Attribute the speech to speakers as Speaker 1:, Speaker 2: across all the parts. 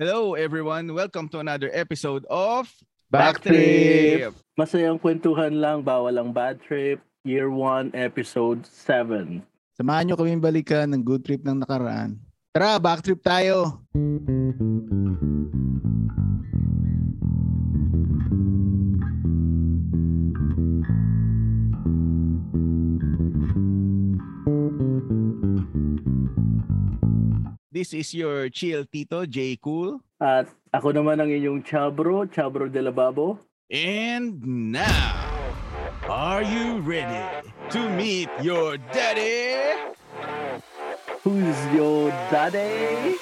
Speaker 1: Hello everyone, welcome to another episode of
Speaker 2: Back trip! Masayang kwentuhan lang, bawal ang bad trip. Year 1, episode 7.
Speaker 3: Samahan nyo kaming balikan ng good trip ng nakaraan. Tara, back trip tayo.
Speaker 1: This is your chill tito, J Cool.
Speaker 2: At ako naman ang inyong Chabro, Chabro de la Babo.
Speaker 1: And now, are you ready to meet your daddy?
Speaker 2: Who's your daddy?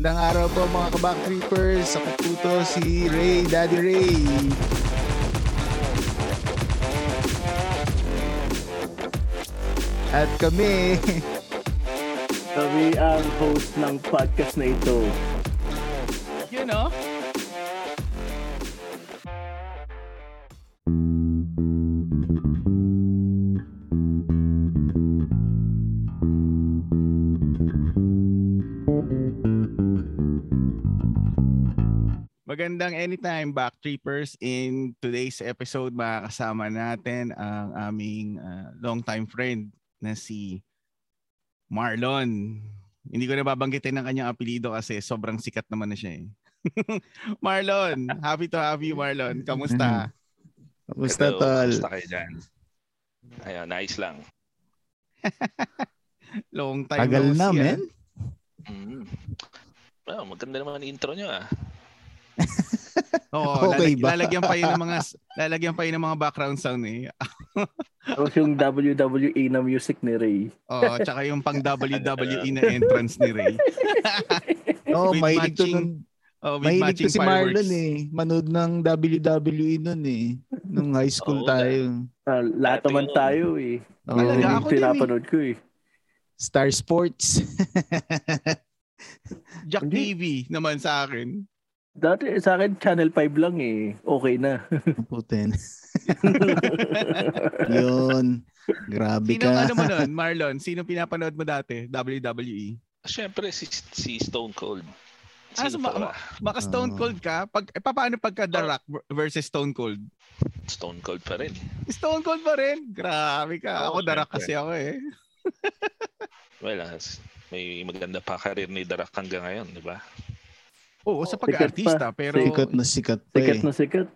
Speaker 3: Magandang araw po mga kabak trippers. Ako po to si Ray, Daddy Ray. At kami,
Speaker 2: Kami ang host ng podcast na ito.
Speaker 1: You know? Magandang anytime back trippers in today's episode makakasama natin ang aming ah, longtime friend na si Marlon. Hindi ko na babanggitin ang kanyang apelido kasi sobrang sikat naman na siya eh. Marlon, happy to have you Marlon. Kamusta?
Speaker 3: kamusta
Speaker 4: Hello,
Speaker 3: tol?
Speaker 4: Kamusta kayo dyan? Ayun, nice lang.
Speaker 1: Long time
Speaker 3: Mm-hmm. Tagal
Speaker 1: no see,
Speaker 3: na,
Speaker 1: ah.
Speaker 3: men.
Speaker 4: Mm. Wow, maganda naman ang intro nyo ah.
Speaker 1: Oo,
Speaker 3: Okay
Speaker 1: lalag-
Speaker 3: ba?
Speaker 1: lalagyan pa yun ng mga lalagyan pa yun ng mga background sound eh.
Speaker 2: Tapos yung WWE na music ni Ray.
Speaker 1: Oo, tsaka yung pang WWE na entrance ni Ray.
Speaker 3: Oo,
Speaker 1: With
Speaker 3: mahilig to,
Speaker 1: matching-
Speaker 3: nun,
Speaker 1: Oh, with
Speaker 3: mahilig to
Speaker 1: matching
Speaker 3: si
Speaker 1: fireworks.
Speaker 3: Marlon eh. Manood ng WWE nun eh. Nung high school
Speaker 4: Oo,
Speaker 3: tayo.
Speaker 2: Ah, lahat
Speaker 4: Ito
Speaker 2: naman
Speaker 4: yun.
Speaker 2: tayo eh.
Speaker 3: Oo.
Speaker 1: Talaga, ako
Speaker 2: Yung
Speaker 1: din eh.
Speaker 2: pinapanood ko eh.
Speaker 3: Star Sports.
Speaker 1: Jack
Speaker 2: Hindi.
Speaker 1: TV naman sa akin.
Speaker 2: Dati sa akin, Channel 5 lang eh. Okay na.
Speaker 3: Putin. Yun. Grabe
Speaker 1: Sino
Speaker 3: ka.
Speaker 1: ano mo nun, Marlon? Sino pinapanood mo dati? E. WWE?
Speaker 4: Siyempre, si, si Stone Cold.
Speaker 1: Ah,
Speaker 4: Si
Speaker 1: so ma-
Speaker 4: Thor, ah.
Speaker 1: Baka Stone
Speaker 3: Oo.
Speaker 1: Cold ka? Pag, eh, paano pagka The Rock versus Stone Cold?
Speaker 4: Stone Cold pa rin.
Speaker 1: Stone Cold pa rin. Grabe ka. Ako
Speaker 4: Oo,
Speaker 1: The Rock
Speaker 4: syempre.
Speaker 1: kasi ako eh.
Speaker 4: Well, ah, s- may maganda pa karir ni Darak hanggang ngayon, di ba?
Speaker 1: Oo, sa pag-artista. Pero,
Speaker 3: Sikat na sikat pa eh.
Speaker 2: Sikat na sikat.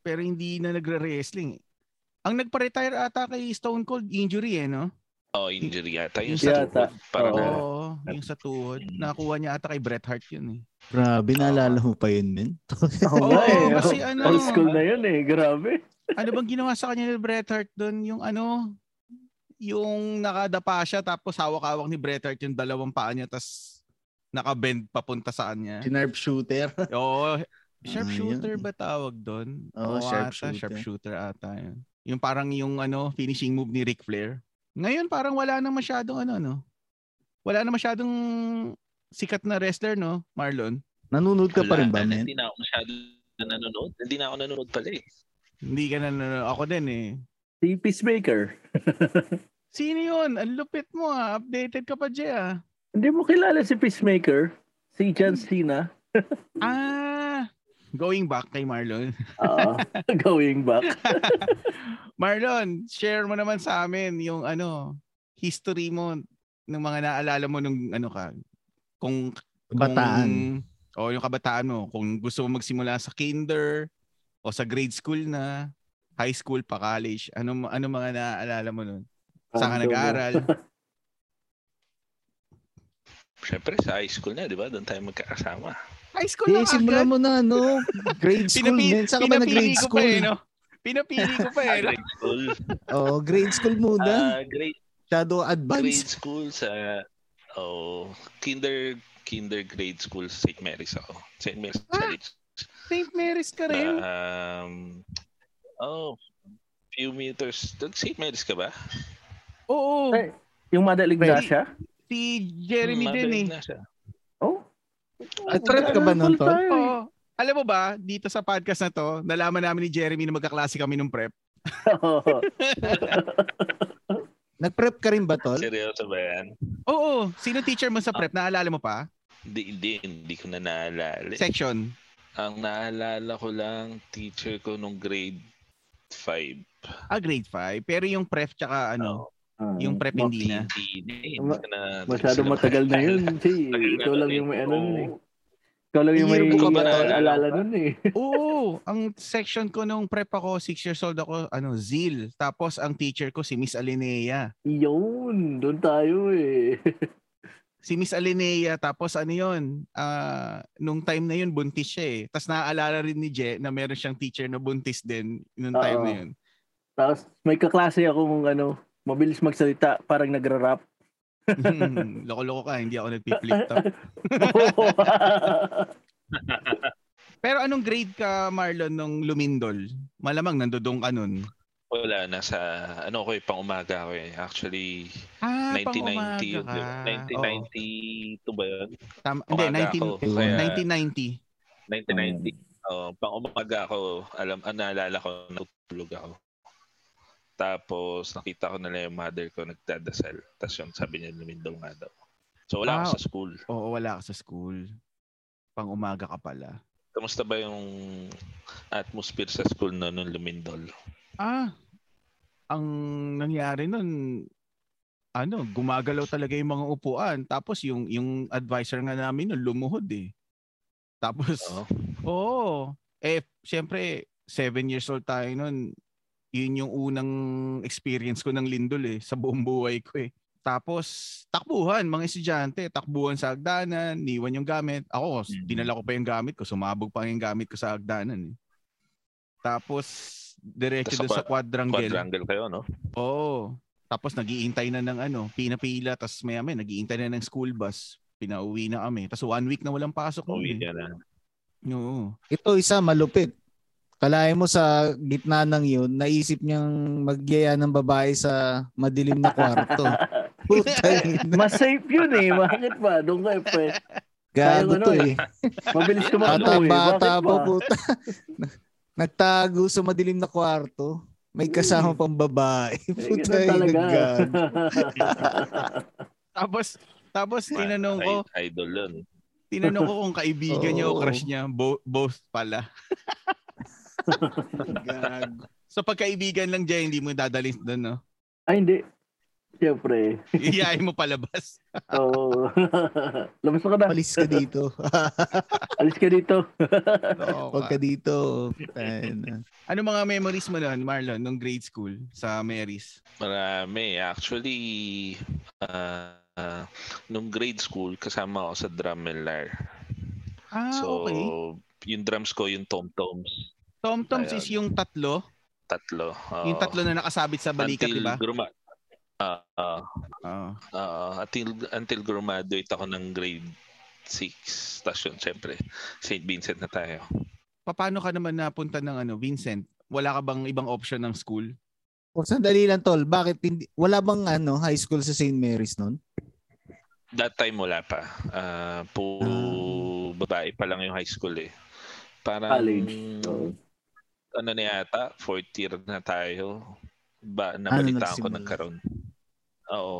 Speaker 1: pero hindi na nagre-wrestling. eh. Ang nagpa-retire ata kay Stone Cold, injury eh, no?
Speaker 4: Oh, injury yata. Yung
Speaker 2: Injury
Speaker 4: sa tuhod. Parang
Speaker 2: Oo.
Speaker 4: ah,
Speaker 1: Oo, yung sa tuhod. Nakuha niya ata kay Bret Hart yun eh.
Speaker 3: Grabe, naalala mo pa yun, men.
Speaker 1: Oo,
Speaker 2: Oo, nga eh.
Speaker 1: kasi ano-
Speaker 2: Old school na yun eh. Grabe.
Speaker 1: Ano bang ginawa sa kanya ni Bret Hart doon? Yung ano, yung nakadapa siya tapos hawak-hawak ni Bret Hart yung dalawang paa niya tapos nakabend papunta sa kanya.
Speaker 3: Sinarp shooter.
Speaker 1: Oo. Sharpshooter
Speaker 3: yun.
Speaker 1: ba tawag doon?
Speaker 3: Oo,
Speaker 1: sharpshooter. Sharpshooter
Speaker 3: sharpshooter.
Speaker 1: ata yun. Yung parang yung ano, finishing move ni Ric Flair. Ngayon parang wala nang masyadong ano, no? Wala nang masyadong sikat na wrestler, no, Marlon?
Speaker 3: Nanonood ka pa rin
Speaker 4: wala
Speaker 3: ba,
Speaker 4: na.
Speaker 3: men?
Speaker 4: Hindi na ako masyado nanonood. Hindi na ako nanonood pala eh.
Speaker 1: Hindi ka na, na- ako din eh.
Speaker 2: Si Peacemaker.
Speaker 1: Sino yun? Ang lupit mo ah. Updated ka pa, Jay ah.
Speaker 2: Hindi mo kilala si Peacemaker? Si John Cena?
Speaker 1: Ah, going back kay Marlon.
Speaker 2: Ah, going back.
Speaker 1: Marlon, share mo naman sa amin yung ano, history mo ng mga naalala mo nung ano ka. Kung
Speaker 3: Bataan.
Speaker 1: O yung kabataan mo, kung gusto mo magsimula sa kinder o sa grade school na, high school pa college, ano ano mga naaalala mo nun? Saan ka
Speaker 2: Ano?
Speaker 1: nag-aaral?
Speaker 4: Siyempre, sa high school na, di ba? Doon tayo magkakasama.
Speaker 1: High school
Speaker 3: Eh,
Speaker 1: lang
Speaker 3: simula
Speaker 1: agad.
Speaker 3: mo na, no? Grade school,
Speaker 1: Pinapi-
Speaker 3: men. Saan ka ba
Speaker 1: pinapili
Speaker 3: nag-grade
Speaker 1: ko Pa,
Speaker 3: school?
Speaker 1: eh, no? Pinapili ko pa eh. no?
Speaker 4: Grade school.
Speaker 3: Oo, grade school muna.
Speaker 4: Ah, grade
Speaker 3: Shadow
Speaker 4: grade
Speaker 3: advance.
Speaker 4: school sa oh, kinder kinder grade school St. Mary's ako. St. Mary's
Speaker 1: Ah,
Speaker 4: College.
Speaker 1: St. Mary's ka
Speaker 4: Na,
Speaker 1: rin.
Speaker 4: um, oh, few meters. Doon St. Mary's ka ba?
Speaker 1: Oo.
Speaker 2: Eh, Yung madaling na siya?
Speaker 1: Si Jeremy
Speaker 4: Hmm,
Speaker 1: din eh.
Speaker 4: na siya.
Speaker 2: Oh?
Speaker 3: At threat ka ba
Speaker 2: Nag-aaral
Speaker 3: nun, tol?
Speaker 2: tayo eh.
Speaker 1: Oo. Alam mo ba, dito sa podcast na to, nalaman namin ni Jeremy na magkaklase kami nung prep.
Speaker 2: Oo.
Speaker 3: Nag-prep ka rin ba, tol?
Speaker 4: Seryoso ba yan?
Speaker 2: Ah.
Speaker 1: Oo, sino teacher mo sa prep? Naalala mo pa?
Speaker 4: Hindi, hindi, hindi ko na naalala.
Speaker 1: Section.
Speaker 4: Ang naalala ko lang, teacher ko nung grade 5.
Speaker 1: Ah, grade 5. Pero yung pref tsaka ano,
Speaker 2: Ah,
Speaker 1: yung prep hindi na.
Speaker 4: Hindi, na eh.
Speaker 2: Ma-
Speaker 4: Hindi ko na-
Speaker 2: Masyado
Speaker 4: hindi ko
Speaker 2: matagal na yun, Jay.
Speaker 4: Tagal na
Speaker 2: Ikaw lang
Speaker 4: na
Speaker 2: yung may
Speaker 4: yun.
Speaker 2: ano nun eh.
Speaker 4: Oo.
Speaker 2: Ikaw lang yung may
Speaker 4: Year ko ba na-
Speaker 2: alala nun eh.
Speaker 1: Oo, ang section ko nung prep ako, 6 years old ako, ano, Zil. Tapos ang teacher ko si Miss Alinea.
Speaker 2: Yun, doon tayo eh.
Speaker 1: Si Miss Alinea, tapos ano yun, ah, nung time na yun, buntis siya eh. Tapos naaalala rin ni Je na meron siyang teacher na buntis din nung time
Speaker 2: Oo.
Speaker 1: na yun.
Speaker 2: Tapos may kaklase akong ano, mabilis magsalita, parang nagra-rap.
Speaker 1: Mm-hmm. Loko-loko ka, hindi ako nagpi-flip top. Pero anong grade ka, Marlon, nung lumindol? Malamang nandodong ka nun.
Speaker 4: Wala, nasa, ano ko eh, pang umaga ko eh. Actually,
Speaker 1: Ah,
Speaker 4: 1990
Speaker 1: pang-umaga
Speaker 4: yun. di ba?
Speaker 1: ka. Oo.
Speaker 4: 1992 ba yun?
Speaker 1: Tam- hindi,
Speaker 4: Umaga ako.
Speaker 1: 19,
Speaker 4: Kaya,
Speaker 1: 1990.
Speaker 4: 1990. Oh, pang umaga ako, alam, ah, naalala ko, natutulog ako. Tapos, nakita ko na lang yung mother ko nagdadasal. Tapos yung sabi niya, lumindol nga daw. So,
Speaker 1: Wow.
Speaker 4: wala ako sa school.
Speaker 1: Oo, wala ka sa school. Pang-umaga ka pala.
Speaker 4: Kamusta ba yung atmosphere sa school noon nung lumindol?
Speaker 1: Ah, ang nangyari nun, ano, gumagalaw talaga yung mga upuan. Tapos yung yung advisor nga namin nun, lumuhod eh. Tapos,
Speaker 4: Oo.
Speaker 1: Oo. Eh, syempre, seven years old tayo nun. Yun yung unang experience ko ng lindol eh, sa buong buhay ko eh. Tapos, takbuhan, mga estudyante, takbuhan sa hagdanan, niwan yung gamit. Ako,
Speaker 4: Mhm.
Speaker 1: dinala ko pa yung gamit ko, sumabog pa yung gamit ko sa hagdanan eh. Tapos, diretso
Speaker 4: Tas sa
Speaker 1: doon sa quadrangle.
Speaker 4: Quadrangle kayo, no?
Speaker 1: Oo. Tapos nagiintay na ng ano, pinapila, tapos maya maya, nagiintay na ng school bus. Pinauwi na kami. Tapos one week na walang pasok.
Speaker 4: Uwi
Speaker 1: kami.
Speaker 4: niya na.
Speaker 1: Oo.
Speaker 3: Ito isa malupit. Kalahin mo sa gitna ng yun, naisip niyang magyaya ng babae sa madilim na kwarto. Putang ina.
Speaker 2: Mas safe yun eh. Bakit ba? Doon kayo pre.
Speaker 3: Gago
Speaker 2: Kaya
Speaker 3: to
Speaker 2: ano
Speaker 3: eh.
Speaker 2: Mabilis ka
Speaker 3: Bata
Speaker 2: eh.
Speaker 3: bata
Speaker 2: Bakit
Speaker 3: po
Speaker 2: ba?
Speaker 3: puta. Nagtago sa madilim na kwarto. May kasama pang babae.
Speaker 2: Hmm. Eh, ganun
Speaker 3: Puta ina. gago.
Speaker 1: Tapos tapos tinanong ko,
Speaker 4: Ay- Idol yun.
Speaker 1: tinanong ko kung kaibigan niya o
Speaker 3: Oo.
Speaker 1: crush niya, Bo- both pala.
Speaker 3: Gago.
Speaker 1: So pagkaibigan lang Jay, hindi mo dadalhin doon, no?
Speaker 2: Ay, hindi. Siyempre.
Speaker 1: Iyayain mo palabas.
Speaker 2: Oo. Labas ka na.
Speaker 3: Palis ka dito.
Speaker 2: Alis ka dito.
Speaker 1: Oo,
Speaker 3: Huwag ka
Speaker 1: ka.
Speaker 3: dito. Puta ina.
Speaker 1: Ano mga memories mo noon, Marlon, nung grade school sa Marys?
Speaker 4: Marami. uh, Actually, ah, ah, nung grade school, kasama ako sa drum and lyre.
Speaker 1: Ah,
Speaker 4: so,
Speaker 1: okay.
Speaker 4: yung drums ko, yung tom-toms.
Speaker 1: Tom-toms is yung tatlo,
Speaker 4: Tatlo. Oo.
Speaker 1: yung tatlo na nakasabit sa balikat,
Speaker 4: Until
Speaker 1: di ba?
Speaker 4: gruma- Ah, ah,
Speaker 1: Oo.
Speaker 4: ah, until, until graduate ako ng grade 6 station, syempre. St. Vincent na tayo.
Speaker 1: Paano ka naman napunta ng ano, Vincent? Wala ka bang ibang option ng school?
Speaker 3: O sandali lang tol, bakit hindi, wala bang ano, high school sa St. Mary's noon?
Speaker 4: That time wala pa. Ah,
Speaker 1: Ah.
Speaker 4: puro babae pa lang yung high school eh. Parang
Speaker 2: College. Oh. Oo.
Speaker 4: ano na yata, fourth year na tayo. Ba,
Speaker 3: Ano,
Speaker 4: nabalitaan ko
Speaker 3: nagsimula? Ah.
Speaker 4: nagkaroon. Oo,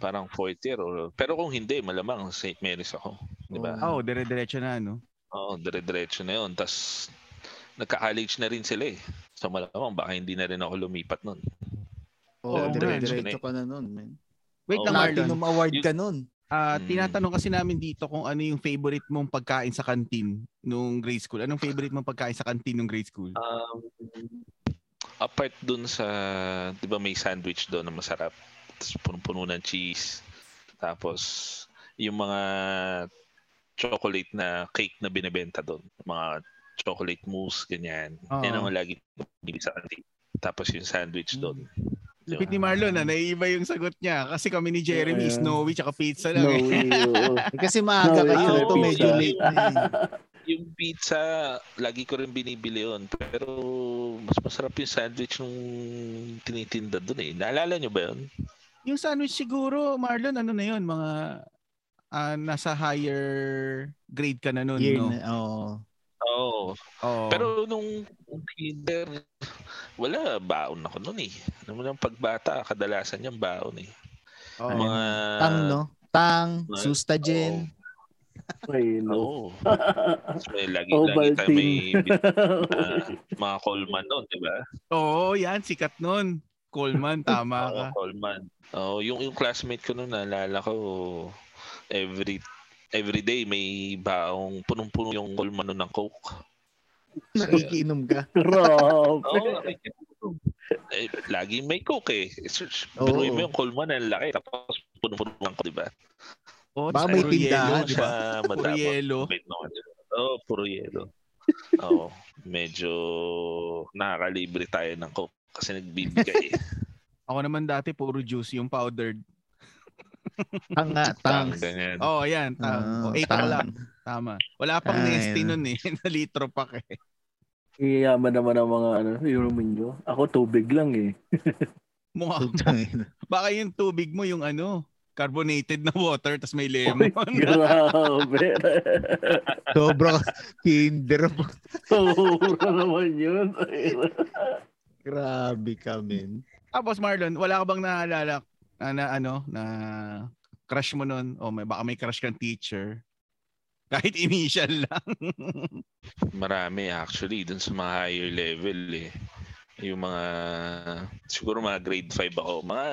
Speaker 4: parang fourth year. Or, pero kung hindi, malamang St. Mary's ako. Di ba?
Speaker 1: Oh, dire-diretso na, ano?
Speaker 4: Oo, dire-diretso na yun. Tapos, nagka-college na rin sila eh. So malamang baka hindi na rin ako lumipat nun.
Speaker 1: Oo,
Speaker 3: Oo,
Speaker 1: nga.
Speaker 3: Ah, dire-diretso ka na noon, man.
Speaker 1: Wait
Speaker 4: Oo.
Speaker 1: lang, Marlon.
Speaker 3: Platinum award
Speaker 4: Yun-
Speaker 3: ka noon.
Speaker 1: Ah,
Speaker 4: Mm.
Speaker 1: tinatanong kasi namin dito kung ano yung favorite mong pagkain sa canteen nung grade school. Anong favorite mong pagkain sa canteen nung grade school?
Speaker 4: Um, apart dun sa, di ba may sandwich doon na masarap. Tapos punong-puno ng cheese. Tapos, yung mga chocolate na cake na binibenta doon. Mga chocolate mousse, ganyan.
Speaker 1: Oo.
Speaker 4: Yan ang lagi bumili sa kantin. Tapos yung sandwich doon.
Speaker 1: Lupit ni Marlon, ah, naiiba yung sagot niya. Kasi kami ni Jeremy,
Speaker 2: Yeah.
Speaker 1: snowy tsaka pizza
Speaker 2: No,
Speaker 1: lang. eh.
Speaker 2: oo.
Speaker 3: Eh, kasi maaga
Speaker 2: No,
Speaker 3: kayo,
Speaker 4: it's
Speaker 3: ito
Speaker 4: a
Speaker 3: medyo
Speaker 4: pizza.
Speaker 3: late na eh.
Speaker 4: Yung pizza, lagi ko rin binibili yun. Pero mas masarap yung sandwich nung tinitinda doon eh. Naalala nyo ba yun?
Speaker 1: Yung sandwich siguro, Marlon, ano na yun? Mga ah, nasa higher grade ka na nun,
Speaker 3: Year
Speaker 1: no?
Speaker 3: na, eh, oo.
Speaker 4: Oo.
Speaker 1: Oo.
Speaker 4: Pero nung kinder, wala, baon ako noon eh. Alam mo lang, pagbata, kadalasan yung baon eh.
Speaker 1: Oo.
Speaker 4: Mga...
Speaker 3: Tang, no? Tang,
Speaker 4: Mga-
Speaker 3: sustagen.
Speaker 4: Oo.
Speaker 2: Mahilo.
Speaker 4: Oo. So, may lagi, lagi tayo may
Speaker 2: Ovaltine.
Speaker 4: bit- ah, mga Coleman noon, di ba?
Speaker 1: Oo, yan. Sikat nun. Coleman, tama ka.
Speaker 4: Mga Coleman. Oo, yung, yung classmate ko noon, naalala ko, every every day may baong punong-puno yung Coleman noon ng Coke.
Speaker 3: Nakikinom ka.
Speaker 4: Oo,
Speaker 2: Grabe.
Speaker 4: oh, eh, lagi may Coke eh. Search,
Speaker 3: Oo.
Speaker 4: biruin mo yung Coleman ang laki, tapos punong-puno ng Coke, di ba?
Speaker 1: Oo, tsaka
Speaker 3: Baka may
Speaker 1: puro yelo,
Speaker 3: tindahan,
Speaker 1: di ba?
Speaker 4: Sa
Speaker 1: Puro
Speaker 4: madama.
Speaker 1: yelo.
Speaker 4: Wait, no. Oo, oh, puro yelo. Oo, medyo nakakalibre tayo ng Coke kasi nagbibigay.
Speaker 1: Ako naman dati, puro juice yung powdered.
Speaker 3: Tanga,
Speaker 4: Tang,
Speaker 3: tang.
Speaker 4: ganyan.
Speaker 1: Oo, oh, yan.
Speaker 3: Ah,
Speaker 1: Tama. Oh, eight
Speaker 3: tang.
Speaker 1: lang. Tama. Wala pang
Speaker 3: Ah,
Speaker 1: nesty
Speaker 3: yan.
Speaker 1: nun eh. na litro pa eh.
Speaker 2: Iyaman naman ang mga ano, inumin nyo. Ako tubig lang eh.
Speaker 1: Mukha.
Speaker 3: Putang ina.
Speaker 1: Baka yung tubig mo yung ano, carbonated na water tas may lemon.
Speaker 2: Oh Grabe.
Speaker 3: Sobra ka- kinder mo.
Speaker 2: Sobra naman yun.
Speaker 3: Grabe ka, men.
Speaker 1: Tapos Ah, Marlon, wala ka bang naalala na, na ano, na crush mo nun? O may, baka may crush kang teacher. Kahit initial lang.
Speaker 4: Marami actually dun sa mga higher level eh. Yung mga siguro mga grade 5 ako, mga,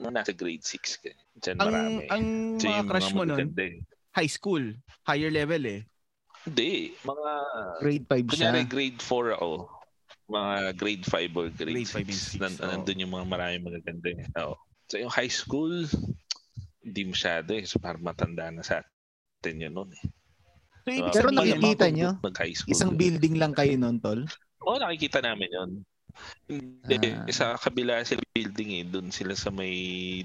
Speaker 4: mga nasa grade 6 ka. Diyan
Speaker 1: ang
Speaker 4: marami.
Speaker 1: ang
Speaker 4: Diyan
Speaker 1: mga
Speaker 4: yung
Speaker 1: crush mo nun,
Speaker 4: magaganda eh.
Speaker 1: high school, higher level eh.
Speaker 4: Hindi, mga
Speaker 3: Grade 5 siya.
Speaker 4: kunyari grade 4 ako. Mga grade 5 or grade,
Speaker 1: Grade five and
Speaker 4: 6.
Speaker 1: six,
Speaker 4: Nan-
Speaker 1: oo.
Speaker 4: Nandun yung mga marami magaganda eh. Oo. So yung high school, hindi masyado eh. So parang matanda na sa atin yun nun eh.
Speaker 1: So, ibig
Speaker 3: Pero
Speaker 1: sabihin,
Speaker 3: nakikita nyo,
Speaker 4: Mag-high school.
Speaker 3: Isang building lang kayo nun, tol.
Speaker 4: Oo, nakikita namin yun. Hindi,
Speaker 3: Ah.
Speaker 4: sa kabila sila building eh. Doon sila sa may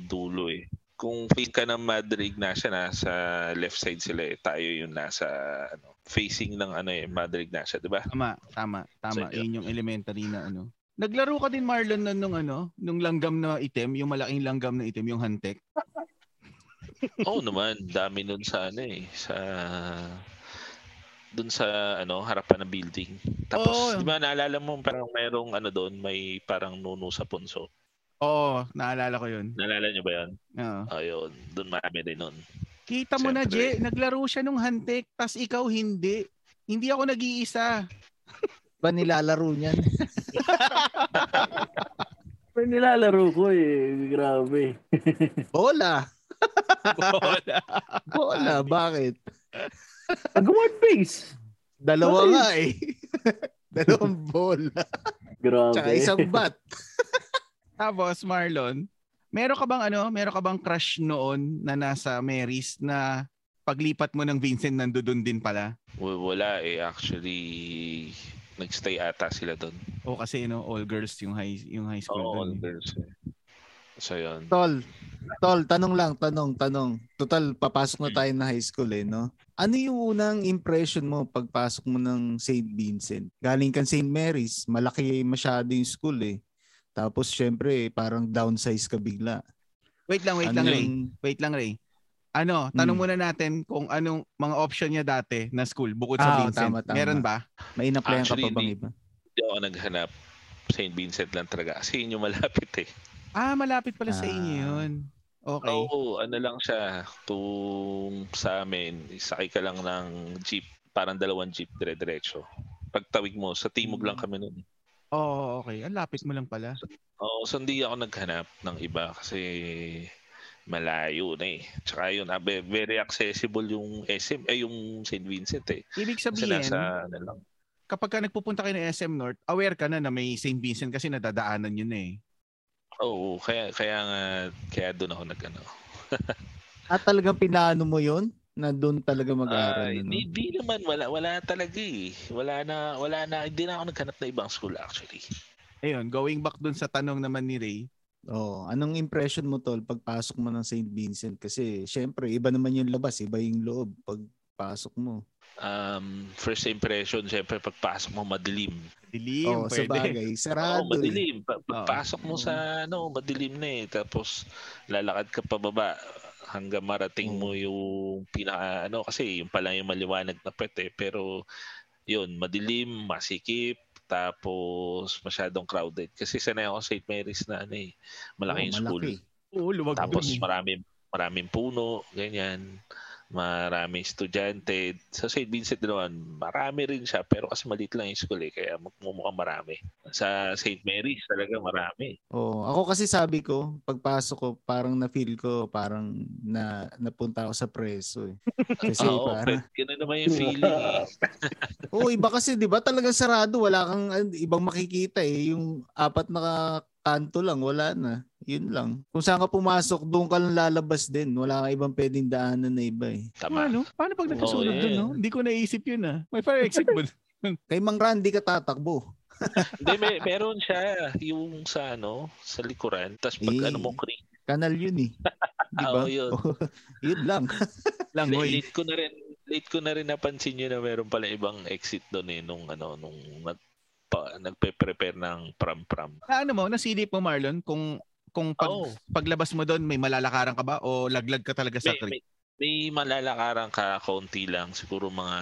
Speaker 4: dulo eh. Kung face ka ng Madre Ignacia, nasa left side sila eh. Tayo yung nasa ano, facing ng ano eh, Madre Ignacia, di ba?
Speaker 1: Tama, tama, tama.
Speaker 4: So,
Speaker 1: Yun yung elementary na ano. Naglaro ka din Marlon nun nung ano, nung langgam na itim, yung malaking langgam na itim, yung hantek.
Speaker 4: Oo naman, dami nun sa ano eh, sa doon sa ano harapan ng building. Tapos
Speaker 1: Oo.
Speaker 4: di ba naalala mo parang mayroong ano doon, may parang nuno sa punso.
Speaker 1: Oo, naalala ko yun.
Speaker 4: Naalala niyo ba 'yon?
Speaker 1: Oo.
Speaker 4: Ayun, doon marami din nun.
Speaker 1: Kita mo na, Je,
Speaker 4: Siyempre.
Speaker 1: naglaro siya nung hantek, tas ikaw hindi. Hindi ako nag-iisa.
Speaker 3: Ba nilalaro niyan?
Speaker 2: May nilalaro ko eh. Grabe.
Speaker 3: Bola! Bola, bakit?
Speaker 2: Pag-award Ah, base.
Speaker 3: Dalawa
Speaker 2: Bakit?
Speaker 3: nga eh. Dalawang bola.
Speaker 2: Grabe.
Speaker 3: Tsaka isang bat.
Speaker 1: Tapos, Marlon, meron ka bang ano, meron ka bang crush noon na nasa Mary's na paglipat mo ng Vincent nandoon din pala?
Speaker 4: W- Wala eh. Actually, nagstay ata sila doon.
Speaker 1: O kasi no, all girls yung high yung high school
Speaker 4: Oo, all
Speaker 1: doon.
Speaker 4: girls eh. So, yun.
Speaker 3: Tol, tol, tanong lang, tanong, tanong. Total, papasok na tayo na high school eh, no? Ano yung unang impression mo pagpasok mo ng St. Vincent? Galing kang St. Mary's, malaki masyado yung school eh. Tapos syempre, parang downsize ka bigla.
Speaker 1: Wait lang, wait lang,
Speaker 3: Ano
Speaker 1: Ray.
Speaker 3: yung-
Speaker 1: Wait lang, Ray. Ano, tanong
Speaker 3: Hmm.
Speaker 1: muna natin kung anong mga option niya dati na school bukod sa
Speaker 3: Ah, oo,
Speaker 1: Vincent.
Speaker 3: tama, tama.
Speaker 1: Meron ba?
Speaker 3: May inaplayan ka
Speaker 4: Actually,
Speaker 3: pa bang
Speaker 4: hindi.
Speaker 3: iba?
Speaker 4: Hindi ako naghanap. St. Vincent lang talaga. Kasi yun yung malapit eh.
Speaker 1: Ah, malapit pala sa inyo
Speaker 3: Ah.
Speaker 1: yun. Okay.
Speaker 4: Oo, ano lang siya. Kung sa amin, sakay ka lang ng jeep. Parang dalawang jeep dire-diretso. Pagtawid mo, sa timog
Speaker 1: Hmm.
Speaker 4: lang kami noon.
Speaker 1: Oo, Oh, okay. Ang lapit mo lang pala.
Speaker 4: Oo, so hindi ako naghanap ng iba kasi malayo na eh. Tsaka yun, ah, be- very accessible yung SM, eh yung St. Vincent eh.
Speaker 1: Ibig
Speaker 4: Kasi
Speaker 1: sabihin,
Speaker 4: nasa, ano lang,
Speaker 1: kapag ka nagpupunta kayo ng SM North, aware ka na na may St. Vincent kasi nadadaanan yun eh.
Speaker 4: Oo, kaya kaya nga kaya doon ako nagano.
Speaker 3: At Ah, talagang pinaano mo yun? Na doon talaga mag-aaral?
Speaker 4: Ay,
Speaker 3: ano?
Speaker 4: Hindi di naman wala wala talaga eh. Wala na wala na hindi na ako naghanap na ibang school actually.
Speaker 1: Ayun, going back dun sa tanong naman ni Ray,
Speaker 3: Oh, anong impression mo tol pagpasok mo ng St. Vincent kasi syempre iba naman yung labas, iba yung loob pagpasok mo.
Speaker 4: Um, first impression, syempre pagpasok mo madilim.
Speaker 1: dilim,
Speaker 3: Oh, sa
Speaker 1: pwede.
Speaker 3: bagay,
Speaker 4: Oo,
Speaker 3: sarado. eh.
Speaker 4: madilim. Pa- Pagpasok mo sa ano, madilim na eh. Tapos lalakad ka pababa hanggang marating mo yung pinaka ano kasi yung pala yung maliwanag na pwet eh. Pero yun, madilim, masikip, tapos masyadong crowded. Kasi sanay ako sa St. Mary's na ano eh,
Speaker 3: Oo,
Speaker 4: malaking school.
Speaker 3: malaki.
Speaker 1: Oo, luwag eh.
Speaker 4: Tapos
Speaker 1: dun.
Speaker 4: maraming maraming puno, ganyan. maraming estudyante. Sa St. Vincent din naman, marami rin siya pero kasi maliit lang yung school eh, kaya mumukhang marami. Sa St. Mary's talaga marami.
Speaker 3: Oo. Ako kasi sabi ko, pagpasok ko, parang na-feel ko, parang na, napunta ako sa preso eh. Kasi
Speaker 4: Oo,
Speaker 3: parang, Diba?
Speaker 4: Fred, ganun naman yung feeling eh.
Speaker 3: oo, iba kasi, di ba talagang sarado, wala kang uh, ibang makikita eh. Yung apat na ka- kanto lang, wala na. Yun lang. Kung saan ka pumasok, doon ka lang lalabas din. Wala kang ibang pwedeng daanan na iba eh.
Speaker 4: Tama.
Speaker 1: Ano? Paano pag nagkasunod
Speaker 4: Oo, eh.
Speaker 1: dun, no? Hindi ko naisip yun, ah. May fire exit ba?
Speaker 3: Kay Mang Randy ka tatakbo.
Speaker 4: Hindi, may, meron siya yung sa ano, sa likuran. Tapos pag
Speaker 3: Eh,
Speaker 4: ano mo, creep.
Speaker 3: Kanal yun eh. Di ba?
Speaker 4: Oo, yun.
Speaker 3: yun lang.
Speaker 1: Langoy.
Speaker 4: Late ko na rin, late ko na rin napansin yun na meron pala ibang exit doon eh, nung ano, nung nag, pa, nagpe-prepare ng pram-pram.
Speaker 1: Na ano mo, nasilip mo, Marlon, kung kung pag,
Speaker 4: Oo.
Speaker 1: paglabas mo doon, may malalakaran ka ba o laglag ka talaga sa
Speaker 4: May,
Speaker 1: creek?
Speaker 4: may, may malalakaran ka konti lang, siguro mga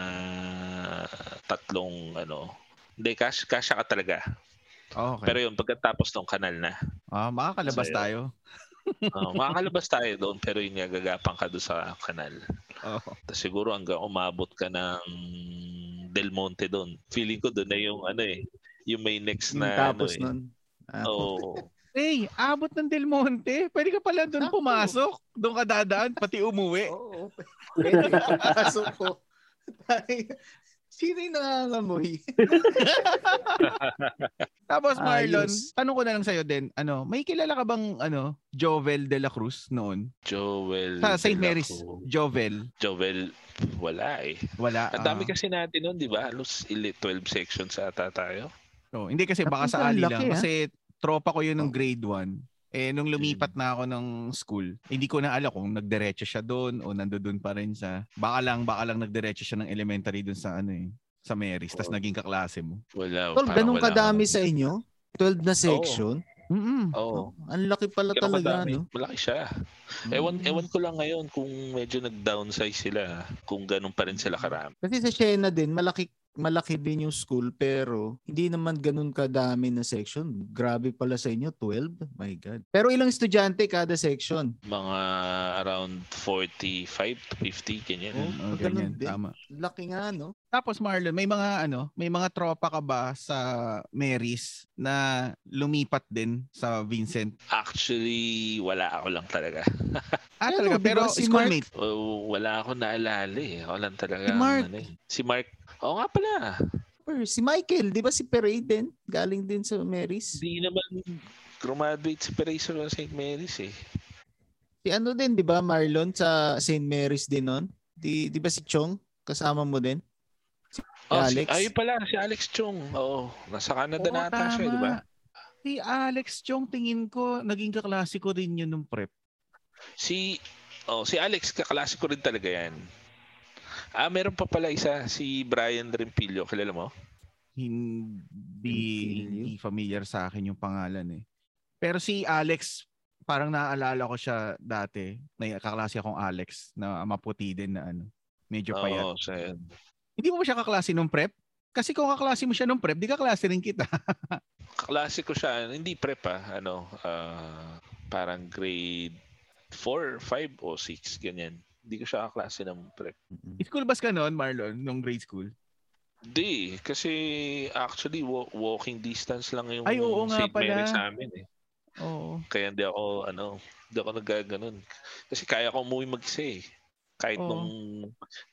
Speaker 4: tatlong ano. Hindi, cash, cash ka talaga.
Speaker 1: Oh, Okay.
Speaker 4: Pero yun, pagkatapos ng kanal na.
Speaker 1: ah, makakalabas
Speaker 4: Sa'yo.
Speaker 1: tayo.
Speaker 4: Oo, makakalabas tayo doon, pero yun, nga, gagapang ka doon sa kanal.
Speaker 1: Oo.
Speaker 4: Tapos siguro hanggang umabot ka ng Del Monte doon. Feeling ko doon na yung ano eh, yung may next
Speaker 3: Yung
Speaker 4: na
Speaker 1: Hmm,
Speaker 3: tapos
Speaker 4: ano eh.
Speaker 3: nun. Ah,
Speaker 4: Oo.
Speaker 1: Hey, abot ng Del Monte. Pwede ka pala doon
Speaker 3: Naku.
Speaker 1: pumasok. Doon ka dadaan, pati umuwi.
Speaker 3: Oo. Pwede kaso ko. Tayo. Sino yung nangangamoy?
Speaker 1: Tapos Marlon,
Speaker 3: Ayos.
Speaker 1: tanong ko na lang sa'yo din, ano, may kilala ka bang ano, Jovel de la Cruz noon?
Speaker 4: Joel.
Speaker 1: Sa St.
Speaker 4: Delaco.
Speaker 1: Mary's, Jovel.
Speaker 4: Joel, wala eh.
Speaker 1: Wala.
Speaker 4: Ang dami
Speaker 1: ah.
Speaker 4: kasi natin noon, di ba? Halos ili- 12 sections ata tayo.
Speaker 1: Oo, oh, hindi kasi
Speaker 3: Tapos
Speaker 1: baka sa
Speaker 3: ang
Speaker 1: ali
Speaker 3: laki,
Speaker 1: lang.
Speaker 3: ah.
Speaker 1: Kasi tropa ko yun
Speaker 3: Oh.
Speaker 1: ng grade 1. Eh, nung lumipat na ako ng school, hindi ko na alam kung nagdiretso siya doon o nandoon pa rin siya. Baka lang, baka lang nagdiretso siya ng elementary doon sa ano eh, sa Mary's. Tapos
Speaker 3: Oh.
Speaker 4: Oo.
Speaker 1: naging kaklase mo.
Speaker 4: Wala.
Speaker 3: Tol,
Speaker 4: parang
Speaker 3: ganun
Speaker 4: wala.
Speaker 3: kadami sa inyo? 12 na section?
Speaker 1: Mm-mm.
Speaker 3: Oh,
Speaker 4: Oo.
Speaker 3: Ang laki pala
Speaker 4: Ganun
Speaker 3: talaga,
Speaker 4: kadami.
Speaker 3: no?
Speaker 4: Malaki siya. Ewan,
Speaker 3: Mm.
Speaker 4: ewan ko lang ngayon kung medyo nag-downsize sila. Kung ganun pa rin
Speaker 3: Mm.
Speaker 4: sila karami.
Speaker 3: Kasi sa Siena din, malaki malaki din yung school pero hindi naman ganun kadami na section. Grabe pala sa inyo, 12? My God. Pero ilang estudyante kada section?
Speaker 4: Mga around 45 to 50, ganyan.
Speaker 1: Yan,
Speaker 3: Oo,
Speaker 1: oh,
Speaker 3: ganun
Speaker 1: ganyan,
Speaker 3: din.
Speaker 1: tama.
Speaker 3: Laki nga, no?
Speaker 1: Tapos Marlon, may mga ano, may mga tropa ka ba sa Mary's na lumipat din sa Vincent?
Speaker 4: Actually, wala ako lang talaga.
Speaker 1: Ah,
Speaker 3: Ano,
Speaker 1: talaga,
Speaker 3: di
Speaker 1: pero
Speaker 3: ba si
Speaker 1: schoolmate.
Speaker 4: O, wala ako naalala eh. Ako lang talaga.
Speaker 3: Si Mark.
Speaker 4: ang Ano, eh. Si Mark. Oo nga pala.
Speaker 3: Or si Michael, di ba si Perey din? Galing din sa Mary's.
Speaker 4: Hindi naman graduate si Perezo ng St. Mary's eh.
Speaker 3: Si ano din, di ba Marlon sa St. Mary's din nun? Di, di ba si Chong? Kasama mo din?
Speaker 4: Oh,
Speaker 3: Alex.
Speaker 4: Si, ayun pala, si Alex Chung. Oo, nasa Canada
Speaker 1: Oo,
Speaker 4: na ata siya,
Speaker 1: tama.
Speaker 4: di ba?
Speaker 1: Si Alex Chong, tingin ko, naging kaklase ko rin yun nung prep.
Speaker 4: Si oh, si Alex kaklase ko rin talaga 'yan. Ah, meron pa pala isa si Brian Rempillo, kilala mo?
Speaker 1: hindi,
Speaker 3: Hindi.
Speaker 1: hindi familiar sa akin yung pangalan eh. Pero si Alex, parang naaalala ko siya dati. May kaklase akong Alex na maputi din na ano. Medyo payat.
Speaker 4: Oo, siya. yun.
Speaker 1: Hindi mo ba siya kaklase nung prep? Kasi kung kaklase mo siya nung prep, di kaklase rin kita.
Speaker 4: Kaklase ko siya, hindi prep ah, ano, ah, parang grade 4, 5 o 6 ganyan. Hindi ko siya kaklase ng prep.
Speaker 1: School bus ka noon, Marlon, nung grade school?
Speaker 4: Hindi, kasi actually wa- walking distance lang yung
Speaker 1: Ay, oo nga
Speaker 4: St.
Speaker 1: pala.
Speaker 4: Mary's sa amin eh.
Speaker 1: Oo.
Speaker 4: Kaya hindi ako, ano, hindi ako nagaganon. Kasi kaya ko umuwi mag-isa eh. Kahit
Speaker 1: Oo.
Speaker 4: nung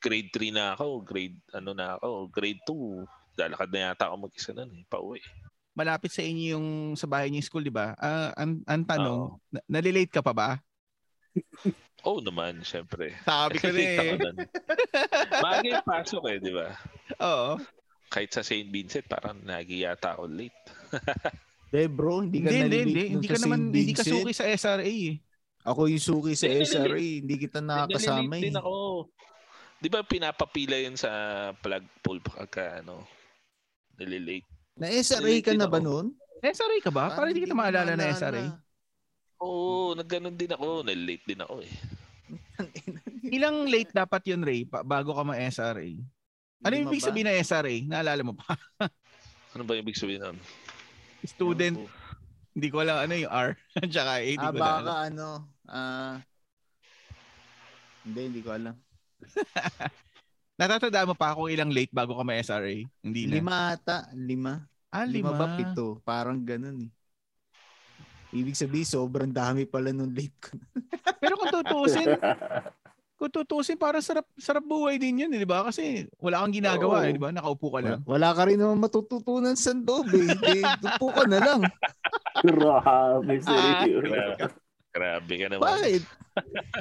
Speaker 4: grade 3 na ako, grade, ano na ako, grade 2, lalakad na yata ako mag-isa nun eh, pauwi.
Speaker 1: Malapit sa inyo yung sa bahay niyo yung school, di ba? Ah, ang, ang tanong, na- nalilate ka pa ba?
Speaker 4: Oo naman, syempre.
Speaker 1: Sabi ko eh.
Speaker 4: Nakikita ko
Speaker 1: rin.
Speaker 4: nun. Maaga yung pasok eh, di ba?
Speaker 1: Oo.
Speaker 4: Kahit sa St. Vincent, parang nagi yata ako late.
Speaker 3: De bro, hindi ka
Speaker 1: Hindi, hindi,
Speaker 3: nalilate
Speaker 1: hindi. Hindi
Speaker 3: nun sa
Speaker 1: ka naman,
Speaker 3: St.
Speaker 1: hindi ka
Speaker 3: Vincent.
Speaker 1: suki sa SRA eh.
Speaker 3: Ako yung suki sa
Speaker 4: Hindi,
Speaker 3: SRA, hindi kita nakakasama
Speaker 4: Nalilate
Speaker 3: eh.
Speaker 4: din ako. Di ba pinapapila yun sa plug pull pagka ano, nalilate.
Speaker 3: Na SRA ka
Speaker 4: Nalilate
Speaker 3: na
Speaker 4: din
Speaker 3: ba
Speaker 4: ako.
Speaker 3: noon?
Speaker 1: SRA ka ba? Ah, Parang hindi
Speaker 3: Ah,
Speaker 1: kita maalala na SRA.
Speaker 4: Oo, Hmm. nagganon din ako. Nalilate din ako eh.
Speaker 1: Ilang late dapat yun, Ray, pa- bago ka ma-SRA? Ano yung ibig
Speaker 3: Ah,
Speaker 1: sabihin na SRA? Naalala mo pa?
Speaker 4: Ano ba ibig sabihin nun?
Speaker 1: Student, hindi ko alam ano yung R. Tsaka A, hindi
Speaker 3: Ah,
Speaker 1: ko na alam.
Speaker 3: baka ano, ah, hindi, hindi ko alam.
Speaker 1: Natatandaan mo pa kung ilang late bago ka may SRA? Hindi na.
Speaker 3: Lima ata. Lima.
Speaker 1: Ah,
Speaker 3: lima. ba? Pito. Parang ganun eh. Ibig sabihin, sobrang dami pala nung late ko.
Speaker 1: Pero kung tutusin, kung tutusin, parang sarap, sarap buhay din yun, eh, di ba? Kasi wala kang ginagawa,
Speaker 2: Oo.
Speaker 1: eh, di ba? Nakaupo ka lang.
Speaker 3: Wala ka rin naman matututunan sa loob eh. Di, tupo ka na lang.
Speaker 2: Grabe,
Speaker 1: Ah.
Speaker 2: seryo.
Speaker 4: Grabe, grabe ka naman.
Speaker 3: Bakit?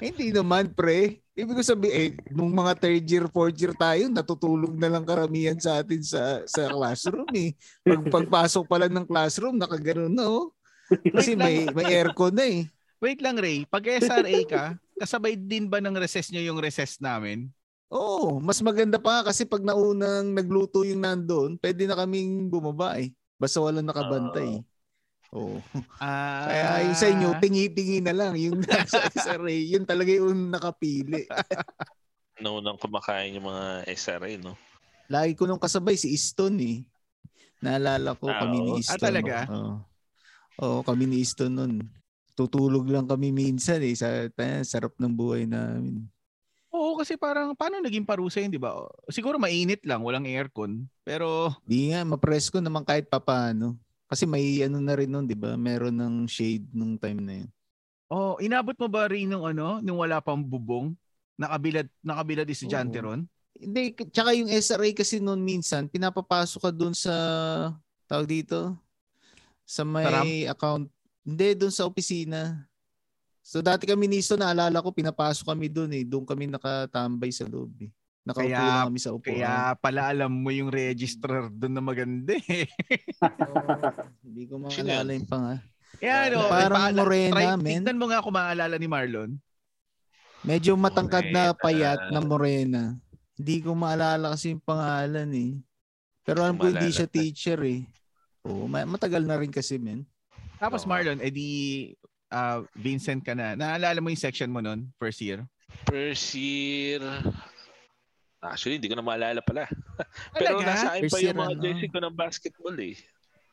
Speaker 3: Hindi naman, pre. Ibig ko sabihin, eh, nung mga third year, fourth year tayo, natutulog na lang karamihan sa atin sa sa classroom eh. Pag pagpasok pala ng classroom, nakaganoon na oh. Kasi may, may aircon na eh.
Speaker 1: Wait lang, Ray. Pag SRA ka, kasabay din ba ng recess nyo yung recess namin?
Speaker 3: Oo, mas maganda pa nga kasi pag naunang nagluto yung nandun, pwede na kaming bumaba eh. Basta walang nakabantay. Oo.
Speaker 1: Ah,
Speaker 3: Kaya yung sa inyo, tingi-tingi na lang. Yung nasa array, yun talaga yung nakapili.
Speaker 4: Naunang Ano kumakain yung mga SRA, no?
Speaker 3: Lagi ko nung kasabay si Easton eh. Naalala ko
Speaker 4: Ah,
Speaker 3: kami ni
Speaker 4: oo. Ah,
Speaker 3: Easton.
Speaker 1: talaga?
Speaker 3: Oo. Oo, oh, kami ni Easton nun. Tutulog lang kami minsan eh. Sa, tayo, sarap ng buhay namin.
Speaker 1: Oo, kasi parang paano naging parusa yun, di ba? Siguro mainit lang, walang aircon. Pero
Speaker 3: Di nga, mapresko naman kahit papaano. Kasi may ano na rin nun, di ba? Meron ng shade nung time na yun.
Speaker 1: Oh, inabot mo ba rin nung ano, nung wala pang bubong? Nakabilad, nakabilad is estudyante
Speaker 3: Oo.
Speaker 1: ron?
Speaker 3: Hindi, k- tsaka yung SRA kasi noon minsan, pinapapasok ka doon sa, tawag dito, sa may
Speaker 1: Sa ramp?
Speaker 3: account. Hindi, doon sa opisina. So dati kami ni Isto, naalala ko, pinapasok kami doon eh. Doon kami nakatambay sa lobby. Nakaupo
Speaker 1: Kaya-
Speaker 3: lang kami sa upuan.
Speaker 1: Kaya pala alam mo yung registrar doon na maganda eh.
Speaker 3: Oo, hindi ko maalala yung pang
Speaker 1: Eh ano,
Speaker 3: Ah, Parang
Speaker 1: ipaala-
Speaker 3: morena,
Speaker 1: try,
Speaker 3: men.
Speaker 1: Tignan mo nga kung maalala ni Marlon.
Speaker 3: Medyo matangkad na
Speaker 4: Morena.
Speaker 3: payat na morena. Hindi ko maalala kasi yung pangalan eh. Pero alam ko hindi
Speaker 4: Maalala.
Speaker 3: siya teacher eh. Oo, ma- matagal na rin kasi men.
Speaker 1: Tapos
Speaker 4: Oo.
Speaker 1: Marlon, edi ah, Vincent ka na. Naalala mo yung section mo noon, first year?
Speaker 4: First year... Actually, hindi ko na maalala pala. Pero nasa akin pa
Speaker 3: First
Speaker 4: yung
Speaker 3: year,
Speaker 4: mga
Speaker 3: ano?
Speaker 4: jersey ko ng basketball eh.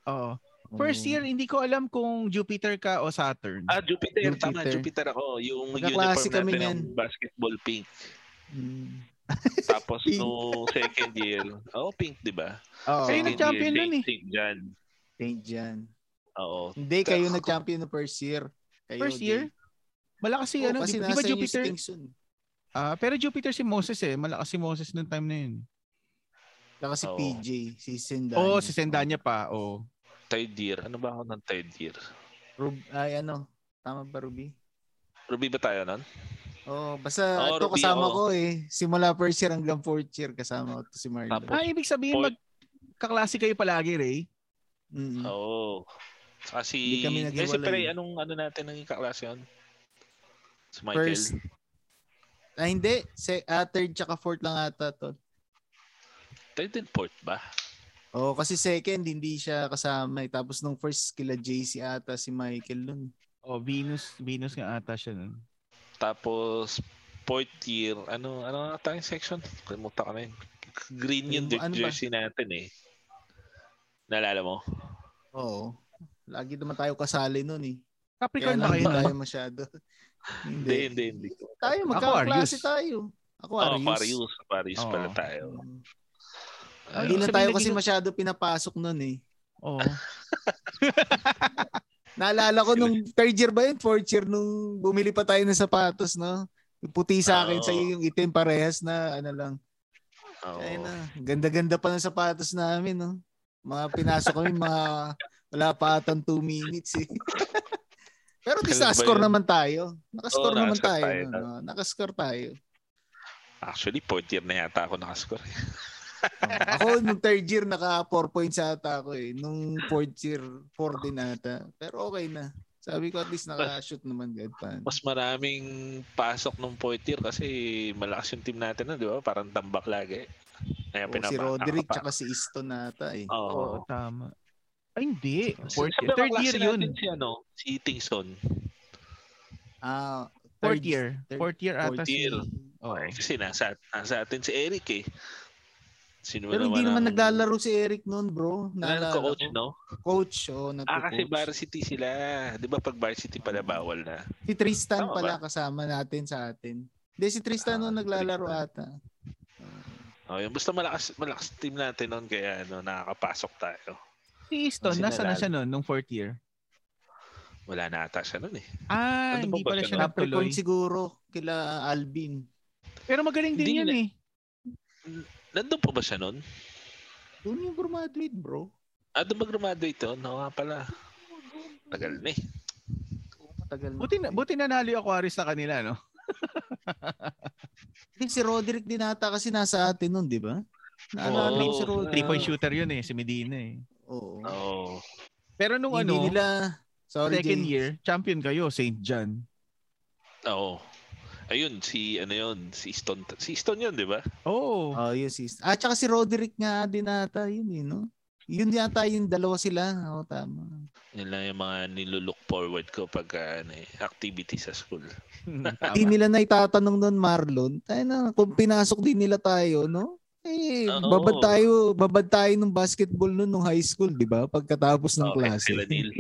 Speaker 1: Oo. First
Speaker 3: Oo.
Speaker 1: year, hindi ko alam kung Jupiter ka o Saturn.
Speaker 4: Ah, Jupiter. Tama,
Speaker 3: Jupiter.
Speaker 4: Jupiter ako. Yung
Speaker 3: Magkaklase
Speaker 4: uniform
Speaker 3: kami
Speaker 4: natin
Speaker 3: niyan.
Speaker 4: ng basketball pink.
Speaker 3: Mm.
Speaker 4: Tapos
Speaker 3: Pink.
Speaker 4: no second year. Oh, pink, di ba?
Speaker 1: Oo.
Speaker 3: Oh.
Speaker 1: Kayo
Speaker 4: Second
Speaker 1: nag-champion
Speaker 4: year,
Speaker 1: nun eh.
Speaker 4: St. St. John.
Speaker 3: Saint John.
Speaker 4: Oo.
Speaker 3: Hindi, kayo nag-champion na first year. Kayo,
Speaker 1: First year? Malakas si
Speaker 3: Di, Oo,
Speaker 1: ano,
Speaker 3: kasi
Speaker 1: di, di
Speaker 3: nasa
Speaker 1: ba Jupiter?
Speaker 3: Stinson.
Speaker 1: Ah, pero Jupiter si Moses eh. Malakas si Moses noong time na yun.
Speaker 3: Saka si
Speaker 4: Oo.
Speaker 3: PJ, si Sendanya.
Speaker 1: Oo, si Sendanya pa. Oo.
Speaker 4: Third year. Ano ba ako ng third year?
Speaker 3: Rub- ay ano, tama ba Ruby?
Speaker 4: Ruby ba tayo nun?
Speaker 3: Oo, basta
Speaker 4: Oo,
Speaker 3: ito
Speaker 4: Ruby,
Speaker 3: kasama
Speaker 4: oo.
Speaker 3: ko eh. Simula first year hanggang fourth year kasama ko to si Marlon.
Speaker 4: Tapos,
Speaker 1: Ah, ibig sabihin
Speaker 4: Paul.
Speaker 1: magkaklase kayo palagi, Ray.
Speaker 3: Mm-mm.
Speaker 4: Oo. Kasi,
Speaker 3: Hmm. Hindi kami
Speaker 4: eh, si
Speaker 3: naghiwalay.
Speaker 4: Prey, anong ano natin naging kaklase yun? Si Michael.
Speaker 3: First. Ah, hindi. Se, ah, third tsaka fourth lang ata to.
Speaker 4: Third and fourth ba?
Speaker 3: Oo, kasi second, hindi siya kasama eh. Tapos nung first, kila JC ata si Michael nun.
Speaker 1: Oh, Venus, Venus nga ata siya nun.
Speaker 4: Tapos, fourth year, ano, ano nga tayong section? Kalimutan ko na yun. Green yun,
Speaker 3: Ano- ano ba?
Speaker 4: jersey natin eh. Naalala mo?
Speaker 3: Oo. Lagi naman tayo kasali nun eh. Kaya
Speaker 1: Capricorn ba
Speaker 3: lang
Speaker 1: kayo
Speaker 3: hindi
Speaker 1: nun?
Speaker 3: tayo masyado.
Speaker 4: Hindi, hindi, hindi.
Speaker 3: Tayo magkakaklase
Speaker 1: Aquarius.
Speaker 3: tayo.
Speaker 4: Oh,
Speaker 3: Aquarius.
Speaker 4: Aquarius. Aquarius pala
Speaker 1: Oo.
Speaker 4: tayo.
Speaker 3: Mm.
Speaker 1: Ay,
Speaker 3: Hindi na
Speaker 1: Ah, sabihin
Speaker 3: tayo
Speaker 1: na
Speaker 3: kasi
Speaker 1: ginu-
Speaker 3: masyado pinapasok nun eh.
Speaker 1: Oo.
Speaker 3: Naalala ko nung third year ba yun? Fourth year nung bumili pa tayo ng sapatos, no? Yung Puti sa akin,
Speaker 4: Oo.
Speaker 3: sa yung itim parehas na ano lang.
Speaker 4: Oo.
Speaker 3: Ay na, ganda-ganda pa ng sapatos namin, no? Mga pinasok kami, mga wala pa atang two minutes eh. Pero at least
Speaker 4: Kailan ba
Speaker 3: nakascore
Speaker 4: yun?
Speaker 3: naman tayo. Nakascore
Speaker 4: Oo,
Speaker 3: naman
Speaker 4: nakascore
Speaker 3: tayo.
Speaker 4: tayo.
Speaker 3: no? Nakascore tayo.
Speaker 4: Actually, fourth year na yata ako nakascore.
Speaker 3: ako nung third year naka 4 points ata ako eh. Nung fourth year 4 din ata. Pero okay na. Sabi ko at least naka-shoot naman God pa.
Speaker 4: Mas maraming pasok nung fourth year kasi malakas yung team natin na, di ba? Parang tambak lagi. Kaya
Speaker 3: O, Oh, si
Speaker 4: pinapa-
Speaker 3: Roderick
Speaker 4: nakapa-
Speaker 3: tsaka si Easton ata eh.
Speaker 1: Oo,
Speaker 4: Oo.
Speaker 1: tama. Ay, hindi. Fourth year.
Speaker 4: Sabi ko,
Speaker 1: Third
Speaker 4: klase
Speaker 1: year
Speaker 4: natin
Speaker 1: yun.
Speaker 4: Si, ano, si Tingson.
Speaker 3: Ah,
Speaker 1: Fourth
Speaker 3: third-
Speaker 1: year.
Speaker 3: third-
Speaker 1: Fourth year ata
Speaker 3: fourth
Speaker 1: si...
Speaker 4: year.
Speaker 1: Oo.
Speaker 4: Eh, Kasi nasa, nasa atin si Eric eh. Sino ba
Speaker 3: Pero hindi naman
Speaker 4: ang-
Speaker 3: naglalaro si Eric noon, bro. Naalala
Speaker 4: Naalala ko coach,
Speaker 3: ko.
Speaker 4: no?
Speaker 3: Coach, oh, nagko-coach.
Speaker 4: Ah, kasi varsity sila. Di ba pag varsity pala bawal na?
Speaker 3: Si Tristan
Speaker 4: Tama
Speaker 3: pala kasama natin sa atin. Hindi, si Tristan
Speaker 4: Ah,
Speaker 3: nung
Speaker 4: si
Speaker 3: naglalaro
Speaker 4: Tristan.
Speaker 3: ata.
Speaker 4: Oh, yun. Basta malakas, malakas team natin noon kaya ano, nakakapasok tayo.
Speaker 1: Si Easton,
Speaker 4: Kasi
Speaker 1: nasa na
Speaker 4: nalal-
Speaker 1: siya noon, nung fourth year?
Speaker 4: Wala na ata siya noon eh.
Speaker 1: Ah,
Speaker 4: Ano ba
Speaker 1: hindi
Speaker 4: ba
Speaker 1: pala
Speaker 4: siya?
Speaker 1: siya
Speaker 3: Capricorn
Speaker 1: natuloy.
Speaker 3: siguro kila Alvin.
Speaker 1: Pero magaling din
Speaker 4: Hindi
Speaker 1: yan
Speaker 4: nila-
Speaker 1: eh.
Speaker 4: Nandun po ba siya noon?
Speaker 3: Doon yung graduate, bro.
Speaker 4: Ah, doon ba graduate yun? Oo nga pala. Tagal na eh.
Speaker 3: Matagal na.
Speaker 1: Buti, na, buti nanalo yung Aquarius sa kanila, no?
Speaker 3: Hindi, si Roderick din ata kasi nasa atin nun, di ba?
Speaker 4: Oo.
Speaker 1: Ano,
Speaker 3: Naalala ko si Roderick.
Speaker 1: Three-point shooter yun eh, si Medina eh.
Speaker 3: Oo.
Speaker 4: Oo.
Speaker 1: Pero nung
Speaker 3: Hindi
Speaker 1: ano,
Speaker 3: nila... Sorry,
Speaker 1: second
Speaker 3: Jay.
Speaker 1: year, champion kayo, St. John.
Speaker 4: Oo. Ayun, si ano yun, si Stone. Si Stone yun, di ba?
Speaker 1: Oo.
Speaker 3: Oh, yun sis. At saka si Roderick nga din ata yun eh, no? Yun yata yung dalawa sila. Oo, tama.
Speaker 4: Yun lang yung mga nilulook forward ko pag ah, ano, eh, activity sa school.
Speaker 3: Hindi nila na itatanong nun, Marlon. Tayo na, kung pinasok din nila tayo, no? Eh,
Speaker 4: Oo.
Speaker 3: babad tayo, babad tayo ng basketball nun nung high school, di ba? Pagkatapos ng
Speaker 4: Oo,
Speaker 3: klase.
Speaker 4: Sila Neil.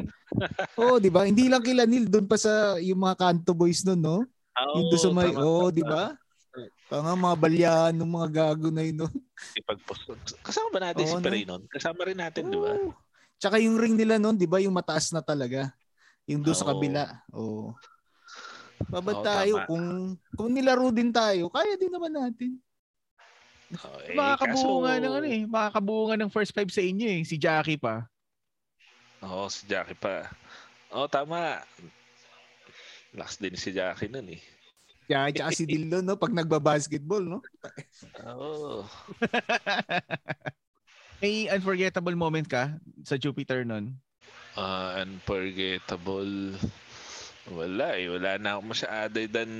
Speaker 3: Oo, di ba? Hindi lang kila Neil, doon pa sa yung mga kanto boys nun, no?
Speaker 4: Oo,
Speaker 3: yung doon sa may,
Speaker 4: tama,
Speaker 3: oo,
Speaker 4: tama.
Speaker 3: di ba? Tanga, mga balyahan ng mga gago na yun, no?
Speaker 4: Si Pagpos. Kasama ba natin
Speaker 3: Oo, ano? Mm.
Speaker 4: si
Speaker 3: no?
Speaker 4: Peray nun? Kasama rin natin, di ba?
Speaker 3: Oo. Tsaka yung ring nila noon, 'di ba, yung mataas na talaga. Yung doon sa
Speaker 4: Oo.
Speaker 3: kabila. Oo. Babad
Speaker 4: Oo,
Speaker 3: tayo
Speaker 4: tama.
Speaker 3: kung kung nilaro din tayo, kaya din naman natin.
Speaker 4: Oh, eh,
Speaker 1: Makakabuo
Speaker 4: kaso-
Speaker 1: nga ng ano eh. Makakabuo nga ng first five sa inyo eh. Si Jackie pa.
Speaker 4: Oo, si Jackie pa. Oo, tama. Last din si Jackie nun eh.
Speaker 3: Kaya tsaka si Dillo no pag nagba-basketball no.
Speaker 4: Oo.
Speaker 1: May unforgettable moment ka sa Jupiter nun.
Speaker 4: Ah, unforgettable. Wala eh. Wala na ako masyado than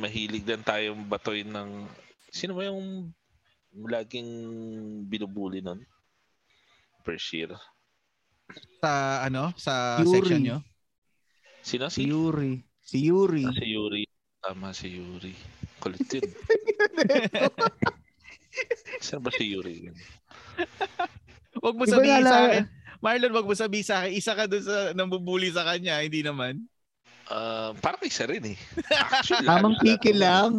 Speaker 4: mahilig lang tayong batoy ng... Sino ba yung laging binubuli nun? First year.
Speaker 1: Sa ano? Sa
Speaker 3: Yuri.
Speaker 1: section nyo.
Speaker 4: Sino?
Speaker 3: Si
Speaker 4: Si,
Speaker 3: Yuri. Si Yuri.
Speaker 4: Ah, si Yuri. Tama si Yuri. Kulit yun. Sino ba si Yuri?
Speaker 1: Wag mo
Speaker 3: Di ba
Speaker 1: sabihin sa
Speaker 3: nala-
Speaker 1: akin. Marlon, wag mo sabihin sa akin. Isa ka doon sa nambubuli sa kanya. Hindi naman.
Speaker 4: Ah, parang isa rin eh. Actually,
Speaker 3: Tamang
Speaker 4: ano-
Speaker 3: kiki lang.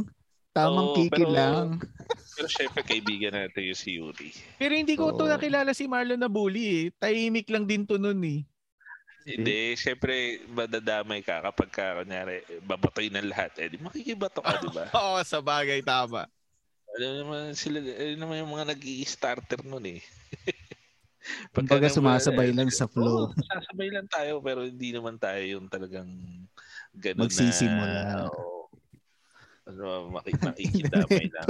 Speaker 3: Tamang
Speaker 4: Oo,
Speaker 3: kiki
Speaker 4: pero-
Speaker 3: lang.
Speaker 4: ano. Pero syempre kaibigan natin yung si Yuri.
Speaker 1: Pero hindi ko to
Speaker 3: Oo.
Speaker 1: nakilala si Marlon na bully eh. Tahimik lang din to nun eh.
Speaker 4: Hindi, syempre madadamay ka kapag ka, kunyari, babatoy ng lahat. Eh, di makikibato ka, di ba?
Speaker 1: Oo, sa bagay. Tama.
Speaker 4: Alam naman sila, alam naman yung mga nag-i-starter nun eh. Pagka
Speaker 3: Kumbaga
Speaker 4: naman-
Speaker 3: sumasabay lang sa
Speaker 4: Oo,
Speaker 3: flow.
Speaker 4: sasabay lang tayo pero hindi naman tayo yung talagang ganun na.
Speaker 3: Magsisimula.
Speaker 4: Oo. Ano, maki- makikidamay lang.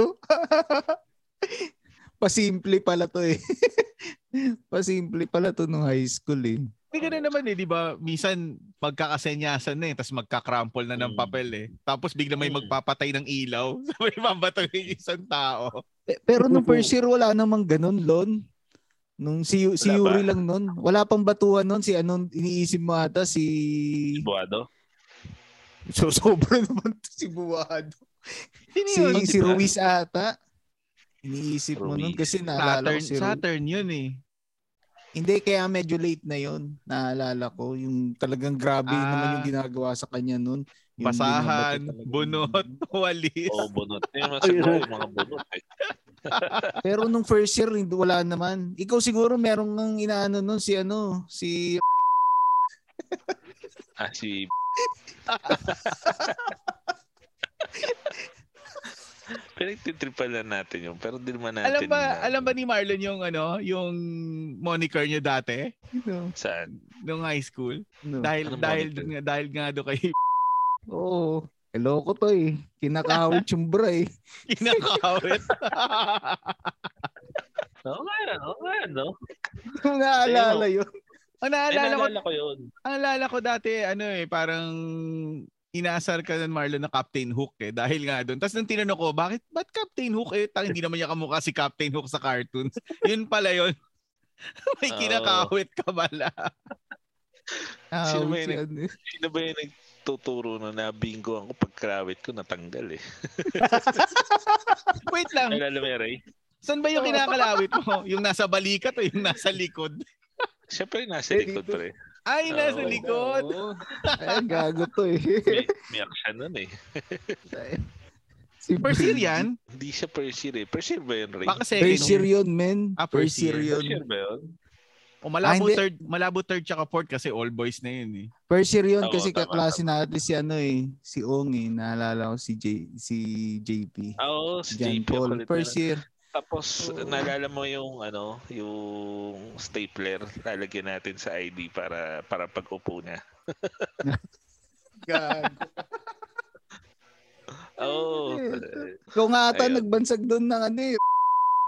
Speaker 3: Pasimple pala to eh. Pasimple pala to nung high school eh.
Speaker 1: Hindi ganun naman eh, di ba? Minsan magkakasenyasan na eh, tapos magkakrampol na ng
Speaker 4: Mm.
Speaker 1: papel eh. Tapos bigla may
Speaker 4: Mm.
Speaker 1: magpapatay ng ilaw. Sabay mamatay yung isang tao.
Speaker 3: Eh, Pero nung first year, wala namang ganun, Lon. Nung si, si
Speaker 4: Wala ba?
Speaker 3: Yuri lang nun. Wala pang batuhan nun. Si ano, iniisip mo ata, si...
Speaker 4: Buado?
Speaker 3: So, sobra naman to, si Buwado.
Speaker 1: Sino
Speaker 3: Si,
Speaker 1: yun?
Speaker 3: si Ruiz ata. Iniisip mo nun
Speaker 4: Ruiz.
Speaker 3: kasi naalala
Speaker 1: Saturn,
Speaker 3: ko si Ruiz.
Speaker 1: Saturn yun eh.
Speaker 3: Hindi, kaya medyo late na yon Naalala ko. Yung talagang grabe
Speaker 1: Ah.
Speaker 3: naman yung ginagawa sa kanya nun. Yung
Speaker 1: Basahan,
Speaker 3: binabato talaga.
Speaker 1: bunot, walis.
Speaker 4: Oo, bunot. Yung mga sabi ko, yung mga bunot eh.
Speaker 3: Pero nung first year, hindi- wala naman. Ikaw siguro merong nang inaano nun si ano, si
Speaker 4: Ah, si... pero ititripan lang natin yun. Pero di naman natin...
Speaker 1: Alam ba,
Speaker 4: na-
Speaker 1: alam ba ni Marlon yung ano, yung moniker niya dati
Speaker 4: Saan?
Speaker 1: nung high school?
Speaker 3: ano.
Speaker 1: Dahil
Speaker 4: Hmm, Anong
Speaker 1: dahil
Speaker 4: moniker?
Speaker 1: nga- dahil nga do kay
Speaker 3: Oo. Hello ko to eh. Kinakahawit yung bra eh.
Speaker 1: kinakawit.
Speaker 4: Oo nga, oo nga, no?
Speaker 3: Yung naalala yun.
Speaker 1: Ang
Speaker 4: Ay,
Speaker 1: naalala ko,
Speaker 4: naalala ko yun.
Speaker 1: ang naalala ko dati, ano eh, parang inasar ka ng Marlon na Captain Hook eh, dahil nga doon. Tapos nung tinanong ko, bakit, ba't Captain Hook eh? Tang, hindi naman niya kamukha si Captain Hook sa cartoons. yun pala yun. May
Speaker 4: Oo.
Speaker 1: kinakawit ka pala.
Speaker 3: Ah,
Speaker 4: Sino ba
Speaker 3: which
Speaker 4: yun?
Speaker 3: ano eh.
Speaker 4: Sino ba yung nagtuturo na nabingo ako pag krawit ko natanggal eh?
Speaker 1: Wait lang,
Speaker 4: Naalala mo yan, Ray?
Speaker 1: saan ba yung kinakalawit mo? Yung nasa balikat o yung nasa likod?
Speaker 4: Siyempre, nasa
Speaker 3: Eh,
Speaker 4: likod
Speaker 3: dito.
Speaker 4: pre.
Speaker 1: Ay, nasa
Speaker 4: Oo.
Speaker 1: likod.
Speaker 3: Oo. Ay, gago to eh.
Speaker 4: May, may action nun eh.
Speaker 3: Si
Speaker 1: Persil yan?
Speaker 4: Hindi siya Persil eh. Persil ba yun, Ray?
Speaker 1: Baka second.
Speaker 3: Persil yun, men.
Speaker 1: Ah,
Speaker 3: Persil
Speaker 1: Persil.
Speaker 3: yun.
Speaker 4: Persil ba yun?
Speaker 1: O malabo
Speaker 3: Ah, hindi.
Speaker 1: third, malabo third tsaka fourth kasi all boys na yun eh.
Speaker 3: Persil yun
Speaker 4: Oo,
Speaker 3: kasi
Speaker 4: tama,
Speaker 3: kaklase natin si ano eh. Si Ong eh. Naalala ko si, J, si JP.
Speaker 4: Ah, Oo, si
Speaker 3: Jan
Speaker 4: JP. ang
Speaker 3: Paul.
Speaker 4: kulit na lang.
Speaker 3: Persil.
Speaker 4: Tapos, naalala mo yung, ano, yung stapler. Lalagyan natin sa ID para para pag-upo niya. Oo. Oh,
Speaker 3: Ay, Kung nga ata
Speaker 4: Ayun.
Speaker 3: nagbansag doon ng ano eh.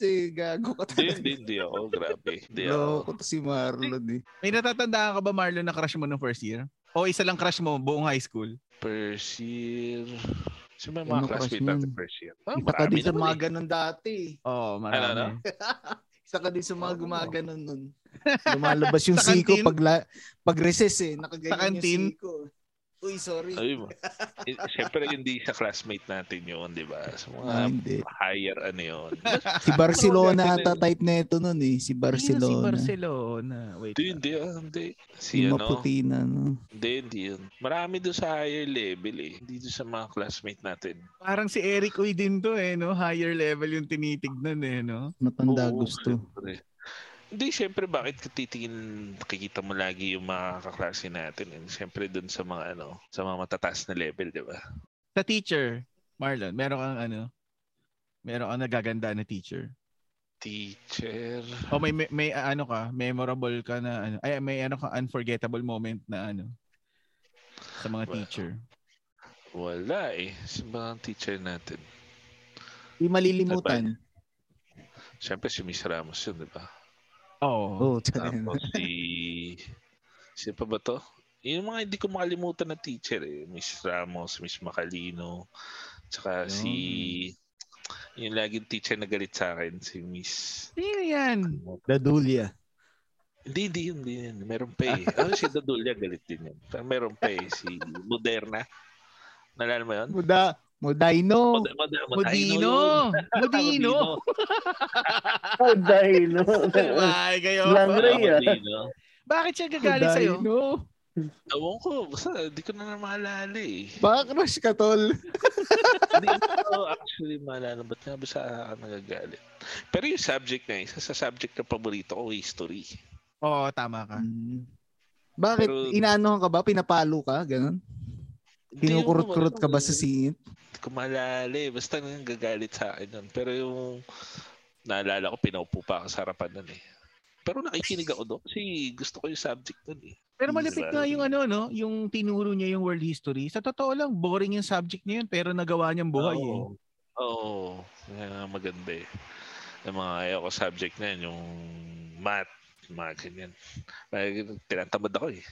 Speaker 3: Eh, gago ka
Speaker 4: hindi,
Speaker 3: talaga.
Speaker 4: hindi, hindi ako. Grabe. Hindi ako.
Speaker 3: Loko to si Marlon eh.
Speaker 1: May natatandaan ka ba Marlon na crush mo nung first year? O isa lang crush mo buong high school?
Speaker 4: Persil. Sino ba yung
Speaker 3: Yan
Speaker 4: mga
Speaker 3: ang
Speaker 4: classmate
Speaker 3: classmate.
Speaker 4: natin, Persil?
Speaker 3: Isa
Speaker 4: Ah,
Speaker 3: ka
Speaker 4: marami
Speaker 3: din sa
Speaker 4: naman
Speaker 3: mga
Speaker 4: eh.
Speaker 3: ganun dati.
Speaker 1: Oo, oh,
Speaker 4: Ano,
Speaker 1: marami.
Speaker 3: Isa ka din sa mga
Speaker 4: Oo.
Speaker 3: gumaganon nun. Lumalabas yung
Speaker 1: Sa
Speaker 3: siko
Speaker 1: kantin?
Speaker 3: pag, la- pag recess eh.
Speaker 1: Sa
Speaker 3: Nakaganyan
Speaker 1: kantin?
Speaker 3: yung siko. Uy, sorry.
Speaker 4: Ay, ma- eh, Siyempre, hindi sa classmate natin yun, di ba? Sa mga
Speaker 3: Ah, hindi.
Speaker 4: higher ano yun.
Speaker 3: Si Barcelona
Speaker 4: Ano ba
Speaker 3: ata type na ito nun eh. Si
Speaker 1: Si
Speaker 3: Barcelona.
Speaker 1: Barcelona. Wait.
Speaker 4: Hindi, hindi, ah, hindi. Si
Speaker 3: Yung
Speaker 4: ano,
Speaker 3: maputi na. No?
Speaker 4: hindi, hindi yun. Marami doon sa higher level eh. Hindi doon sa mga classmate natin.
Speaker 1: Parang si Eric Uy din to eh, no? Higher level yung tinitignan eh, no?
Speaker 3: Matanda
Speaker 4: Oo,
Speaker 3: gusto.
Speaker 4: syempre. Hindi, syempre, bakit katitingin, nakikita mo lagi yung mga kaklase natin. And syempre, doon sa mga ano, sa mga matataas na level, di ba?
Speaker 1: Sa teacher, Marlon, meron kang ano? Meron kang nagaganda na teacher.
Speaker 4: Teacher.
Speaker 1: O may, may, may, ah, ano ka, memorable ka na ano, ay may ano ka unforgettable moment na ano sa mga
Speaker 4: Well,
Speaker 1: teacher.
Speaker 4: Wala eh. Sa mga teacher natin.
Speaker 3: Di malilimutan.
Speaker 4: Syempre, si Miss Ramos yun, di ba?
Speaker 1: Oo.
Speaker 3: Oh,
Speaker 4: Tapos si... Sino pa ba to? Yung mga hindi ko makalimutan na teacher eh. Miss Ramos, Miss Macalino, tsaka
Speaker 3: Yun.
Speaker 4: si... Yung laging teacher na galit sa akin, si Miss...
Speaker 1: Sino yan?
Speaker 3: Dadulia.
Speaker 4: Hindi, hindi yun, hindi yun. Meron pa eh. Ano si Dadulia, galit din yun. Pero meron pa eh, si Moderna. Nalala mo yun?
Speaker 3: Muda. Mudino.
Speaker 4: Mod- Mod- Mod-
Speaker 1: Modino!
Speaker 4: Modino!
Speaker 1: Modino!
Speaker 2: Oh, dahil.
Speaker 1: Ay, kayo.
Speaker 2: Lang- Andre, ah.
Speaker 4: Modino.
Speaker 1: Bakit siya gagalit sa'yo?
Speaker 3: Mudino.
Speaker 4: Ewan ko, basta di ko na na maalala eh.
Speaker 3: Baka crush ka, tol.
Speaker 4: Hindi ko actually maalala ba't nga ba sa akin nagagalit. Pero yung subject na, isa sa subject na paborito ko, history.
Speaker 1: Oo, tama ka.
Speaker 3: Mm. Bakit?
Speaker 4: Pero-
Speaker 3: Inaanohan ka ba? Pinapalo ka? Ganon?
Speaker 4: Hindi ko
Speaker 3: Kinukurot-kurot ka ba sa
Speaker 4: maalala.
Speaker 3: singit?
Speaker 4: Hindi ko maalala eh. Basta nang gagalit sa akin nun. Pero yung naalala ko, pinaupo pa ako sa harapan nun eh. Pero nakikinig ako doon kasi gusto ko yung subject nun eh.
Speaker 1: Pero malapit
Speaker 4: Diba?
Speaker 1: nga yung ano, no? Yung tinuro niya yung world history. Sa totoo lang, boring yung subject niya yun, pero nagawa niyang buhay. eh.
Speaker 4: Oo. Oo. Kaya nga maganda eh. Yung mga ayaw ko subject na yun, yung math, mga ganyan. Kaya tinatamad ako eh.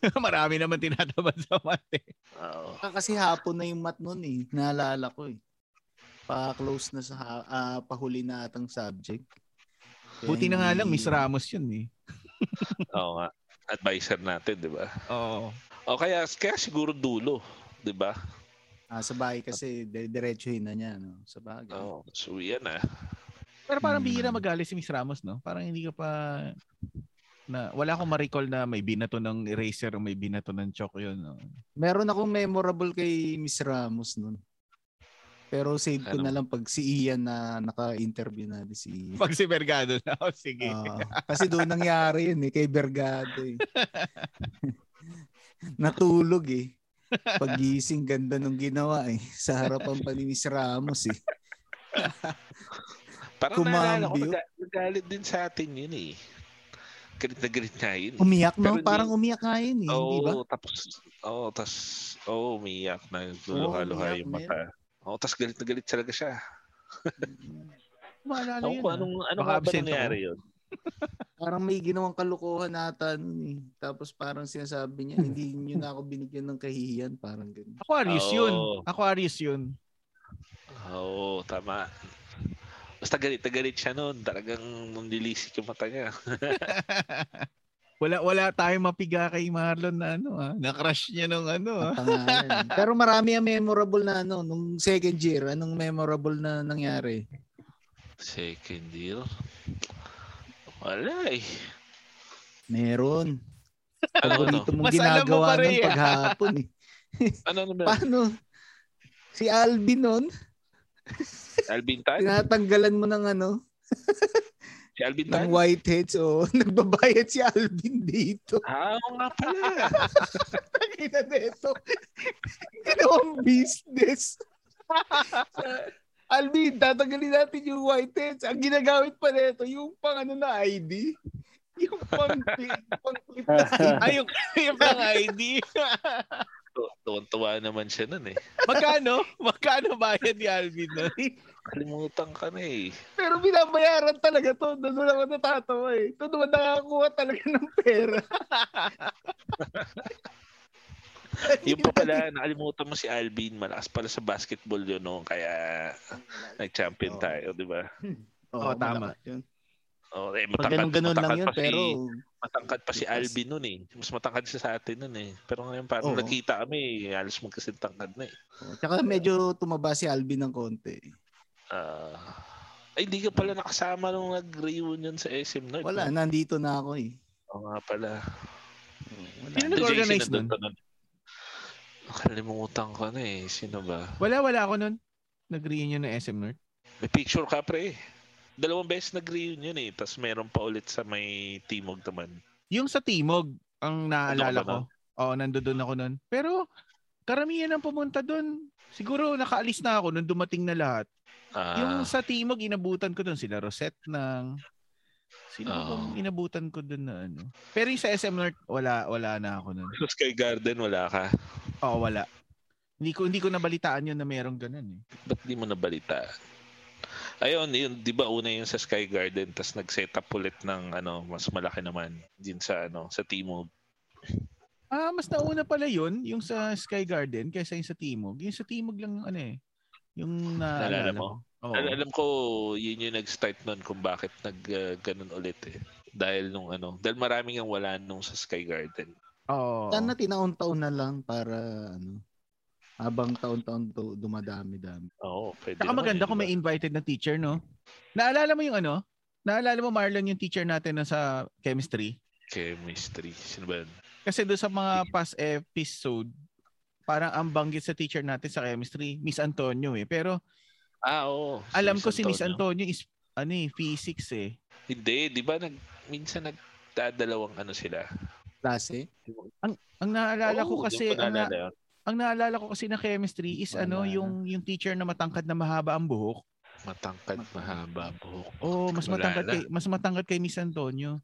Speaker 1: Marami naman tinatamad sa eh. mate.
Speaker 4: Oo.
Speaker 3: Ah, Kasi hapon na yung mat nun eh. Naalala ko eh. Pa-close na sa ha- ah, pahuli na atang subject. Kaya
Speaker 1: Buti na nga lang,
Speaker 3: hindi-
Speaker 1: Miss Ramos yun eh.
Speaker 4: Oo nga. Advisor natin, di ba?
Speaker 1: Oo.
Speaker 4: O kaya, kaya siguro dulo, di ba?
Speaker 3: Ah, sa bahay kasi dire- diretsuhin na niya. No? Sa bagay.
Speaker 4: Oo. So, yan ah.
Speaker 1: Pero parang
Speaker 3: Hmm.
Speaker 1: bihira magalit si Miss Ramos, no? Parang hindi ka pa na wala akong ma-recall na may binato ng eraser o may binato ng chalk yun. No?
Speaker 3: Meron akong memorable kay Miss Ramos nun. Pero save ko
Speaker 4: Ano?
Speaker 3: na lang pag si Ian na naka-interview natin si Ian.
Speaker 1: Pag si Vergado na, oh, sige.
Speaker 3: Ah, kasi doon nangyari yun eh, kay Bergado eh. Natulog eh. Pagising ganda nung ginawa eh. Sa harapan pa ni Miss Ramos eh.
Speaker 4: Parang naalala ko,
Speaker 3: Kumambyo.
Speaker 4: naga- nagalit din sa atin yun eh. Galit na galit nga yun. eh.
Speaker 3: Umiyak no?
Speaker 4: Pero hindi-
Speaker 3: Parang umiyak nga yun eh.
Speaker 4: Oo,
Speaker 3: di ba?
Speaker 4: tapos, oo, tas, oo, umiiyak na,
Speaker 3: umiiyak
Speaker 4: luluha-luha yung
Speaker 3: na
Speaker 4: mata. Oo, tas galit na galit talaga siya.
Speaker 1: Maalala
Speaker 4: Ako
Speaker 1: yun.
Speaker 4: kung
Speaker 1: ah.
Speaker 4: anong, ano
Speaker 1: Baka
Speaker 4: nga ba
Speaker 1: absent
Speaker 4: nangyari yun?
Speaker 3: Parang may ginawang kalokohan ata nun eh. Tapos parang sinasabi niya, hindi niyo na ako binigyan ng kahihiyan. Parang ganun.
Speaker 1: Aquarius yun.
Speaker 4: Oo.
Speaker 1: Aquarius yun.
Speaker 4: Oo, tama. Basta galit na galit siya noon. Talagang nilisik yung mata niya.
Speaker 1: Wala wala tayong mapiga kay Marlon na ano ah. Na-crush niya nung ano ah.
Speaker 3: Pangalan. Pero marami ang memorable na ano. Nung second year, anong memorable na nangyari?
Speaker 4: Second deal. Wala eh.
Speaker 3: Meron.
Speaker 4: Ano, ano?
Speaker 3: Paborito mong
Speaker 1: Mas alam mo
Speaker 3: ginagawa
Speaker 1: pa rin,
Speaker 3: ng
Speaker 1: ah.
Speaker 3: paghapon eh.
Speaker 4: Ano, ano, ba?
Speaker 3: Paano? Si Alvin nun,
Speaker 4: Alvin Tan?
Speaker 3: Tinatanggalan mo ng ano?
Speaker 4: Si Alvin
Speaker 3: ng
Speaker 4: Tan?
Speaker 3: whiteheads o nagbabayad si Alvin dito.
Speaker 4: Ah, oo nga pala.
Speaker 3: Nakita dito. Ginawang business. Alvin, tatanggalin natin yung whiteheads. Ang ginagamit pa nito, yung pang ano na ID. Yung pang clip, pang clip na
Speaker 1: Ay, yung clip ng ID.
Speaker 4: Tu- Tuwan-tuwa naman siya nun eh.
Speaker 1: magkano? Magkano bayad ni Alvin nun?
Speaker 4: Kalimutan ka na eh.
Speaker 3: Pero binabayaran talaga to. Doon wala ako natatawa eh. Doon naman nakakuha talaga ng pera.
Speaker 4: Yung pa pala, nakalimutan mo si Alvin. Malakas pala sa basketball yun noon. Kaya nag-champion
Speaker 3: Oo.
Speaker 4: tayo, di ba?
Speaker 1: Oo, tama.
Speaker 3: malakas yun.
Speaker 4: Oh, eh,
Speaker 3: Pag
Speaker 4: matangkad,
Speaker 3: ganun-ganun lang
Speaker 4: matangkad
Speaker 3: yun,
Speaker 4: pa si-
Speaker 3: pero
Speaker 4: matangkad pa si
Speaker 3: Yes.
Speaker 4: Alvin noon eh. Mas matangkad siya sa atin noon eh. Pero ngayon parang
Speaker 3: Oo.
Speaker 4: nakita kami, eh, halos magkasing tangkad na eh.
Speaker 3: oh, tsaka medyo tumaba si Alvin ng konti.
Speaker 4: Ah. ay, hindi ka pala nakasama nung nag-reunion sa SM North.
Speaker 3: Wala, nandito na ako eh.
Speaker 4: Oo nga pala. Hmm,
Speaker 3: Wala.
Speaker 1: Sino nag-organize nun?
Speaker 4: Nakalimutan ko na eh. Sino ba?
Speaker 1: Wala, wala ako nun. Nag-reunion ng SM North.
Speaker 4: May picture ka pre. Dalawang beses nag-reunion eh. Tapos meron pa ulit sa may Timog naman.
Speaker 1: Yung sa Timog, ang naalala
Speaker 4: Ano ka ba
Speaker 1: ko. Oo, nandoon ako nun. Pero, karamihan ang pumunta doon. Siguro nakaalis na ako nung dumating na lahat.
Speaker 4: Ah,
Speaker 1: Yung sa Timog, inabutan ko doon. Sila Rosette ng... Sino
Speaker 4: Oo.
Speaker 1: bang inabutan ko doon na ano? Pero yung sa SM North, wala, wala na ako nun.
Speaker 4: sa Sky Garden wala ka.
Speaker 1: Oo, wala. Hindi ko hindi ko nabalitaan yun na merong ganun eh.
Speaker 4: Ba't di mo nabalita? Ayun, yun, di ba una yun sa Sky Garden, tapos nag-set up ulit ng ano, mas malaki naman din sa ano, sa Timog.
Speaker 1: Ah, mas nauna pala yun, yung sa Sky Garden kaysa yung sa Timog. Yung sa Timog lang yung ano eh. Yung naalala
Speaker 4: Naalala mo?
Speaker 1: ko. Oo.
Speaker 4: Al- alam ko, yun yung nag-start nun kung bakit nag ah, ganun ulit eh. Dahil nung ano, dahil maraming ang wala nung sa Sky Garden.
Speaker 1: Oo.
Speaker 3: Sana tinaon-taon na lang para ano habang taon-taon to dumadami-dami.
Speaker 4: Oo, pwede.
Speaker 1: Saka
Speaker 4: naman
Speaker 1: maganda
Speaker 4: eh,
Speaker 1: kung
Speaker 4: di
Speaker 1: may invited na teacher, no? Naalala mo yung ano? Naalala mo, Marlon, yung teacher natin na sa chemistry?
Speaker 4: ba? Chemistry. Sino ba yun?
Speaker 1: Kasi doon sa mga past episode, parang ang banggit sa teacher natin sa chemistry, Miss Antonio eh. Pero
Speaker 4: Ah, oo.
Speaker 1: alam ko si Miss Antonio
Speaker 4: Antonio.
Speaker 1: is ano eh, physics eh.
Speaker 4: Hindi, di ba? Nag, minsan nagdadalawang ano sila.
Speaker 3: Klase?
Speaker 1: Ang naalala ko
Speaker 4: Oo,
Speaker 1: kasi,
Speaker 4: Oh, di
Speaker 1: ang,
Speaker 4: ba
Speaker 1: na,
Speaker 4: naalala yun?
Speaker 1: ang naalala ko kasi na chemistry is ano,
Speaker 3: Wala na.
Speaker 1: yung, yung teacher na matangkad na mahaba ang buhok.
Speaker 4: matangkad, mahaba buhok.
Speaker 1: Oo, mas
Speaker 4: Wala
Speaker 1: matangkad
Speaker 4: na.
Speaker 1: kay, mas matangkad kay Miss Antonio.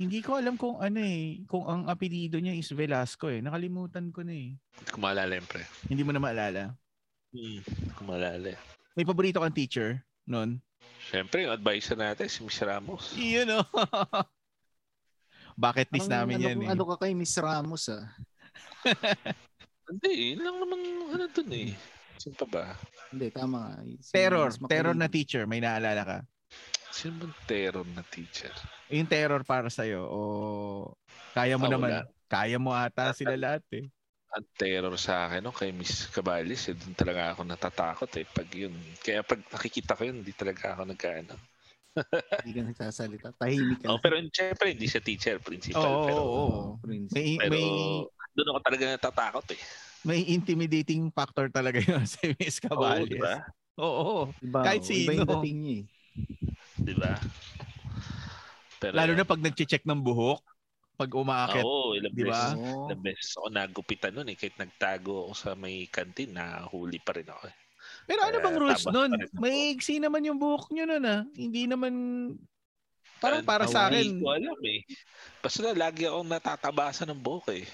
Speaker 1: Hindi ko alam kung ano eh, kung ang apelyido niya is Velasco eh. Nakalimutan ko na eh.
Speaker 4: Hindi ko maalala yun, pre.
Speaker 1: Hindi mo na maalala.
Speaker 4: Hmm, hindi ko maalala. eh.
Speaker 1: May paborito kang teacher noon?
Speaker 4: Siyempre, yung advisor natin, si Miss Ramos.
Speaker 1: Yun oh. Bucket list
Speaker 3: Parang
Speaker 1: namin
Speaker 3: ano,
Speaker 1: yan eh.
Speaker 3: Ano ka kay Miss Ramos ah?
Speaker 4: Hindi, yun lang naman ano dun eh. Sino pa ba?
Speaker 3: Hindi, tama nga. Si
Speaker 1: terror.
Speaker 3: Mas Makiling.
Speaker 1: Terror na teacher. May naalala ka?
Speaker 4: Sino bang terror na teacher?
Speaker 1: Yung terror para sa'yo o kaya mo
Speaker 4: Ah,
Speaker 1: naman.
Speaker 4: wala.
Speaker 1: Kaya mo ata sila lahat eh.
Speaker 4: Ang terror sa akin, no, kay Miss Cabalis, eh, dun talaga ako natatakot eh. Pag yun, kaya pag nakikita ko yun, hindi talaga ako nagkaano.
Speaker 3: Hindi ka nagsasalita. Tahimik ka.
Speaker 4: Oh, pero siyempre, hindi siya teacher, principal.
Speaker 1: Oo,
Speaker 4: pero
Speaker 1: oo, oo.
Speaker 3: Prince.
Speaker 1: May,
Speaker 4: pero
Speaker 1: may,
Speaker 4: doon ako talaga natatakot eh.
Speaker 1: may intimidating factor talaga yun si Miss
Speaker 4: Oo, diba?
Speaker 1: Caballes.
Speaker 4: di ba?
Speaker 1: Oo.
Speaker 3: Iba,
Speaker 1: kahit
Speaker 3: oh,
Speaker 1: sino.
Speaker 3: Iba yung dating niya eh.
Speaker 4: Di ba? Pero,
Speaker 1: Lalo na pag nag-check ng buhok. Pag umaakit.
Speaker 4: Oo, ilang
Speaker 1: di ba?
Speaker 4: beses
Speaker 3: Oo.
Speaker 4: The best ako nagupitan nun eh. Kahit nagtago ako sa may kantin, nahuli pa rin ako eh.
Speaker 1: Pero ano
Speaker 4: Kaya
Speaker 1: bang rules
Speaker 4: tabas
Speaker 1: nun?
Speaker 4: pa rin ako.
Speaker 1: May iksi naman yung buhok nyo nun ah. Hindi naman... Parang
Speaker 4: Parang
Speaker 1: para sa akin.
Speaker 4: Hindi ko alam eh. Basta na, lagi akong natatabasa ng buhok eh.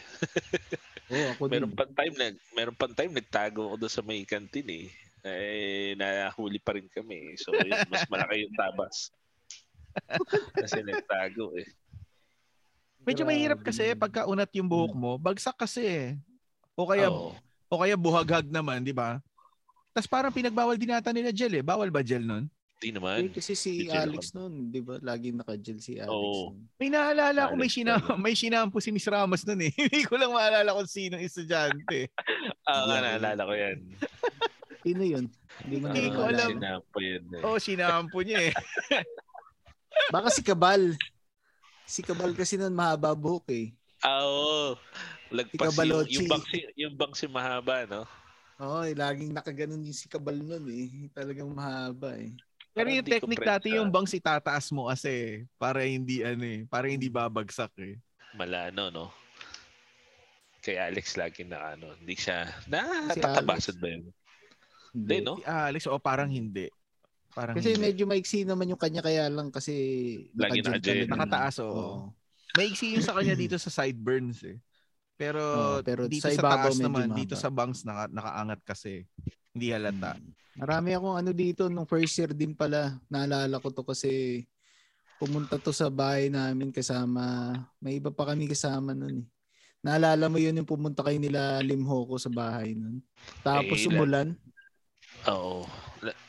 Speaker 3: Oo, ako din.
Speaker 4: Meron pang time, nag, meron pang time nagtago ako doon sa may kantin eh. Eh, nahuli pa rin kami. eh. So, yun, mas malaki yung tabas. Kasi nagtago eh.
Speaker 1: Medyo
Speaker 3: Grabe.
Speaker 1: mahirap kasi pagka unat yung buhok mo, bagsak kasi eh. O kaya
Speaker 4: Oo.
Speaker 1: o kaya buhaghag naman, di ba? Tapos parang pinagbawal din ata nila gel eh. Bawal ba gel nun?
Speaker 4: Di
Speaker 3: Eh,
Speaker 4: naman.
Speaker 3: kasi si
Speaker 4: Teacher
Speaker 3: Alex noon, di ba? Laging naka-gel si Alex.
Speaker 4: Oo.
Speaker 3: nun.
Speaker 1: May naalala ko may,
Speaker 4: Alex
Speaker 1: sina-
Speaker 4: Ramos.
Speaker 1: may sinampo si Miss Ramos nun eh. Hindi ko lang maalala kung sino yung estudyante.
Speaker 4: Ah, nga,
Speaker 3: Yeah.
Speaker 4: naalala ko yan. Ah,
Speaker 3: Sino yun? Hindi mo
Speaker 1: Hindi
Speaker 3: na
Speaker 1: ko alam.
Speaker 3: maalala.
Speaker 4: Sinapo yun eh.
Speaker 1: Oo, oh, sinampo niya eh.
Speaker 3: Baka si Kabal. Si Kabal kasi noon mahaba buhok eh.
Speaker 4: Ah, oo. Lagpas yung,
Speaker 3: Ikabalotsi.
Speaker 4: yung, bangsi, yung bangsi mahaba, no?
Speaker 3: Oo, eh, laging nakaganon yung si Kabal nun eh. Talagang mahaba eh.
Speaker 1: Pero
Speaker 4: Parang
Speaker 1: yung
Speaker 4: hindi ko
Speaker 1: technique
Speaker 4: friend
Speaker 1: dati
Speaker 4: siya.
Speaker 1: yung bangs itataas mo kasi eh, para hindi ano eh, para hindi babagsak eh.
Speaker 4: Mala ano, no? Kay Alex lagi na ano, hindi siya,
Speaker 3: Si
Speaker 4: natatabasad ba yun? Hindi, no?
Speaker 1: Si Alex o parang hindi. Parang
Speaker 3: Kasi
Speaker 1: hindi.
Speaker 3: medyo maiksi naman yung kanya kaya lang kasi naka-gel
Speaker 4: Lagi naka-gel.
Speaker 3: talaga.
Speaker 1: nakataas oo.
Speaker 3: Oo.
Speaker 1: Maiksi yung sa kanya dito sa sideburns eh. Pero,
Speaker 3: Oo, pero
Speaker 1: dito
Speaker 3: Hmm.
Speaker 1: sa,
Speaker 3: sa ibabaw
Speaker 1: taas
Speaker 3: medyo
Speaker 1: naman,
Speaker 3: mahaba.
Speaker 1: dito sa bangs naka, nakaangat kasi. Hindi halata.
Speaker 3: Mm. Marami akong ano dito nung first year din pala. Naalala ko to kasi pumunta to sa bahay namin kasama. May iba pa kami kasama nun eh. Naalala mo yun yung pumunta kayo nila Limhoko sa bahay nun. Tapos
Speaker 4: Eh,
Speaker 3: umulan.
Speaker 4: Oo.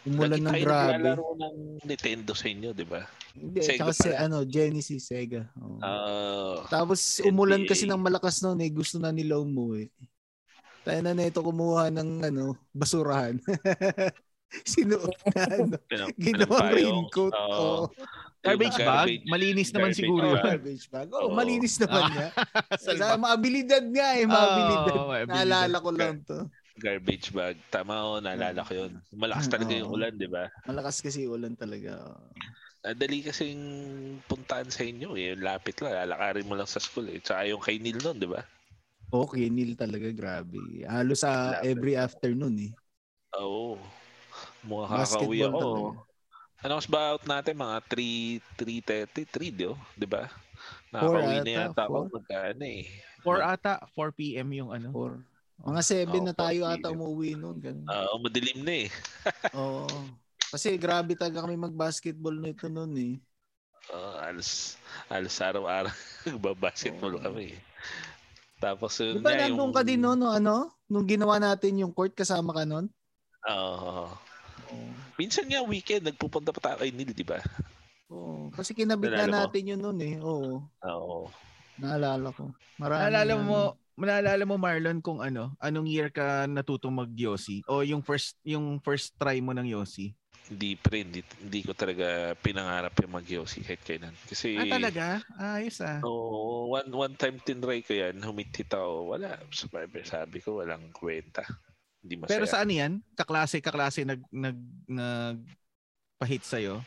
Speaker 3: Umulan
Speaker 4: Lagi
Speaker 3: ng
Speaker 4: tayo
Speaker 3: grabe.
Speaker 4: naglalaro ng Nintendo sa inyo, di ba?
Speaker 3: Hindi,
Speaker 4: Sega
Speaker 3: tsaka si
Speaker 4: pala.
Speaker 3: ano, Genesis, Sega. Oo.
Speaker 4: Ah,
Speaker 3: Tapos
Speaker 4: NBA.
Speaker 3: umulan kasi ng malakas noon eh. Gusto na nila umuwi. Tayo na neto kumuha ng ano, basurahan. Sinuot na ano.
Speaker 4: pinang-
Speaker 3: Ginawang
Speaker 4: pinangpayong.
Speaker 3: raincoat.
Speaker 4: Oo.
Speaker 3: Oo.
Speaker 1: Garbage
Speaker 4: Yung
Speaker 1: bag, malinis naman
Speaker 4: Garbage
Speaker 1: siguro.
Speaker 4: bag.
Speaker 3: Garbage bag. Oh,
Speaker 4: Oo. Ah,
Speaker 3: malinis naman niya. Sa
Speaker 1: Salba. Ah,
Speaker 3: maabilidad nga eh, maabilidad.
Speaker 1: Oo, maabilidad.
Speaker 3: Naalala ko lang to.
Speaker 4: Garbage bag. Tama o, naalala ko yun. Malakas talaga yung
Speaker 3: Oo.
Speaker 4: ulan, di ba?
Speaker 3: Malakas kasi ulan talaga.
Speaker 4: Ah, Dali kasing puntaan sa inyo. Eh. Lapit lang. Lalakarin mo lang sa school. Eh. Tsaka yung kay Neil nun, di ba?
Speaker 3: Okay, Neil talaga, grabe. Halos sa
Speaker 4: Grabe.
Speaker 3: every afternoon eh.
Speaker 4: Oo. Mukha kakauwi
Speaker 3: Basketball talaga.
Speaker 4: ako. Ano mas ba out natin? Mga 3, 3.30, 3, di, oh, di ba? Nakakauwi na
Speaker 3: ata,
Speaker 4: yata ako
Speaker 3: four.
Speaker 4: magkaan eh.
Speaker 1: 4 ata, 4 p.m. yung ano.
Speaker 3: Or, mga 7 na
Speaker 4: Oo,
Speaker 3: tayo
Speaker 4: okay.
Speaker 3: ata umuwi noon. Ganun.
Speaker 4: Ah, madilim na eh.
Speaker 3: Oo. Kasi grabe talaga kami mag-basketball nito noon eh.
Speaker 4: Oh, alas, alas araw-araw nagbabasketball
Speaker 3: Oo.
Speaker 4: kami. eh. Tapos
Speaker 3: Oh. Di
Speaker 4: yun
Speaker 3: ba
Speaker 4: nga,
Speaker 3: nandun ka din noon, no, ano? Nung ginawa natin yung court, kasama ka noon? Oo.
Speaker 4: Oo. minsan nga weekend, nagpupunta pa tayo kay Neil, di ba?
Speaker 3: Oo. Kasi kinabit
Speaker 4: Naalala mo?
Speaker 3: na natin yun noon eh. Oo.
Speaker 4: Oo.
Speaker 3: Naalala ko. Marami
Speaker 1: Naalala
Speaker 3: na-
Speaker 1: mo, naalala mo Marlon kung ano, anong year ka natutong mag o yung first yung first try mo ng Yossi?
Speaker 4: Hindi pa rin, hindi, hindi ko talaga pinangarap yung mag kahit kailan. Kasi,
Speaker 1: Ah, talaga? Ah, Ayos ah.
Speaker 4: Oo, one, one time tinry ko yan, humitit ako, wala. Sabi, sabi ko, walang kwenta. Hindi masaya.
Speaker 1: Pero sa ano yan? Kaklase, kaklase nag, nag, nag pahit sa'yo?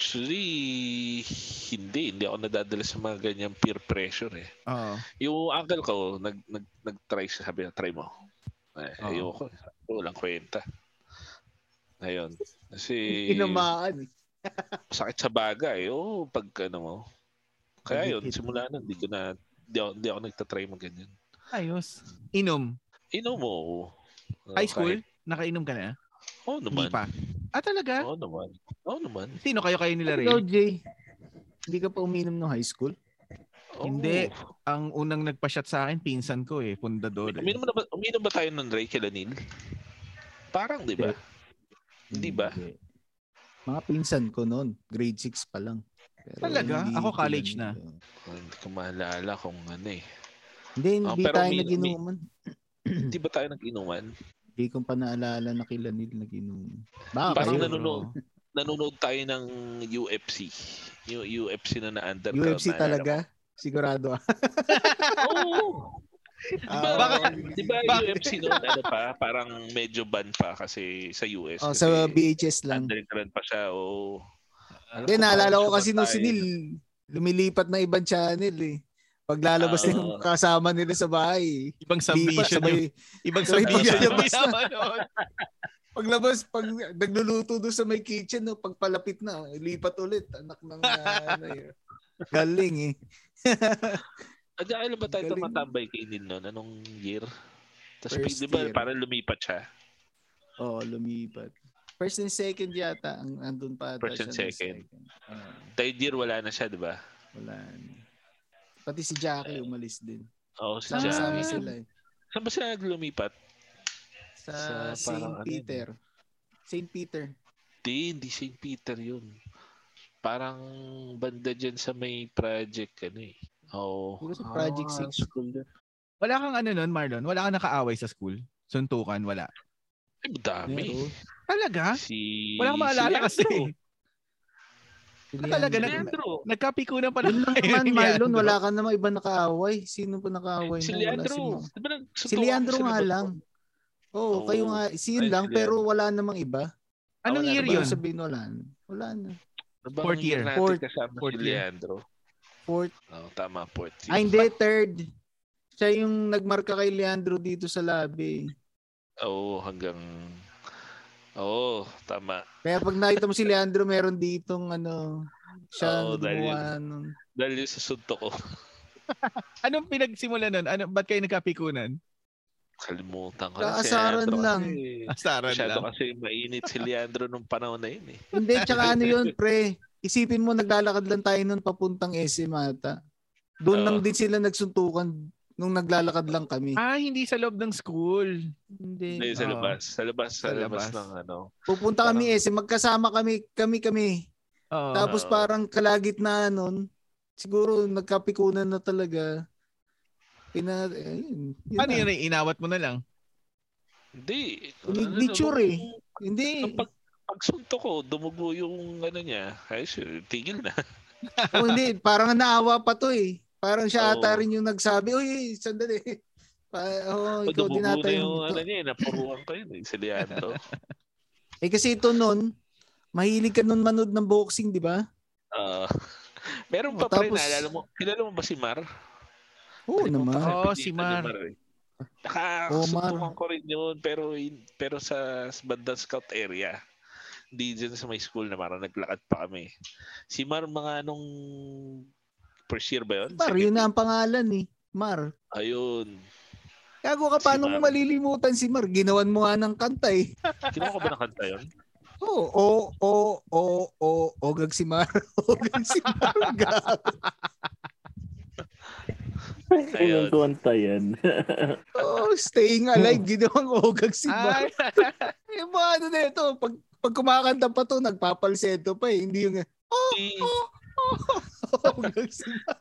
Speaker 4: Actually, hindi. Hindi ako nadadala sa mga ganyang peer pressure eh.
Speaker 1: Oo.
Speaker 4: Yung uncle ko, nag, nag, nag-try siya, sabi niya, try mo. Eh,
Speaker 1: Oo.
Speaker 4: ayoko. Sabi ko, walang kwenta. Ayun. Kasi,
Speaker 3: Inamaan. eh.
Speaker 4: sakit sa baga eh. Oo, pag ano mo. Kaya yun,
Speaker 1: Hit-hit.
Speaker 4: simula nun, hindi ko na, hindi ako, hindi ako nagtatry mo ganyan.
Speaker 1: Ayos. Inom.
Speaker 4: Inom mo. oo.
Speaker 1: High school?
Speaker 4: Kahit-
Speaker 1: Nakainom ka na?
Speaker 4: Oo
Speaker 1: Hindi
Speaker 4: naman.
Speaker 1: pa. Ah, talaga?
Speaker 4: Oo naman. Oo naman.
Speaker 1: Sino kayo kayo nila
Speaker 3: Ikaw,
Speaker 1: rin?
Speaker 3: Jay. Hindi ka pa uminom ng high school?
Speaker 4: Oo.
Speaker 1: Hindi. Ang unang nagpa-shot sa akin, pinsan ko eh, fundador. Eh.
Speaker 4: Uminom, na ba, uminom ba tayo ng Ray Kilanil? Parang, di ba? Hindi ba?
Speaker 3: Mga pinsan ko noon. Grade 6 pa lang. Pero
Speaker 1: Talaga?
Speaker 3: hindi
Speaker 1: Ako college
Speaker 3: pinanito.
Speaker 4: Hindi ko maalala kung ano eh.
Speaker 3: Hindi,
Speaker 4: Ah,
Speaker 3: hindi
Speaker 4: pero
Speaker 3: tayo
Speaker 4: umi- umi-
Speaker 3: nag-inuman. Hmm.
Speaker 4: Hindi ba tayo nag-inuman?
Speaker 3: Hindi ko pa naalala na kila nil nag-inuman. Baka
Speaker 4: Parang
Speaker 3: kayo.
Speaker 4: nanonood. Nanonood tayo ng UFC. Yung UFC na na-under.
Speaker 3: UFC talaga? Sigurado ah.
Speaker 4: Oo. Di ba,
Speaker 1: Baka-
Speaker 4: di ba
Speaker 1: baka-
Speaker 4: UFC noon, ano pa, parang medyo ban pa kasi sa US.
Speaker 3: Oh,
Speaker 4: kasi
Speaker 3: sa BHS lang.
Speaker 4: Underground pa siya. Oo. Alam
Speaker 3: Hindi, naalala
Speaker 4: parang
Speaker 3: ko kasi nung si
Speaker 4: sumatay.
Speaker 3: Neil, lumilipat na ibang channel eh. Paglalabas
Speaker 4: Ah.
Speaker 3: na yung kasama nila sa bahay.
Speaker 1: Ibang
Speaker 3: Hindi
Speaker 1: submission.
Speaker 3: pa,
Speaker 1: yung-
Speaker 3: sabay,
Speaker 1: ibang
Speaker 3: sabay
Speaker 1: submission. yung
Speaker 3: paglabas na.
Speaker 1: pinapanood.
Speaker 3: paglabas, pag nagluluto doon sa may kitchen, no, pagpalapit na, lipat ulit. Anak ng ah, ano yun. Galing eh.
Speaker 4: At saka, Ah, alam ba tayo
Speaker 3: Galing.
Speaker 4: tumatambay kay Neil noon? Anong year? Tapos
Speaker 3: First
Speaker 4: di ba
Speaker 3: year.
Speaker 4: parang lumipat siya?
Speaker 3: Oo, oh, lumipat. First and second yata. Ang, andun pa ata
Speaker 4: First
Speaker 3: siya
Speaker 4: and
Speaker 3: ng
Speaker 4: second.
Speaker 3: Ah,
Speaker 4: Third year wala na siya, di ba?
Speaker 3: wala na. Pati si Jackie umalis din.
Speaker 4: Oo, si Jack.
Speaker 3: Sama-sama
Speaker 4: Saan
Speaker 3: sila eh.
Speaker 4: ba siya lumipat?
Speaker 3: Sa,
Speaker 4: Sa
Speaker 3: St.
Speaker 4: parang ano,
Speaker 3: Peter. St. Peter.
Speaker 4: Di, hindi St. Peter yun. Parang banda dyan sa may project, ano eh. Oo.
Speaker 3: Di ba sa Project
Speaker 4: Ah,
Speaker 3: Six?
Speaker 4: school yun.
Speaker 1: Wala kang ano nun, Marlon? Wala kang nakaaway sa school? Suntukan? Wala.
Speaker 4: Ay, madami.
Speaker 3: Meron.
Speaker 1: Talaga?
Speaker 4: Si,
Speaker 1: Wala akong maalala Ano?
Speaker 4: si
Speaker 1: kasi.
Speaker 4: Leandro.
Speaker 1: Ah, talaga
Speaker 4: Si
Speaker 1: nag-
Speaker 4: Leandro.
Speaker 1: Nagkapikunan pa lang kayo
Speaker 3: Man,
Speaker 1: ni
Speaker 3: Marlon,
Speaker 1: Leandro.
Speaker 3: wala ka namang iba nakaaway. Sino pa nakaaway mo?
Speaker 4: Si
Speaker 3: Wala
Speaker 4: Leandro.
Speaker 3: si Mo.
Speaker 4: Di ba nagsuntukan
Speaker 3: Si Leandro
Speaker 4: sila
Speaker 3: nga
Speaker 4: ba?
Speaker 3: lang. Oo, oh,
Speaker 4: Oo.
Speaker 3: kayo nga, si yun
Speaker 4: Ayun
Speaker 3: lang,
Speaker 4: sila.
Speaker 3: pero wala namang iba.
Speaker 1: Anong
Speaker 4: wala
Speaker 1: year
Speaker 4: naman.
Speaker 1: yun?
Speaker 3: Sabihin wala na. Wala na.
Speaker 4: Ano bang
Speaker 1: Fourth year.
Speaker 4: natin
Speaker 3: Fourth-
Speaker 4: kasama
Speaker 1: fourth
Speaker 4: si
Speaker 1: year.
Speaker 4: Leandro.
Speaker 3: Fourth.
Speaker 4: Oo, tama, fourth year.
Speaker 3: Ah, hindi, third. Siya yung nagmarka kay Leandro dito sa labi.
Speaker 4: Oo, hanggang... Oo, tama.
Speaker 3: Kaya pag nakita mo si Leandro, meron ditong ano, siya
Speaker 4: Oo, dahil
Speaker 3: gumawa nun.
Speaker 4: Dahil yung susunto ko,
Speaker 1: Anong pinagsimula nun? Ano, ba't kayo nagkapikunan?
Speaker 4: kalimutan ko na si
Speaker 3: Kaasaran
Speaker 4: Leandro.
Speaker 3: lang.
Speaker 4: kasi-
Speaker 1: Asaran
Speaker 4: Masyado
Speaker 1: lang.
Speaker 4: kasi mainit si Leandro nung panahon na yun eh.
Speaker 3: Hindi, tsaka ano yun, pre. Isipin mo, naglalakad lang tayo nun papuntang SM ata. Doon
Speaker 4: Oo.
Speaker 3: lang din sila nagsuntukan nung naglalakad lang kami.
Speaker 1: Ah, hindi sa loob ng school.
Speaker 3: Hindi.
Speaker 4: Hindi, sa
Speaker 1: Oo.
Speaker 4: labas. Sa labas, sa,
Speaker 1: Sa
Speaker 4: labas.
Speaker 1: labas.
Speaker 4: ng ano.
Speaker 3: Pupunta kami
Speaker 4: Parang-
Speaker 3: SM, magkasama kami, kami-kami.
Speaker 1: Oo.
Speaker 3: Tapos
Speaker 4: Oo.
Speaker 3: parang kalagitnaan nun, siguro nagkapikunan na talaga. Pina, ayun, yun
Speaker 1: Paano Ano
Speaker 3: na.
Speaker 1: yun? Ray? Inawat mo na lang.
Speaker 4: Hindi. ano,
Speaker 3: Ni- nature eh. Hindi.
Speaker 4: Nung pag, pagsunto ko, dumugo yung ano niya. Ay, sure, tigil na.
Speaker 3: O Oh, hindi, parang naawa pa to eh. Parang siya ata
Speaker 4: Oo.
Speaker 3: rin yung nagsabi, uy, sandali. Pa, oh,
Speaker 4: O,
Speaker 3: ikaw
Speaker 4: dumugo na
Speaker 3: dinatay
Speaker 4: yung
Speaker 3: mo
Speaker 4: ano
Speaker 3: ito.
Speaker 4: niya. eh, Napuruan ko yun eh, si Leandro.
Speaker 3: Eh kasi ito nun, mahilig ka nun manood ng boxing, di ba?
Speaker 4: Ah. meron
Speaker 3: O,
Speaker 4: pa pre,
Speaker 3: Oh, tapos-
Speaker 4: naalala mo. Kilala mo ba si Mar?
Speaker 3: Oo
Speaker 4: Nalimutan
Speaker 3: naman.
Speaker 4: ko yung
Speaker 1: Oo,
Speaker 4: pinito
Speaker 1: si
Speaker 4: ni
Speaker 1: Mar.
Speaker 4: eh. Nakasuntukan
Speaker 3: Mar.
Speaker 4: ko rin yun. Pero, in- pero sa sa bandang scout area. Hindi dyan sa may school na parang naglakad pa kami. Si Mar mga nung first year ba yun?
Speaker 3: Mar,
Speaker 4: Second
Speaker 3: yun na
Speaker 4: year?
Speaker 3: ang pangalan eh. Mar.
Speaker 4: Ayun.
Speaker 3: Gago ka,
Speaker 4: Si
Speaker 3: paano mo
Speaker 4: Mar.
Speaker 3: malilimutan si Mar? Ginawan mo nga ng kanta eh.
Speaker 4: Kinuha ko ba ng kanta yun?
Speaker 3: Oo, o, o, o, o, ogag si Mar. Ogag si Mar. Gago.
Speaker 2: Unang konta yan.
Speaker 3: Oh, staying alive, ginawang ogag si Mar.
Speaker 1: Ah,
Speaker 3: Eh, mga ano na ito, pag, pag kumakanta pa to, nagpapalseto pa eh. Hindi yung,
Speaker 4: Si-
Speaker 3: ogag si Mar.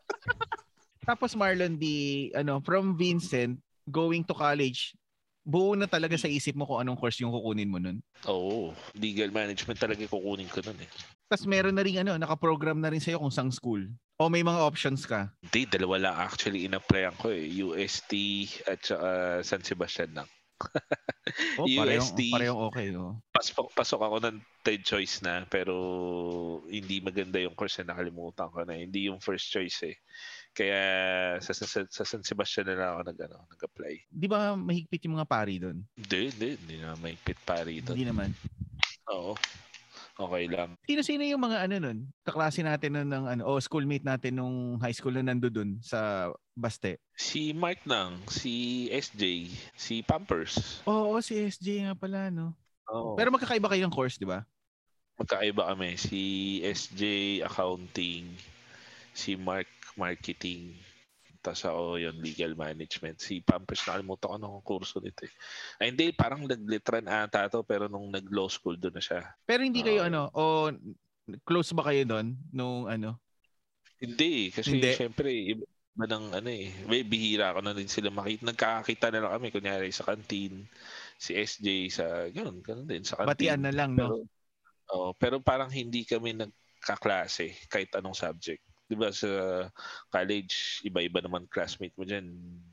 Speaker 1: tapos Marlon, di, ano, from Vincent, going to college, buo na talaga sa isip mo kung anong course yung kukunin mo nun.
Speaker 4: Oo. Oh, legal management talaga yung kukunin ko nun eh.
Speaker 1: Tapos meron na rin, ano, nakaprogram na rin sa'yo kung saan school. O may mga options ka.
Speaker 4: Hindi, dalawa lang actually in-applyan ko eh. UST at saka San Sebastian lang.
Speaker 1: O, Oh, parehong,
Speaker 4: UST.
Speaker 1: parehong okay. No?
Speaker 4: Pasok, pasok ako ng third choice na pero hindi maganda yung course na nakalimutan ko na. eh. Hindi yung first choice eh. Kaya sa, sa, sa, sa San Sebastian na lang ako nag, ano, nag-apply.
Speaker 1: Di ba mahigpit yung mga pari doon?
Speaker 4: Hindi, hindi. Hindi na may pit pari doon.
Speaker 1: Hindi naman.
Speaker 4: Oo. Okay lang.
Speaker 1: Sino-sino yung mga ano nun? Kaklase natin nun ng ano, o schoolmate natin nung high school na nando dun sa Baste.
Speaker 4: Si Mark nang, si SJ, si Pampers.
Speaker 1: Oo, si SJ nga pala, no?
Speaker 4: Oo.
Speaker 1: Pero magkakaiba kayo ng course, di ba?
Speaker 4: magkaiba kami. Si SJ Accounting, si Mark Marketing, tapos ako yun, legal management. Si Pampers, nakalimutan ko nung kurso nito eh. Ay hindi, parang nag-litran ata to, pero nung nag-law school doon na siya.
Speaker 1: Pero hindi kayo
Speaker 4: Oo.
Speaker 1: ano, o close ba kayo doon nung ano?
Speaker 4: Hindi, kasi
Speaker 1: Hindi.
Speaker 4: syempre, iba iba ng ano eh, may bihira ko na din sila makita. Nagkakakita na lang kami, kunyari sa kantin, si SJ sa, ganun, ganun din, sa
Speaker 1: Batian
Speaker 4: kantin.
Speaker 1: na lang, no?
Speaker 4: Pero, oo, pero parang hindi kami nagkaklase kahit anong subject. 'Di ba sa college, iba-iba naman classmate mo diyan,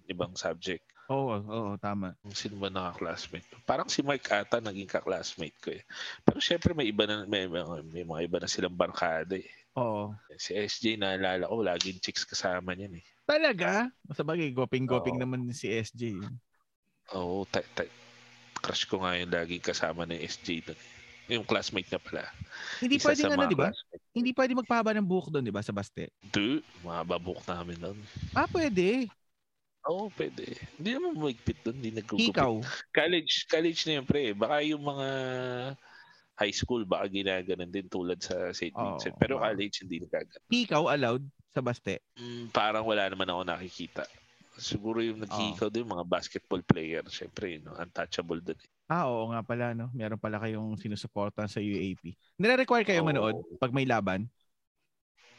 Speaker 4: ibang subject.
Speaker 1: Oo, oo, tama.
Speaker 4: Sino ba naka-classmate? Parang si Mark ata naging ka-classmate ko eh. Pero syempre may iba na may, may, may mga iba na silang barkada eh.
Speaker 1: Oo.
Speaker 4: Si SJ naalala ko, laging chicks kasama niyan eh.
Speaker 1: Talaga? Sa bagay, goping-goping
Speaker 4: Oo.
Speaker 1: naman si SJ.
Speaker 4: Oo, ta- ta- crush ko nga yung laging kasama ng SJ doon. Yung classmate na pala.
Speaker 1: Hindi
Speaker 4: Isa
Speaker 1: pwedeng
Speaker 4: sa
Speaker 1: ano,
Speaker 4: mga
Speaker 1: di ba?
Speaker 4: classmate.
Speaker 1: Hindi pwedeng magpahaba ng buhok doon, di ba, sa Baste?
Speaker 4: Dude, mga babok namin noon.
Speaker 1: Ah, pwede.
Speaker 4: Oo, pwede. Hindi naman maigpit doon, hindi nagugupit.
Speaker 1: Ikaw.
Speaker 4: College, college na yun, pre. Baka yung mga high school, baka ginaganon din tulad sa St.
Speaker 1: Oo,
Speaker 4: Vincent. Pero
Speaker 1: oo.
Speaker 4: college, hindi nagaganon.
Speaker 1: Ikaw allowed sa Baste.
Speaker 4: Mm, parang wala naman ako nakikita. Siguro yung naghihikaw din, mga basketball player. Siyempre, no? untouchable din. eh.
Speaker 1: Ah, oo nga pala, no? Meron pala kayong sinusuporta sa UAP. Nire-require kayo
Speaker 4: Oo.
Speaker 1: manood pag may laban?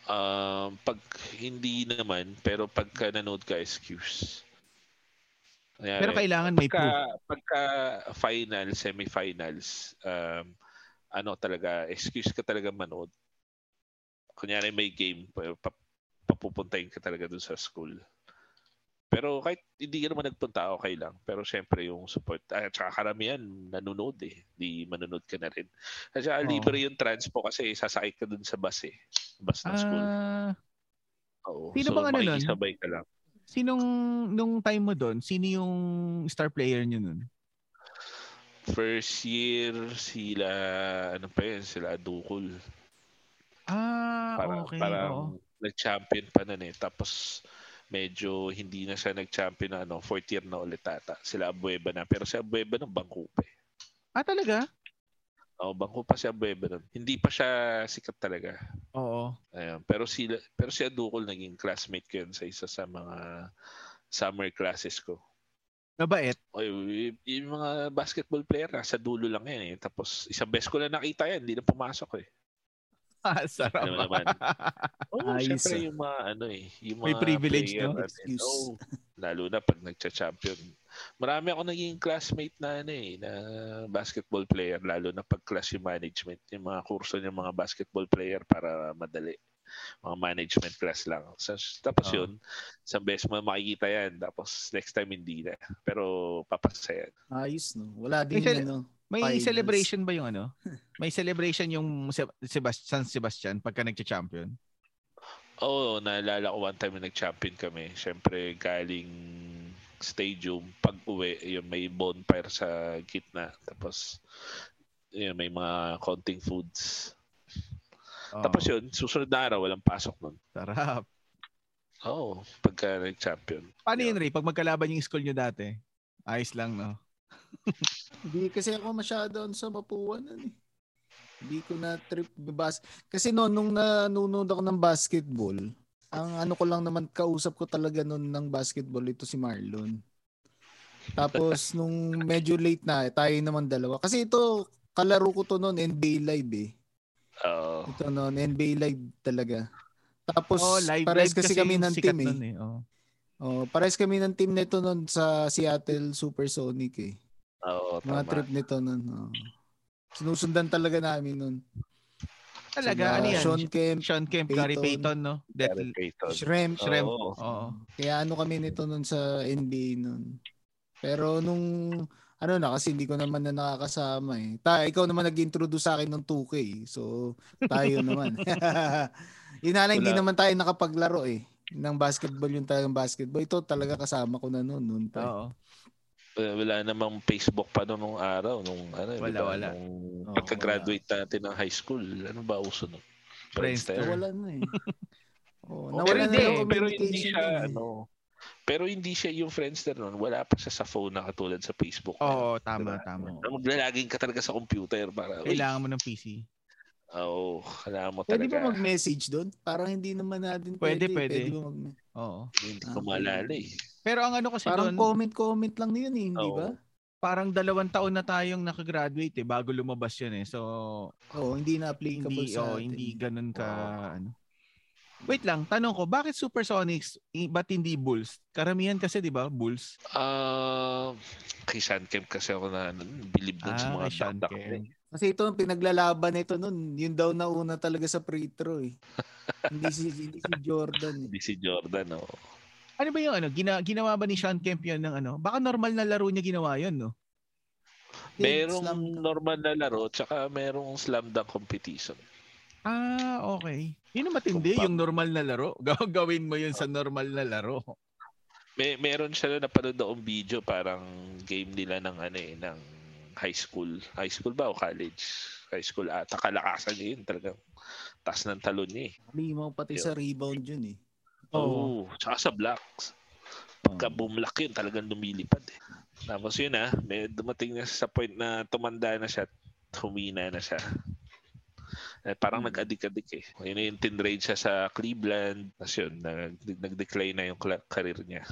Speaker 4: Um, pag hindi naman, pero pagka nanood ka, excuse. Kanyari,
Speaker 1: Pero kailangan may
Speaker 4: pagka,
Speaker 1: proof.
Speaker 4: pagka final, semifinals, um, ano talaga, excuse ka talaga manood. Kunyari may game, pa- pa- papupuntahin ka talaga dun sa school. Pero kahit hindi ka naman nagpunta, okay lang. Pero syempre yung support, at saka karamihan nanonood eh. Di manonood ka na rin. Kasi saka
Speaker 1: Oo.
Speaker 4: libre yung transpo kasi sasakay ka dun sa bus eh. Bus ng school.
Speaker 1: Ah,
Speaker 4: Oo.
Speaker 1: sino
Speaker 4: so,
Speaker 1: bang ano nun?
Speaker 4: makikisabay ka lang.
Speaker 1: sinong nung time mo doon, sino yung star player niyo noon?
Speaker 4: First year, sila, ano pa yun, sila Dukul.
Speaker 1: Ah,
Speaker 4: Para,
Speaker 1: okay.
Speaker 4: parang
Speaker 1: oo.
Speaker 4: nag-champion pa nun eh. Tapos medyo hindi na siya nag-champion na ano, fourth year na ulit ata. Sila Abueva na. Pero si Abueva ng bangko pa eh.
Speaker 1: Ah, talaga?
Speaker 4: Oo, bangko pa si Abueva nun. Hindi pa siya sikat talaga.
Speaker 1: Oo.
Speaker 4: Ayan. Pero si pero si Adukol naging classmate ko yun sa isa sa mga summer classes ko.
Speaker 1: Mabait.
Speaker 4: O, y- y- yung mga basketball player na, sa dulo lang yan eh. Tapos isang beses ko lang nakita yan, hindi na pumasok eh.
Speaker 1: Ah, sarap.
Speaker 4: Alam mo naman. Oo,
Speaker 3: Ayos,
Speaker 4: syempre
Speaker 3: ah.
Speaker 4: yung mga ano eh. Yung
Speaker 1: May
Speaker 4: mga
Speaker 1: privilege,
Speaker 4: player,
Speaker 1: no?
Speaker 4: ano, eh,
Speaker 3: Excuse.
Speaker 4: oo. lalo na pag nagcha-champion. Marami ako naging classmate na ano eh, na basketball player, lalo na pag class yung management, yung mga kurso ng mga basketball player para madali mga management class lang. So, tapos
Speaker 1: Ah.
Speaker 4: yun, sa best mo makikita yan, tapos next time hindi na. Pero papasa yan.
Speaker 3: Ayos, no? Wala din
Speaker 1: Minsan-
Speaker 3: ano.
Speaker 1: May
Speaker 3: Finals.
Speaker 1: celebration ba yung ano? May celebration yung Seb- Sebas- San Sebastian pagka nagcha-champion?
Speaker 4: Oo, naalala ko one time na nag-champion kami. Siyempre, galing stadium, pag uwi, yun, may bonfire sa gitna. Tapos, yun, may mga konting foods.
Speaker 1: Oo,
Speaker 4: Tapos yun, susunod na araw, walang pasok nun.
Speaker 1: Sarap.
Speaker 4: Oo, pagka nag-champion.
Speaker 1: Paano yun,
Speaker 4: Yun.
Speaker 1: Ray? Pag magkalaban yung school nyo dati? Ayos lang, no?
Speaker 3: Hindi kasi ako masyado doon sa Mapuan. Ano, eh. Hindi ko na trip bas kasi noon nung nanonood ako ng basketball, ang ano ko lang naman kausap ko talaga noon ng basketball ito si Marlon. Tapos nung medyo late na tayo naman dalawa kasi ito kalaro ko to noon NBA live eh.
Speaker 4: Oo.
Speaker 3: Ito noon NBA live talaga. Tapos
Speaker 1: Oo, Oh, live,
Speaker 3: pares
Speaker 1: live
Speaker 3: kasi, kami
Speaker 1: yung
Speaker 3: ng
Speaker 1: sikat
Speaker 3: team eh.
Speaker 1: nun eh. Oo.
Speaker 3: Oh, pares kami ng team nito noon sa Seattle Supersonic eh.
Speaker 4: Oo,
Speaker 3: Mga
Speaker 4: tama.
Speaker 3: trip nito nun. Oh. Sinusundan talaga namin nun.
Speaker 1: Talaga,
Speaker 3: Sila
Speaker 1: ano yan?
Speaker 3: Sean Kemp,
Speaker 1: Sean Kemp, Gary Payton,
Speaker 3: Payton,
Speaker 1: no?
Speaker 4: Derek
Speaker 1: Death,
Speaker 4: Payton.
Speaker 3: Shrimp.
Speaker 1: Shrimp.
Speaker 4: Oo.
Speaker 1: Oo.
Speaker 3: Kaya ano kami nito nun sa NBA nun. Pero nung ano na kasi hindi ko naman na nakakasama eh. Ta, ikaw naman nag-introduce sa akin ng 2K. eh. So tayo naman. Inana hindi
Speaker 4: Wala.
Speaker 3: naman tayo nakapaglaro eh. Ng basketball yung tayo ng basketball. Ito talaga kasama ko na noon noon pa.
Speaker 1: Oo.
Speaker 4: Wala, wala namang Facebook pa noon nung araw nung ano,
Speaker 1: Wala,
Speaker 4: diba?
Speaker 1: wala.
Speaker 4: Nung
Speaker 3: Oo,
Speaker 4: pagka-graduate natin ng high school, ano ba uso nun?
Speaker 3: Eh.
Speaker 1: Friendster.
Speaker 4: Friendster.
Speaker 3: Wala na eh. Oh,
Speaker 4: Oo,
Speaker 3: nawala
Speaker 4: pero
Speaker 3: na
Speaker 4: hindi,
Speaker 3: yung
Speaker 4: pero hindi
Speaker 3: communication
Speaker 4: siya
Speaker 3: nun eh.
Speaker 4: ano. Pero hindi siya yung Friendster noon, wala pa siya sa phone na katulad sa Facebook.
Speaker 1: Oo, tama,
Speaker 4: Diba?
Speaker 1: tama.
Speaker 4: Ano, Maglalagin ka talaga sa computer para uy,
Speaker 1: Kailangan mo ng PC.
Speaker 4: Oo, kailangan mo
Speaker 3: Pwede
Speaker 4: talaga.
Speaker 3: ba mag-message doon? Parang hindi naman natin
Speaker 1: Pwede,
Speaker 3: pwede.
Speaker 1: pwede.
Speaker 3: ba mag-
Speaker 1: Oo.
Speaker 4: Hindi
Speaker 3: Ah,
Speaker 4: ko maalala eh.
Speaker 1: Pero ang ano kasi
Speaker 3: Parang
Speaker 1: doon,
Speaker 3: comment-comment lang na yun eh, hindi
Speaker 4: Oo.
Speaker 3: ba?
Speaker 1: parang dalawang taon na tayong nakagraduate eh, bago lumabas yun eh. So,
Speaker 3: Oo, hindi na applicable
Speaker 1: hindi,
Speaker 3: sa
Speaker 1: oh,
Speaker 3: atin.
Speaker 1: hindi ganun ka,
Speaker 4: Oo.
Speaker 1: ano. Wait lang, tanong ko, bakit Supersonics, i- ba't hindi Bulls? Karamihan kasi, di ba, Bulls?
Speaker 4: Ah, kay Sean Kemp kasi ako na ano, bilib dun sa
Speaker 1: Ah,
Speaker 4: mga
Speaker 1: kay Sean
Speaker 4: dakdak
Speaker 1: Kemp.
Speaker 4: na eh.
Speaker 3: Kasi ito, ang pinaglalaban nito nun, yun daw na una talaga sa free throw eh. hindi si hindi si Jordan. eh.
Speaker 4: Hindi si Jordan, oh. oo.
Speaker 1: Ano ba yung ano, gina, ginawa ba ni Sean Kemp yun ng ano? Baka normal na laro niya ginawa yun, no?
Speaker 3: Hindi,
Speaker 4: Merong
Speaker 3: slam dunk.
Speaker 4: normal na laro, tsaka merong slam dunk competition.
Speaker 1: Ah, okay. Yun ang matindi,
Speaker 4: Kung pa-
Speaker 1: yung normal na laro. Gaw- Gawin mo yun sa normal na laro.
Speaker 4: May meron siya na napanood akong video parang game nila ng ano eh ng high school. High school ba o college? High school ata kalakasan niya yun talagang taas ng talon niya eh.
Speaker 3: Limaw pati
Speaker 4: Yun.
Speaker 3: sa rebound yun eh.
Speaker 1: Oo.
Speaker 4: Oo, tsaka sa blocks. Pagka bumlock yun talagang lumilipad eh. Tapos yun ah, may dumating na sa point na tumanda na siya at humina na siya. Eh, parang
Speaker 3: Hmm.
Speaker 4: nag-adik-adik eh. Yun na yung teen rage siya sa Cleveland. Tapos yun, nag- nag-decline na yung cla- career niya.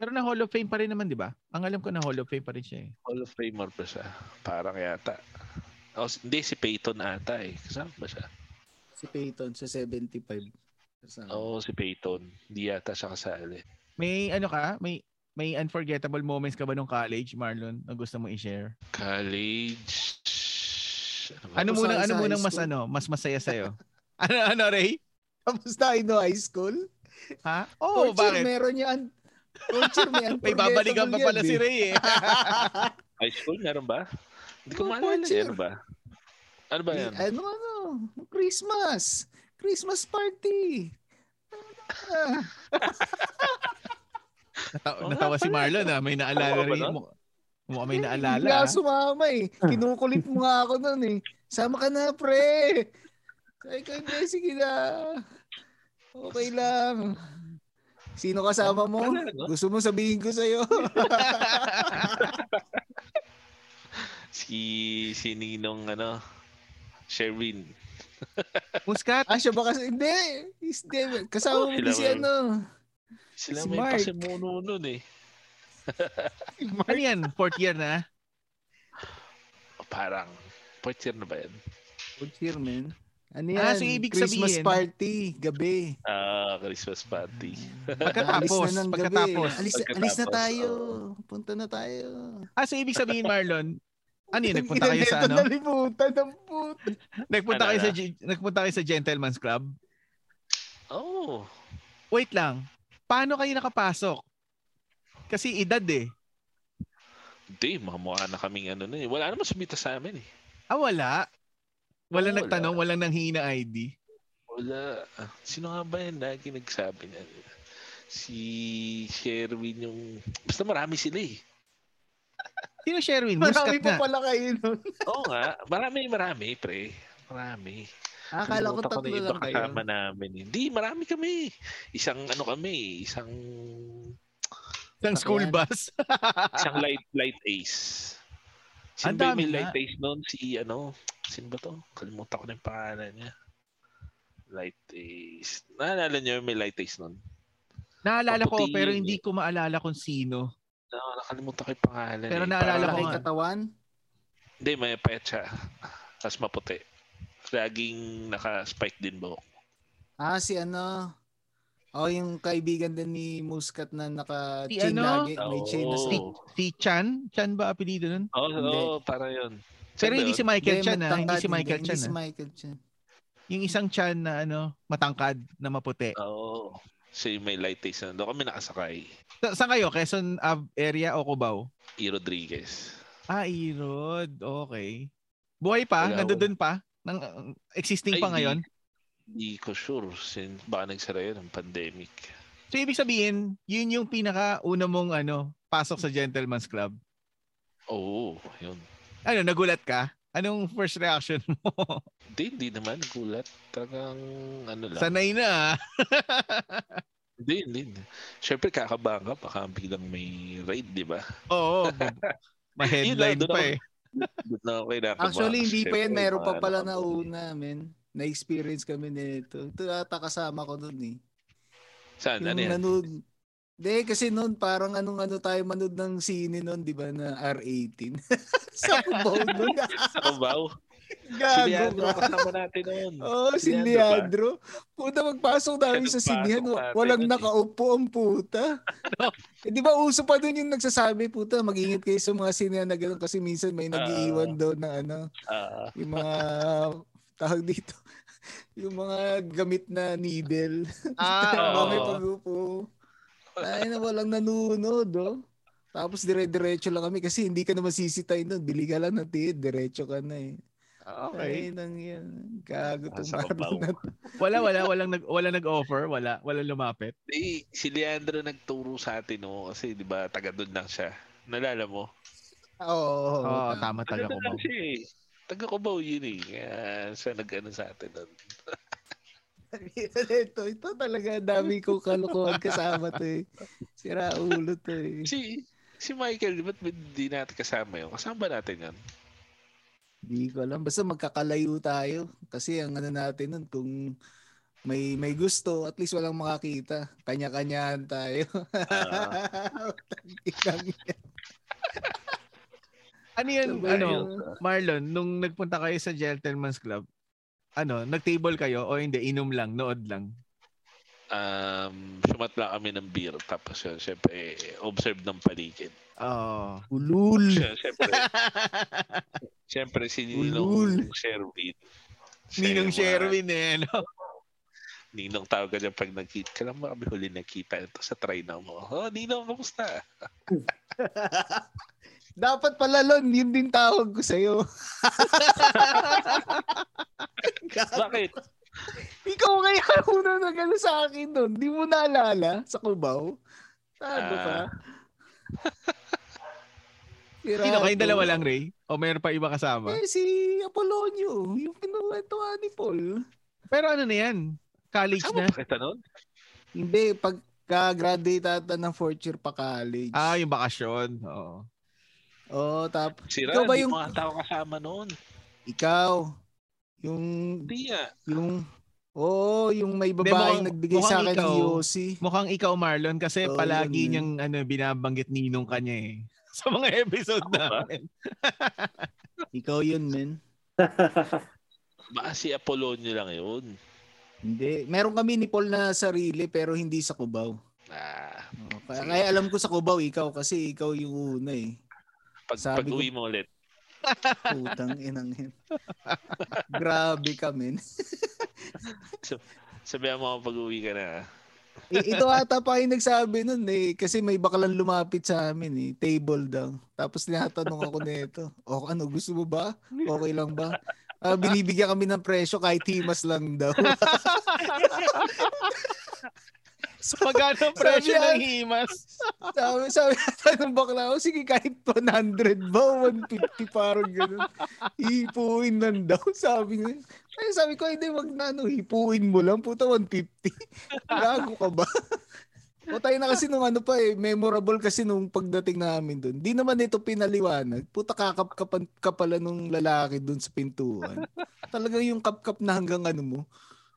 Speaker 1: Pero na Hall of Fame pa rin naman, di ba? Ang alam ko na Hall of Fame pa rin siya eh.
Speaker 4: Hall of Famer pa siya. Parang yata. O, s- hindi, si Peyton ata eh. Kasama ba siya?
Speaker 3: Si Peyton sa 75. Kasama.
Speaker 4: Oo, si Peyton. Hindi yata siya kasali.
Speaker 1: May ano ka? May may unforgettable moments ka ba nung college, Marlon, na gusto mo i-share?
Speaker 4: College. Ano ba?
Speaker 1: Ano
Speaker 3: Ako
Speaker 1: muna
Speaker 3: sa-
Speaker 1: ano
Speaker 3: sa
Speaker 1: muna
Speaker 3: high
Speaker 1: mas
Speaker 3: school.
Speaker 1: ano, mas masaya sa ano ano Ray?
Speaker 3: Tapos tayo no high school.
Speaker 1: Ha? Oh,
Speaker 3: Torture,
Speaker 1: bakit?
Speaker 3: meron yan. Culture, may
Speaker 1: May babalikan pa
Speaker 3: unforgettable
Speaker 1: pala
Speaker 3: yan,
Speaker 1: si
Speaker 3: eh.
Speaker 1: Ray eh.
Speaker 4: High school, meron ba? Hindi ko
Speaker 3: Oh,
Speaker 4: maalala.
Speaker 3: culture.
Speaker 4: eh. Ano ba? Ano ba yan?
Speaker 3: Ano, ano? Christmas. Christmas party. Ah,
Speaker 1: Natawa,
Speaker 4: Oo nga
Speaker 1: natawa si
Speaker 3: eh.
Speaker 4: pala.
Speaker 1: Marlon ah. May naalala
Speaker 4: Tama ba
Speaker 1: rin.
Speaker 4: nun?
Speaker 1: Mukha mukha may
Speaker 3: Hindi
Speaker 1: naalala. ah.
Speaker 3: ako Eh, sumama eh. Kinukulit mo nga ako nun eh. Sama ka na, pre. Sabi ko, hindi, sige na. Okay lang. Sino kasama mo?
Speaker 1: Ano,
Speaker 4: Wala, no?
Speaker 3: Gusto mo sabihin ko sa'yo?
Speaker 4: Si, si Ninong, ano, Sherwin.
Speaker 1: ah. Muscat.
Speaker 3: ah, siya ba kasi? Hindi. Is- Hindi. Kasama
Speaker 4: Oh,
Speaker 3: mo
Speaker 4: sila
Speaker 3: ba si
Speaker 4: ba yun?
Speaker 3: ano?
Speaker 4: Sila
Speaker 3: Si
Speaker 4: may
Speaker 3: Mark.
Speaker 4: pasimuno nun eh.
Speaker 1: Ano yan? Fourth year na?
Speaker 4: Parang, fourth year na ba yan?
Speaker 3: Good cheer, man. Ano yan?
Speaker 1: Ah, so ibig
Speaker 3: Christmas
Speaker 1: sabihin-
Speaker 3: party, gabi.
Speaker 4: Ah, Christmas party.
Speaker 3: Mm.
Speaker 1: Pagkatapos.
Speaker 3: Alis na ng gabi.
Speaker 1: Pagkatapos.
Speaker 3: Alis,
Speaker 4: Pagkatapos,
Speaker 3: alis na tayo.
Speaker 4: oo.
Speaker 3: Punta na tayo.
Speaker 1: Ah, so ibig sabihin Marlon, ano yun? Nagpunta kayo sa
Speaker 3: Ito
Speaker 1: ano?
Speaker 3: nalimutan ng puta.
Speaker 1: Nagpunta
Speaker 4: Ano,
Speaker 1: kayo sa
Speaker 4: ano?
Speaker 1: gen- nagpunta kayo sa Gentleman's Club?
Speaker 4: Oh,
Speaker 1: Wait lang. Paano kayo nakapasok? Kasi edad eh.
Speaker 4: hindi. Mamukha na kaming ano na eh. Wala naman sumita sa amin eh.
Speaker 1: Ah, wala. Walang
Speaker 4: Ah, Wala.
Speaker 1: nagtanong, walang nanghina ID.
Speaker 4: Wala. Ah, Sino nga ba yan lagi nagsabi na? Si Sherwin yung... Basta marami sila eh.
Speaker 1: Sino Sherwin?
Speaker 3: Marami
Speaker 1: Muscat
Speaker 3: pa
Speaker 1: na.
Speaker 3: pala kayo nun.
Speaker 4: Oo nga. Marami, marami, pre. Marami.
Speaker 3: Akala ko
Speaker 4: Kalimutan
Speaker 3: tatlo
Speaker 4: na iba
Speaker 3: lang kayo.
Speaker 4: kasama namin. eh. Hindi, marami kami. Isang ano kami, isang
Speaker 1: Isang school
Speaker 3: Ayan.
Speaker 1: bus.
Speaker 4: isang light light ace. Sino
Speaker 1: Ang
Speaker 4: ba
Speaker 1: dami
Speaker 4: may
Speaker 1: nga.
Speaker 4: light ace noon? Si ano? Sino ba to? Kalimutan ko na yung pangalan niya. Light ace. Naalala niyo yung may light ace noon?
Speaker 1: Naalala ko,
Speaker 4: Kaputi
Speaker 1: pero
Speaker 4: yun eh.
Speaker 1: hindi ko maalala kung sino.
Speaker 4: No, nakalimutan ko yung pangalan.
Speaker 1: Pero
Speaker 4: eh.
Speaker 1: naalala
Speaker 4: Parang-
Speaker 1: ko
Speaker 3: Malaking
Speaker 1: nga.
Speaker 3: katawan.
Speaker 4: Hindi, may payat siya. Tapos maputi. Laging naka-spike din buhok.
Speaker 3: Ah, si ano. Oh, yung kaibigan din ni Muscat na
Speaker 1: Si
Speaker 3: naka-chain
Speaker 1: ano?
Speaker 3: lagi. May
Speaker 4: Oo.
Speaker 3: chain na
Speaker 1: Si,
Speaker 3: stick.
Speaker 1: si Chan? Chan ba apelido nun?
Speaker 4: Oo,
Speaker 3: Hindi.
Speaker 4: oo, parang yun.
Speaker 1: Pero
Speaker 4: Sino
Speaker 1: hindi
Speaker 4: yun?
Speaker 1: si Michael
Speaker 3: Hindi,
Speaker 1: Chan ah. Hindi
Speaker 3: matangkad,
Speaker 1: si Michael
Speaker 3: hindi
Speaker 1: Chan
Speaker 3: si
Speaker 1: ah.
Speaker 3: Michael Chan.
Speaker 4: Ano
Speaker 1: Yung isang Chan na ano, matangkad na maputi.
Speaker 4: Oo. Siya yung may light taste na doon. Kami nakasakay.
Speaker 1: Sa- saan kayo? Quezon Ave area o Cubao?
Speaker 4: E. Rodriguez.
Speaker 1: Ah, Irod. Okay. Buhay pa?
Speaker 4: Wala,
Speaker 1: Nandoon pa? Nang, uh, existing
Speaker 4: Ay,
Speaker 1: pa
Speaker 4: hindi.
Speaker 1: ngayon?
Speaker 4: Hindi ko sure. Sin, baka nagsara yun ang pandemic.
Speaker 1: So, ibig sabihin, yun yung pinaka-una mong ano, pasok sa Gentleman's Club.
Speaker 4: Oo, yun.
Speaker 1: Ano, nagulat ka? Anong first reaction mo?
Speaker 4: Hindi, hindi naman. Gulat. Talagang ano lang.
Speaker 1: Sanay na. ah.
Speaker 4: Hindi, hindi. Siyempre, kakabahan ka. Baka biglang may raid, di ba?
Speaker 1: Oo. Ma-headline
Speaker 4: Yun lang, doon
Speaker 1: pa
Speaker 4: ako-
Speaker 1: eh.
Speaker 4: Doon na ako kinakabahan.
Speaker 3: Actually, hindi pa yan.
Speaker 4: Siyempre,
Speaker 3: Meron pa
Speaker 4: mga
Speaker 3: pala
Speaker 4: ano,
Speaker 3: na una, men. Na-experience kami nito. Ito ata kasama ko nun eh.
Speaker 4: Saan?
Speaker 3: yung
Speaker 4: Ano yan?
Speaker 3: nanood. Hindi, kasi noon parang anong ano tayo manood ng sine noon, di ba, na R18. sa Cubao noon.
Speaker 4: Sa Cubao? Si
Speaker 3: Gago Oh.
Speaker 4: Leandro,
Speaker 3: ka.
Speaker 4: kasama natin noon.
Speaker 3: Oo, si
Speaker 4: Leandro ba?
Speaker 3: Leandro. Puta, magpasok namin
Speaker 4: Siya
Speaker 3: sa sinihan.
Speaker 4: nagpasok
Speaker 3: wa-
Speaker 4: natin
Speaker 3: Walang
Speaker 4: nun eh.
Speaker 3: nakaupo ang puta.
Speaker 4: Ano?
Speaker 3: eh, di ba uso pa doon yung nagsasabi, puta, mag-ingat kayo sa mga sinihan na gano'n kasi minsan may nagiiwan daw na ano,
Speaker 4: Ah,
Speaker 3: yung mga tawag dito. yung mga gamit na needle.
Speaker 1: Ah,
Speaker 4: Oo.
Speaker 3: Kami
Speaker 1: okay.
Speaker 3: pag-upo. Ay, na walang nanunod, oh. Tapos dire-diretso lang kami kasi hindi ka na masisitay nun. Bili ka lang ng tiid, diretso ka na eh.
Speaker 1: Okay.
Speaker 3: Ay, nang yan. Gago tong
Speaker 4: Nasa
Speaker 3: baro
Speaker 4: kabaw.
Speaker 3: na to.
Speaker 1: Wala, wala. Walang, nag, wala nag-offer. Wala. Walang lumapit.
Speaker 4: Eh, si Leandro nagturo sa atin no kasi 'di ba taga doon lang siya. Nalala mo?
Speaker 1: Oo,
Speaker 3: Oo. Oh,
Speaker 1: tama
Speaker 4: Taga
Speaker 1: taga
Speaker 4: doon
Speaker 1: Cubao.
Speaker 4: lang siya eh. Taga Cubao yun eh. Kaya siya nag-ano sa atin doon.
Speaker 3: ito, ito talaga dami kong kalokohan kasama to eh. Sira ulo to eh.
Speaker 4: Si si Michael, di ba't hindi natin kasama yun? Kasama ba natin yun?
Speaker 3: Hindi ko alam. Basta magkakalayo tayo. Kasi ang ano natin nun, kung may may gusto, at least walang makakita. Kanya-kanyahan tayo.
Speaker 4: Ah.
Speaker 1: Ano yan,
Speaker 3: Sabay
Speaker 1: ano,
Speaker 3: yun.
Speaker 1: Marlon, nung nagpunta kayo sa Gentleman's Club, ano, nag-table kayo o hindi, inom lang, nood lang?
Speaker 4: Um, sumat lang kami ng beer. Tapos yun, syempre, eh, observe ng paligid.
Speaker 3: Oh,
Speaker 1: Oo.
Speaker 3: Ulul.
Speaker 4: Siya, syempre, syempre si
Speaker 3: Ulul.
Speaker 4: Ninong Sherwin.
Speaker 1: Ninong
Speaker 3: ah.
Speaker 4: Siya yung mga-
Speaker 1: Sherwin eh, no?
Speaker 4: Ninong tawag ka dyan pag nagkita. Kailan mo kami huli nagkita ito sa try na mo. Oh, Ninong, kamusta?
Speaker 3: Dapat pala, Lon, yun din tawag ko sa'yo.
Speaker 4: Bakit?
Speaker 3: Ikaw kaya una nagano sa akin nun. Di mo naalala sa Cubao? Tado ka.
Speaker 4: Ah.
Speaker 1: Sino kayong dalawa lang, Ray? O meron pa iba kasama?
Speaker 3: Eh, si Apolonio. Yung pinuwentuhan ni Paul.
Speaker 1: Pero ano na yan? College
Speaker 4: Saan mo
Speaker 1: na?
Speaker 4: pa kita nun?
Speaker 3: Hindi, pagka-graduate ata ng fourth year pa college.
Speaker 1: Ah, yung bakasyon. Oo.
Speaker 3: Oo, tap.
Speaker 4: Sira,
Speaker 3: Ikaw ba
Speaker 4: di
Speaker 3: yung-
Speaker 4: mo nga tao kasama nun.
Speaker 3: Ikaw. Yung,
Speaker 4: Hindi nga.
Speaker 3: yung, oo, yung may
Speaker 1: Hindi,
Speaker 3: babaeng
Speaker 1: mukhang-
Speaker 3: nagbigay
Speaker 1: mukhang
Speaker 3: sa akin
Speaker 1: ikaw.
Speaker 3: ni Yossi.
Speaker 1: Mukhang ikaw, Marlon, kasi
Speaker 3: Oo,
Speaker 1: palagi
Speaker 3: yun,
Speaker 1: niyang ano, binabanggit ninong kanya eh. Sa mga episode
Speaker 4: Ako ba?
Speaker 1: namin.
Speaker 3: Ikaw yun, men.
Speaker 4: Baka si Apolonio lang yun.
Speaker 3: Hindi. Meron kami ni Paul na sarili pero hindi sa Cubao.
Speaker 4: Ah,
Speaker 3: Oo, Kaya, kaya alam ko sa Cubao ikaw kasi ikaw yung una eh.
Speaker 4: pag,
Speaker 3: Sabi
Speaker 4: pag uwi mo ulit.
Speaker 3: Putang inang yun. Grabe ka, men.
Speaker 4: Sabihan mo ako pag uwi ka na.
Speaker 3: I- ito ata pa yung nagsabi nun eh. Kasi may bakalan lumapit sa amin eh. Table daw. Tapos tinatanong ako nito. O ano, gusto mo ba? Okay lang ba? Ah, binibigyan kami ng presyo kahit himas lang daw.
Speaker 1: Magkano ang presyo
Speaker 3: Sabi
Speaker 1: ng
Speaker 3: yan.
Speaker 1: himas?
Speaker 3: sabi, sabi ata ng bakla ko, sige kahit 100 ba, 150 parang gano'n. Hipuin lang daw, sabi niya. Ay, sabi ko, hindi, wag na, ano, hipuin mo lang, puta, 150. Gago ka ba? o tayo na kasi nung ano pa eh, memorable kasi nung pagdating namin doon. Di naman ito pinaliwanag. Puta kakapkapan ka pala nung lalaki doon sa pintuan. Talagang yung kapkap na hanggang ano mo.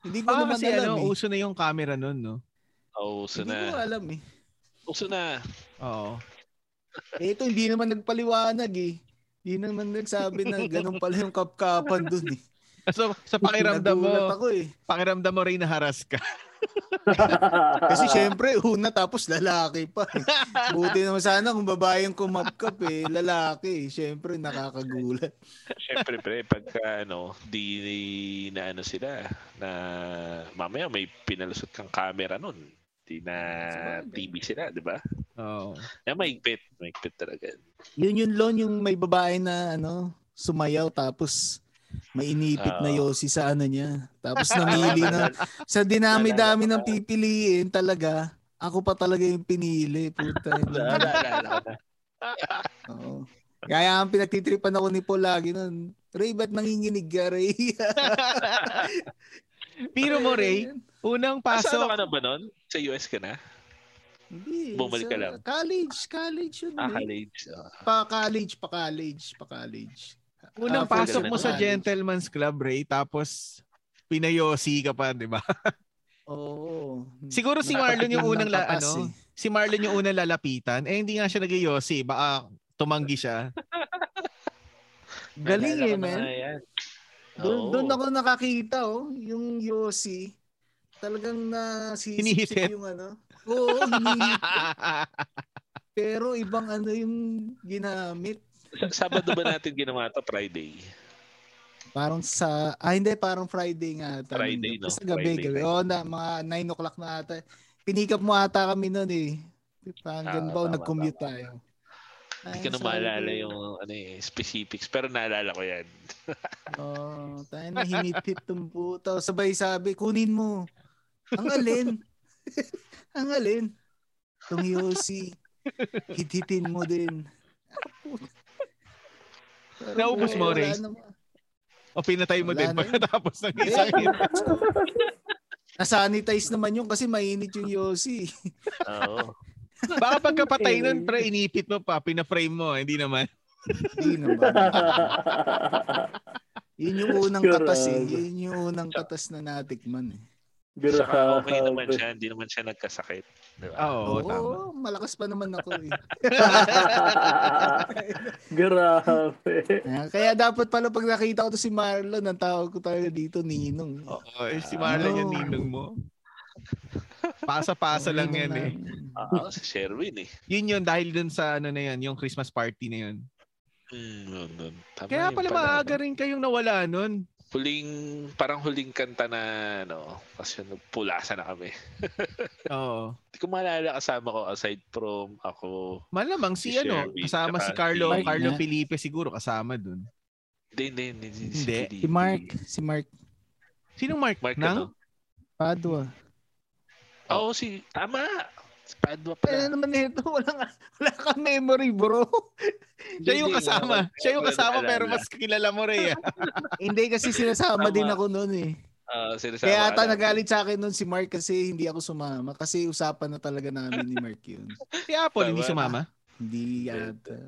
Speaker 3: Hindi ko
Speaker 1: Ah,
Speaker 3: naman
Speaker 1: kasi
Speaker 3: alam
Speaker 1: ano,
Speaker 3: eh.
Speaker 1: uso na yung camera nun, no?
Speaker 4: Oh, uso
Speaker 3: Hindi ko
Speaker 4: na.
Speaker 3: alam eh.
Speaker 4: Uso na.
Speaker 1: Oo.
Speaker 3: Eh, ito, hindi naman nagpaliwanag eh. Hindi naman nagsabi na ganun pala yung kapkapan dun eh.
Speaker 1: So, sa pakiramdam mo,
Speaker 3: Nagulat ako eh.
Speaker 1: pakiramdam mo rin naharas ka. Ah.
Speaker 3: Kasi syempre, una tapos lalaki pa eh. Buti naman sana kung babae yung kumapkap eh. Lalaki eh. Syempre, nakakagulat.
Speaker 4: Siyempre, pre, pagka ano, di na ano sila, na mamaya may pinalusot kang camera nun. Di na
Speaker 3: Sabagay.
Speaker 4: TV sila, di ba?
Speaker 1: Oo.
Speaker 4: Na maigpit, maigpit talaga.
Speaker 3: Yun yun, Lon, yung may babae na ano, sumayaw tapos may inipit
Speaker 1: Ah.
Speaker 3: na
Speaker 4: Oo.
Speaker 3: yosi sa ano niya. Tapos namili na sa dinami-dami ng pipiliin talaga. Ako pa talaga yung pinili. Puta.
Speaker 4: Naalala naalala ko na.
Speaker 3: Oo. Kaya ang pinagtitripan ako ni Paul lagi nun. Ray, ba't nanginginig ka, Ray? Ano
Speaker 1: Piro mo, Ray, unang
Speaker 4: Pasok.
Speaker 1: pasok.
Speaker 4: ano ka na ba nun? Sa US ka na?
Speaker 3: Hindi.
Speaker 4: Bumalik ka
Speaker 3: sa
Speaker 4: lang.
Speaker 3: College, college yun.
Speaker 4: Ah,
Speaker 3: Ray.
Speaker 4: college. Oh.
Speaker 3: Pa college, pa college, pa college.
Speaker 1: Unang
Speaker 3: Ah,
Speaker 1: pasok
Speaker 4: first
Speaker 1: mo sa
Speaker 3: college.
Speaker 1: Gentleman's Club, Ray, tapos pinayosi ka pa, di ba?
Speaker 3: Oo.
Speaker 1: Siguro si Marlon yung unang la,
Speaker 3: lakas
Speaker 1: ano, si Marlon yung unang lalapitan. Eh, hindi nga siya nag-yosi. Baka tumanggi siya.
Speaker 3: Galing
Speaker 4: Naalala
Speaker 3: eh,
Speaker 4: ko na
Speaker 3: man.
Speaker 4: nga yan. Oo.
Speaker 3: Doon, doon ako nakakita, oh. Yung Yossi, talagang nasisip
Speaker 1: Hinihitip.
Speaker 3: yung ano. Oo, hinihitip. Pero ibang ano yung ginamit.
Speaker 4: Sa- Sabado ba natin ginawa to? Friday.
Speaker 3: Parang sa, ah hindi, parang Friday nga ata.
Speaker 4: Friday,
Speaker 3: Tapos
Speaker 4: no?
Speaker 3: sa gabi,
Speaker 4: Friday,
Speaker 3: gabi.
Speaker 4: Friday.
Speaker 3: Oo, na, mga 9 o'clock na ata. Pinikap mo ata kami nun eh. Parang
Speaker 4: Ah,
Speaker 3: ganun ba,
Speaker 4: tama,
Speaker 3: nag-commute
Speaker 4: tama.
Speaker 3: tayo.
Speaker 4: Hindi
Speaker 3: Ah,
Speaker 4: ko na maalala yung ano, eh, specifics, pero naalala ko yan.
Speaker 3: Oo, oh, tayo na hinipit tong puto. Sabay sabi, kunin mo. Ang alin. Ang alin. Tong Yossi. Hititin mo din. Parang
Speaker 1: Naubos mo,
Speaker 3: wala
Speaker 1: Ray?
Speaker 3: naman.
Speaker 1: o pinatay mo
Speaker 3: Wala
Speaker 1: din
Speaker 3: na yun.
Speaker 1: pagkatapos ng
Speaker 3: Eh,
Speaker 1: isang hit.
Speaker 3: Nasanitize naman yun kasi mainit yung Yossi.
Speaker 4: Oo.
Speaker 1: Baka pagkapatay nun, pre, inipit mo pa, pina-frame mo. eh. Hindi naman.
Speaker 3: Hindi naman. Yun yung unang
Speaker 2: Grabe.
Speaker 3: katas eh. Yun yung unang katas na natikman eh.
Speaker 4: Saka okay naman siya, hindi naman siya nagkasakit. Di ba?
Speaker 1: Oo,
Speaker 3: Oo,
Speaker 1: tama.
Speaker 3: malakas pa naman ako eh.
Speaker 2: Grabe.
Speaker 3: Ah, Kaya dapat pala pag nakita ko to si Marlon, ang tawag ko talaga dito, Ninong.
Speaker 1: Oo, eh, si Marlon yung
Speaker 3: Ano?
Speaker 1: ninong mo. Pasa-pasa
Speaker 3: Ninong
Speaker 1: lang yan eh.
Speaker 3: namin.
Speaker 4: Oo, Ah, si Sherwin eh.
Speaker 1: Yun yun, dahil dun sa ano na yan, yung Christmas party na yun.
Speaker 4: Mm, nun, nun. Tama
Speaker 1: Kaya
Speaker 4: yun
Speaker 1: pala maaga rin kayong nawala nun.
Speaker 4: Huling, parang huling kanta na, ano, kasi nagpulasa na kami.
Speaker 1: Oo.
Speaker 4: Hindi ko maalala kasama ko aside from ako.
Speaker 1: Malamang si,
Speaker 4: Si
Speaker 1: ano,
Speaker 4: Sherwin,
Speaker 1: kasama si
Speaker 4: tsaka
Speaker 1: Carlo,
Speaker 4: si-
Speaker 1: Carlo
Speaker 3: Mike na.
Speaker 1: Felipe siguro kasama dun.
Speaker 4: Hindi, hindi, hindi. hindi,
Speaker 1: Hindi.
Speaker 4: Billy.
Speaker 3: Si Mark, si Mark
Speaker 1: Sinong Mark,
Speaker 4: Mark,
Speaker 1: Nang?
Speaker 4: ano?
Speaker 3: Padua.
Speaker 4: Oo, si, tama. Si Padua
Speaker 3: Ano
Speaker 4: pala.
Speaker 3: naman ito? Walang, wala kang memory, bro.
Speaker 1: Siya yung
Speaker 4: Hindi,
Speaker 1: kasama.
Speaker 4: wala-
Speaker 1: Siya yung
Speaker 4: wala
Speaker 1: kasama
Speaker 4: naalala.
Speaker 1: pero mas kilala mo rin.
Speaker 3: hindi kasi sinasama
Speaker 4: Tama.
Speaker 3: din ako noon eh.
Speaker 4: Ah, sinasama
Speaker 3: Kaya
Speaker 4: ka
Speaker 3: ata
Speaker 4: namin.
Speaker 3: nagalit sa akin noon si Mark kasi hindi ako sumama. Kasi usapan na talaga namin ni Mark yun.
Speaker 1: Si Apple, hindi
Speaker 4: Tama.
Speaker 1: sumama.
Speaker 3: Hindi yata.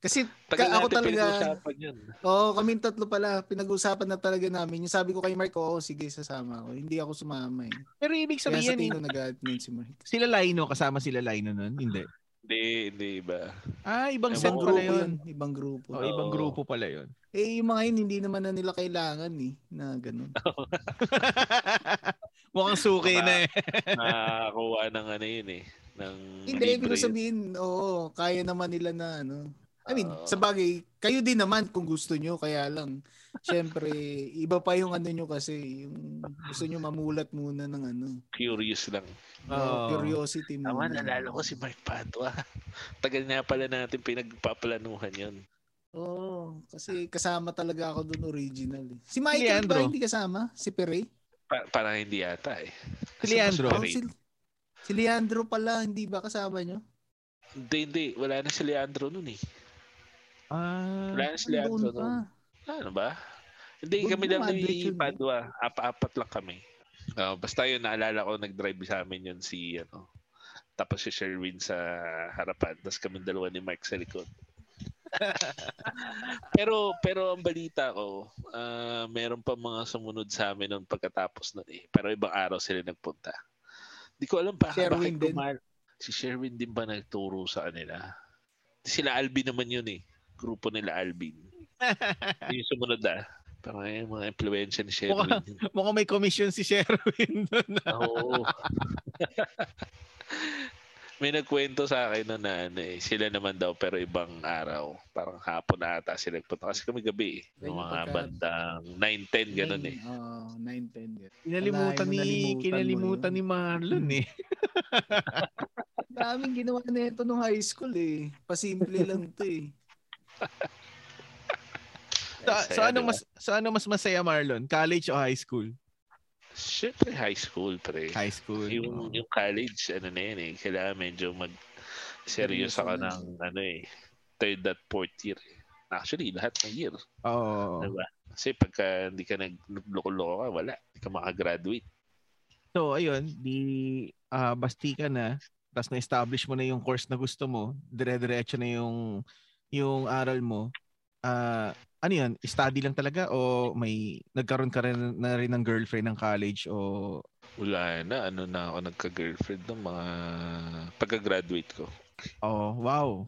Speaker 3: Kasi
Speaker 4: Tagal
Speaker 3: Ka- ako
Speaker 4: natin
Speaker 3: talaga-
Speaker 4: pinag-usapan yun.
Speaker 3: Oo, kami tatlo pala. Pinag-usapan na talaga namin. Yung sabi ko kay Mark, oo, sige, sasama ako. Hindi ako sumama eh.
Speaker 1: Pero ibig
Speaker 3: Kaya sa
Speaker 1: sabihin,
Speaker 3: tingin ko nag nun si Mark.
Speaker 1: sila Lino, kasama sila Lino nun? Hindi.
Speaker 4: Hindi, hindi iba.
Speaker 1: Ah, ibang
Speaker 4: Ewan
Speaker 1: set
Speaker 3: Ibang
Speaker 4: ko.
Speaker 1: pala
Speaker 3: grupo
Speaker 1: yun.
Speaker 3: yun. Ibang grupo.
Speaker 1: Oh, ibang
Speaker 4: Oo.
Speaker 1: grupo pala yun.
Speaker 3: Eh, yung mga yun, hindi naman na nila kailangan eh. Na ganun.
Speaker 1: Mukhang suki
Speaker 4: Baka-
Speaker 1: na eh.
Speaker 4: Nakakuha ng ano yun eh. Ng
Speaker 3: hindi,
Speaker 4: libre
Speaker 3: ibig
Speaker 4: yun.
Speaker 3: sabihin, oo, kaya naman nila na ano. I mean,
Speaker 4: Oo.
Speaker 3: sa bagay, kayo din naman kung gusto nyo, kaya lang, syempre, iba pa yung ano nyo kasi, yung gusto nyo mamulat muna ng ano,
Speaker 4: Curious lang.
Speaker 1: Oo.
Speaker 3: uh, curiosity muna.
Speaker 4: Tama, nalala ko si Mark Padua. Tagal nga pala natin pinagpaplanuhan yun.
Speaker 3: Oo, kasi kasama talaga ako doon original. eh.
Speaker 1: Si
Speaker 3: Si Michael
Speaker 1: Leandro.
Speaker 3: ba hindi kasama? Si Perry?
Speaker 4: Pa- parang hindi yata eh.
Speaker 1: Si Leandro.
Speaker 4: mas
Speaker 3: Oh,
Speaker 4: pare-
Speaker 3: si, si Leandro pala, hindi ba kasama nyo?
Speaker 4: Hindi, hindi. Wala na si Leandro nun eh.
Speaker 1: Ah,
Speaker 4: Wala na si
Speaker 3: Doon
Speaker 4: Leandro nun.
Speaker 3: pa.
Speaker 4: Ano ba? Hindi,
Speaker 3: Huwag
Speaker 4: kami
Speaker 3: mo
Speaker 4: lang
Speaker 3: ma-update
Speaker 4: ni
Speaker 3: yun, eh.
Speaker 4: Padua. Apa-apat lang kami. Ah, basta yun, naalala ko, nag-drive sa amin yun si, ano, tapos si Sherwin sa harapan, tapos kami dalawa ni Mike sa likod. pero pero ang balita ko, ah, meron pa mga sumunod sa amin noon pagkatapos nun eh. Pero ibang araw sila nagpunta. Di ko alam pa
Speaker 3: Sherwin
Speaker 4: bakit
Speaker 3: din.
Speaker 4: kumal- Si Sherwin din ba nagturo sa kanila? Sila Alvin naman yun eh. Grupo nila Alvin. yung sumunod ah. Parang eh, mga influensya ni Sherwin. yun.
Speaker 1: mukhang may commission si Sherwin dun.
Speaker 4: Ah, Oo. May nagkwento sa akin noon na ano eh, sila naman daw pero ibang araw. Parang hapon na ata sila nagpunta. Kasi kami gabi eh.
Speaker 3: Ayun,
Speaker 4: Yung mga
Speaker 3: pagka-
Speaker 4: bandang 9-10 ganun eh.
Speaker 3: Oo, 9-10. ganun.
Speaker 1: Kinalimutan
Speaker 3: Wala,
Speaker 1: ni,
Speaker 3: yun, nalimutan
Speaker 1: kinalimutan
Speaker 3: mo
Speaker 1: ni Marlon eh.
Speaker 3: Ang Daming ginawa na ito nung high school eh. Pasimple lang to eh.
Speaker 1: Sa,
Speaker 4: Saya,
Speaker 1: so, ano
Speaker 4: diba?
Speaker 1: mas, so ano mas masaya Marlon? College o high school?
Speaker 4: Siyempre high school pre.
Speaker 1: High school.
Speaker 4: Yung, yung college ano na yun eh. Kailangan medyo mag seryoso ka
Speaker 3: Seryoso na.
Speaker 4: ng ano eh. Third at fourth year eh. Actually, lahat ng year.
Speaker 1: Oo.
Speaker 4: Diba? Kasi pagka hindi ka nagloko-loko ka, wala. Hindi ka makagraduate.
Speaker 1: So, ayun, di ah, basti ka na, tapos na-establish mo na yung course na gusto mo, dire-diretso na yung yung aral mo. Ah, ano yun, study lang talaga o may nagkaroon ka rin, na rin ng girlfriend ng college o
Speaker 4: Wala na. Ano na ako nagka-girlfriend ng mga pagka-graduate ko.
Speaker 1: oh, wow.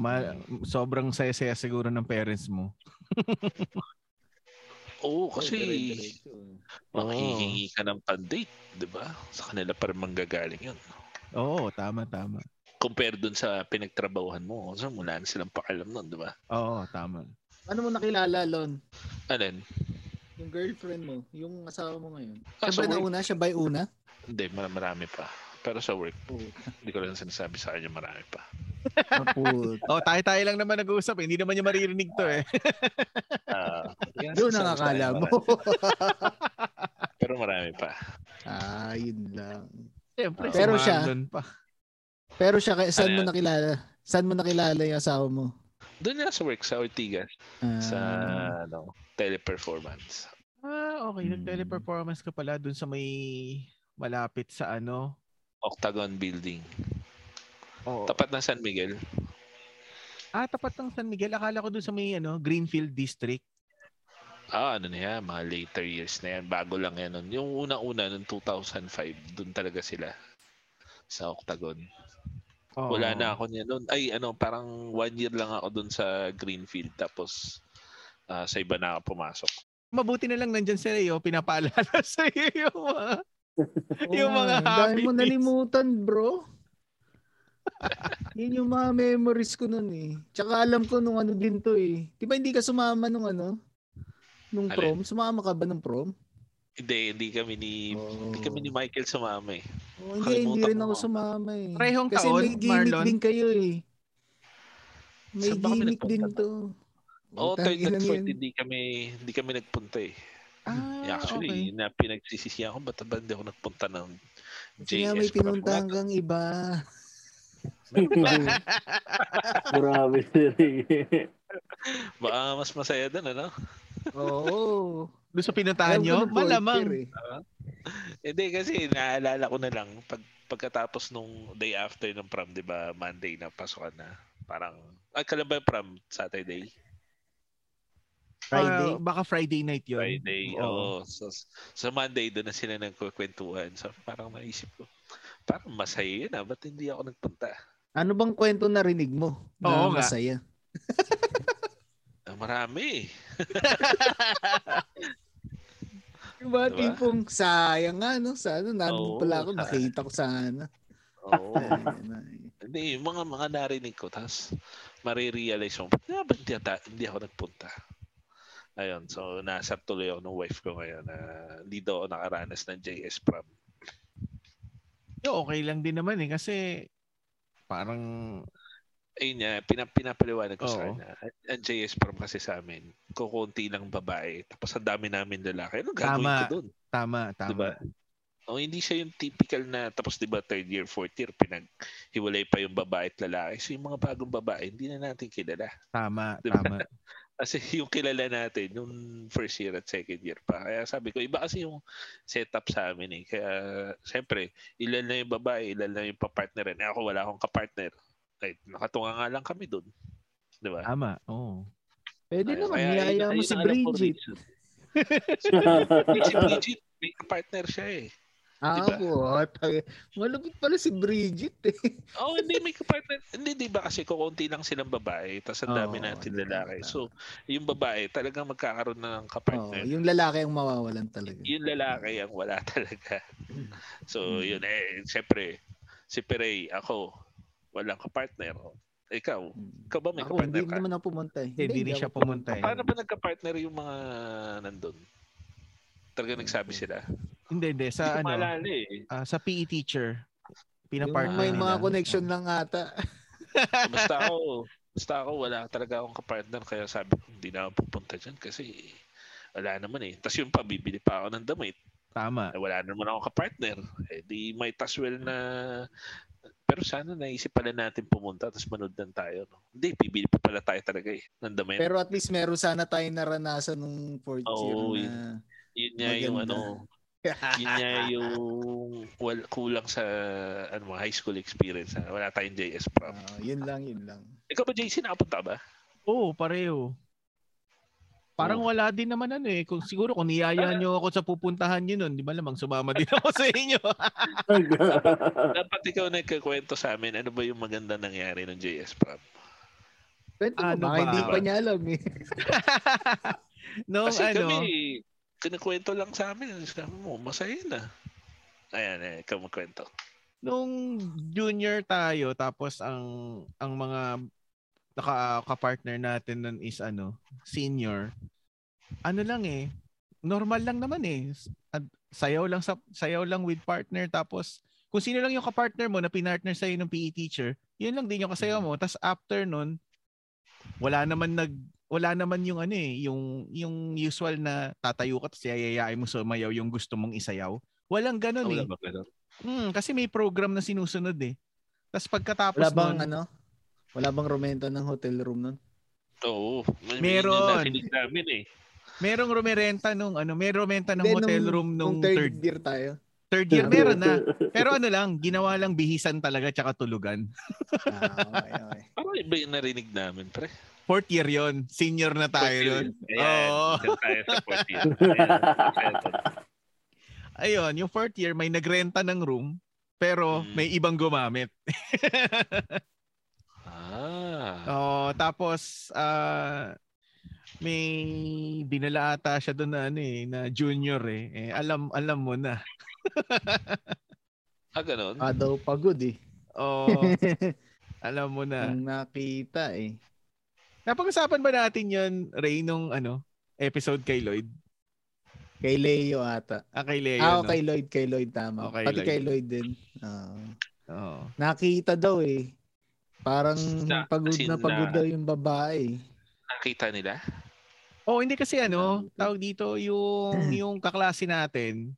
Speaker 1: Ma- sobrang saya-saya siguro ng parents mo.
Speaker 4: Oo, kasi
Speaker 3: Dire-diretso.
Speaker 4: Oh. makihingi ka ng pan-date, di ba? Sa kanila para manggagaling yun.
Speaker 1: Oo, tama tama.
Speaker 4: Compare dun sa pinagtrabahuhan mo, so wala na silang pakialam nun, di ba?
Speaker 1: Oo, tama.
Speaker 3: Ano mo nakilala, Lon?
Speaker 4: Alin?
Speaker 3: Yung girlfriend mo, yung asawa mo ngayon.
Speaker 4: Ah,
Speaker 3: Siya ba
Speaker 4: sa work?
Speaker 3: Diba nauna? Siya ba yung una?
Speaker 4: Hindi, mar- marami pa. Pero sa work,
Speaker 3: Oo.
Speaker 4: hindi ko lang sinasabi sa kanya marami pa.
Speaker 3: Kaput.
Speaker 1: Oh, tayo-tayo lang naman nag-uusap, eh. hindi naman niya maririnig 'to eh.
Speaker 4: Ah, kaya
Speaker 3: Doon ang
Speaker 4: sinasabi sa kanya
Speaker 3: akala mo.
Speaker 4: marami. Pero marami pa.
Speaker 3: ah, yun lang.
Speaker 1: Siyempre,
Speaker 3: Pero
Speaker 1: si
Speaker 3: siya-
Speaker 1: Marlon pa.
Speaker 3: Pero siya, kaya- saan
Speaker 4: Ano
Speaker 3: mo
Speaker 4: yan?
Speaker 3: nakilala? Saan mo nakilala yung asawa mo?
Speaker 4: Doon na sa work, sa Ortigas,
Speaker 3: Ah,
Speaker 4: sa ano, teleperformance.
Speaker 1: Ah, okay.
Speaker 3: Mm.
Speaker 1: Nag-teleperformance ka pala dun sa may malapit sa ano.
Speaker 4: Octagon Building.
Speaker 1: Oo.
Speaker 4: Tapat ng San Miguel.
Speaker 1: ah, tapat ng San Miguel. Akala ko dun sa may ano, Greenfield District.
Speaker 4: Ah, ano na yan, mga later years na yan. Bago lang yan nun. Yung una-una, noong 2005, doon talaga sila sa Octagon.
Speaker 1: Oo.
Speaker 4: Wala na ako niya noon. Ay, ano, parang one year lang ako doon sa Greenfield. Tapos, ah, sa iba na ako pumasok.
Speaker 1: Mabuti na lang nandyan sa iyo, pinapaalala eh, oh, sa iyo yung mga...
Speaker 3: oo
Speaker 1: yung
Speaker 3: nga,
Speaker 1: mga
Speaker 3: ang dami mo
Speaker 1: hobbies.
Speaker 3: nalimutan, bro. yun yung mga memories ko nun eh. Tsaka alam ko nung ano din to eh. Di ba hindi ka sumama nung ano? Nung
Speaker 4: Alin?
Speaker 3: prom? Sumama ka ba nung prom?
Speaker 4: Hindi, hindi kami ni
Speaker 3: Oh.
Speaker 4: hindi kami ni Michael sumama eh.
Speaker 3: Oh, hindi, hindi
Speaker 4: Kalimutan
Speaker 3: rin
Speaker 4: ko
Speaker 3: ako
Speaker 4: nga.
Speaker 3: sumama eh.
Speaker 1: Parehong
Speaker 3: Kasi
Speaker 1: taon,
Speaker 3: may gimmick
Speaker 1: Marlon?
Speaker 3: din kayo eh. May
Speaker 4: Saan ba kami
Speaker 3: gimmick din
Speaker 4: nagpunta?
Speaker 3: to.
Speaker 4: Oo,
Speaker 3: Putang
Speaker 4: third and
Speaker 3: ilang
Speaker 4: fourth,
Speaker 3: yan.
Speaker 4: hindi kami hindi kami nagpunta eh.
Speaker 1: Ah,
Speaker 4: Eh, Actually,
Speaker 1: okay.
Speaker 4: na pinagsisisi ako, ba't ba hindi ako nagpunta ng
Speaker 3: Kasi nga
Speaker 4: JS?
Speaker 3: may pinuntahan
Speaker 4: Parang,
Speaker 3: kang iba.
Speaker 2: Grabe si Ricky.
Speaker 4: Baka mas masaya doon, ano?
Speaker 3: Oo.
Speaker 1: Doon sa pinuntahan nyo, malamang.
Speaker 3: eh.
Speaker 4: Hindi, kasi naalala ko na lang, pag, pagkatapos nung day after ng prom, di ba, Monday na, pasokan na. Parang, ah, kailan ba yung prom? Saturday?
Speaker 3: Friday.
Speaker 1: Ah, baka Friday night yun.
Speaker 4: Friday. Oo. So, sa Monday, doon na sila nagkukwentuhan. So, parang naisip ko, parang masaya yun ah. Ba't hindi ako nagpunta?
Speaker 3: Ano bang kwento narinig mo? Na
Speaker 1: Oo nga.
Speaker 3: masaya.
Speaker 4: Ah, Marami eh.
Speaker 3: Yung mga
Speaker 4: Diba?
Speaker 3: tipong sayang nga, no? Sa ano, nandun
Speaker 4: Oo,
Speaker 3: pala ako,
Speaker 4: sayang.
Speaker 3: nakita ko ano. sana.
Speaker 4: Oo.
Speaker 3: Ayun, ayun.
Speaker 4: hindi, yung mga mga narinig ko, tapos marirealize mo, "Ah, ba't nga ba hindi, ata- hindi ako nagpunta? Ayun, so nasap tuloy ako ng wife ko ngayon na hindi daw ako nakaranas ng JS prom.
Speaker 1: Yo, okay lang din naman eh kasi parang
Speaker 4: ayun niya, pinap pinapaliwanag ko sa
Speaker 1: Oo.
Speaker 4: kanya. Ang- Ang JS prom kasi sa amin, kukunti lang babae, tapos ang dami namin lalaki. Ano gagawin
Speaker 1: Tama.
Speaker 4: ko doon?
Speaker 1: tama, tama.
Speaker 4: Diba? O hindi siya yung typical na, tapos di ba third year, fourth year, pinaghiwalay pa yung babae at lalaki. So yung mga bagong babae, hindi na natin kilala.
Speaker 1: Tama,
Speaker 4: Diba?
Speaker 1: tama.
Speaker 4: Kasi yung kilala natin, yung first year at second year pa. Kaya sabi ko, iba kasi yung setup sa amin eh. Kaya, syempre, ilan na yung babae, ilan na yung papartneran. Eh, ako wala akong kapartner. Kahit nakatunga nga lang kami doon. Di ba?
Speaker 1: Tama. Oo.
Speaker 3: Pwede Ah,
Speaker 4: Ayun,
Speaker 3: naman,
Speaker 4: kaya
Speaker 3: niyaya
Speaker 4: ayun-
Speaker 3: mo
Speaker 4: ayun
Speaker 3: si
Speaker 4: ang alam ko,
Speaker 3: Bridget.
Speaker 4: Richard. Hindi, si Bridget, may partner siya eh.
Speaker 3: Ah,
Speaker 4: Diba?
Speaker 3: buhat. Malupit pala si Bridget eh.
Speaker 4: Oh, hindi may partner. Hindi, di ba kasi kukunti lang silang babae, tapos ang dami
Speaker 3: Oo,
Speaker 4: natin
Speaker 3: tama,
Speaker 4: lalaki.
Speaker 3: tama.
Speaker 4: So, yung babae talagang magkakaroon na
Speaker 3: Oh,
Speaker 4: ng kapartner.
Speaker 3: yung lalaki ang mawawalan talaga.
Speaker 4: Yung lalaki ang wala talaga. So, yun eh, syempre, si Perey, ako, walang kapartner. Ikaw,
Speaker 3: Hmm.
Speaker 4: ikaw ba may
Speaker 3: Ako,
Speaker 4: kapartner
Speaker 3: hindi
Speaker 4: ka?
Speaker 3: naman ako pumunta eh.
Speaker 1: Hindi, hindi rin
Speaker 3: ako
Speaker 1: siya pumunta eh.
Speaker 4: Paano ba nagkapartner yung mga nandun? Talaga nagsabi sila.
Speaker 1: Hindi, hindi. Sa
Speaker 4: Hindi ko
Speaker 1: ano,
Speaker 4: maalala eh.
Speaker 1: ah, sa PE teacher.
Speaker 3: Yung
Speaker 1: Pinapartner
Speaker 3: may mga
Speaker 1: nila.
Speaker 3: connection lang ata.
Speaker 4: basta ako, basta ako, wala talaga akong kapartner. Kaya sabi ko, hindi na ako pupunta dyan kasi wala naman eh. Tapos yung pabibili pa ako ng damit.
Speaker 1: Tama.
Speaker 4: Eh, wala naman akong kapartner. Eh, di might as well na... Pero sana naisip pala natin pumunta tapos manood lang tayo. No? Hindi, bibili pa pala tayo talaga eh. Ng damit.
Speaker 3: Pero at least meron sana tayong naranasan nung fourth year
Speaker 4: Oo,
Speaker 3: na
Speaker 4: yun nga yung
Speaker 3: maganda.
Speaker 4: ano, yun nga yung wal, kulang sa ano, high school experience. Ha? Wala tayong JS prom.
Speaker 3: Ah, yun lang, yun lang.
Speaker 4: Ikaw ba, JC, nakapunta ka ba?
Speaker 1: Oo, pareho. Parang wala din naman ano eh. Kung, siguro kung niyaya nyo ako sa pupuntahan nyo nun, di ba lamang sumama din ako sa inyo.
Speaker 4: Dapat ikaw nagkakwento sa amin, ano ba yung maganda nangyari ng JS prom?
Speaker 3: Kwento mo,
Speaker 1: Ano
Speaker 3: baka
Speaker 1: ba?
Speaker 3: hindi pa niya alam eh.
Speaker 1: Noong
Speaker 4: Kasi
Speaker 1: ano,
Speaker 4: kami, kinikwento lang sa amin. Sabi mo, masaya na. Ayan, eh, ikaw magkwento.
Speaker 1: nung junior tayo tapos ang ang mga naka kapartner natin nun is ano senior ano lang eh normal lang naman eh At sayaw lang sa sayaw lang with partner tapos kung sino lang yung kapartner mo na pinartner sa'yo ng PE teacher yun lang din yung kasayaw mo tapos after nun wala naman nag wala naman yung ano eh yung yung usual na tatayo ka tapos yayayain mo sumayaw yung gusto mong isayaw walang ganun eh
Speaker 4: Wala ba ganun?
Speaker 1: Hmm, kasi may program na sinusunod eh. Tapos pagkatapos
Speaker 3: Wala bang
Speaker 1: nun,
Speaker 3: ano? Wala bang rumenta ng hotel room nun?
Speaker 4: Oo. May,
Speaker 1: Meron.
Speaker 4: Meron. Narinig namin eh.
Speaker 1: merong rumerenta nung ano, may rumenta ng
Speaker 3: Hindi,
Speaker 1: hotel room nung
Speaker 3: Nung
Speaker 1: third,
Speaker 3: third year tayo.
Speaker 1: third year meron na. Pero ano lang, ginawa lang bihisan talaga tsaka tulugan.
Speaker 3: Ah, okay, okay.
Speaker 4: Parang iba yung narinig namin, pre.
Speaker 1: Fourth year yon, senior na tayo nun.
Speaker 4: Ayan.
Speaker 1: Oo.
Speaker 4: Diyan tayo sa fourth year. Ayan. Kwento.
Speaker 1: Ayun, yung fourth year may nagrenta ng room pero
Speaker 4: Hmm.
Speaker 1: may ibang gumamit.
Speaker 4: Ah.
Speaker 1: Oh, tapos ah may dinala ata siya doon na ano eh, na junior eh. eh alam alam mo na.
Speaker 4: Ah, ganun?
Speaker 3: Ah, daw pagod eh.
Speaker 1: Oh, alam mo na.
Speaker 3: Ang nakita eh.
Speaker 1: Napag-usapan ba natin yun, Ray, nung ano, episode kay Lloyd?
Speaker 3: Kay Leo ata.
Speaker 1: Ah, kay Leo.
Speaker 3: Ah,
Speaker 1: no?
Speaker 3: kay Lloyd, kay Lloyd tama.
Speaker 1: Oh, kay
Speaker 3: Pati
Speaker 1: Lloyd.
Speaker 3: kay Lloyd din. Ah.
Speaker 1: Oo.
Speaker 3: nakita daw eh. Parang
Speaker 4: Na-
Speaker 3: pagod
Speaker 4: as in
Speaker 3: na pagod
Speaker 4: na-
Speaker 3: daw yung babae. eh.
Speaker 4: Nakita nila?
Speaker 1: Oh, hindi kasi ano, tawag dito yung yung kaklase natin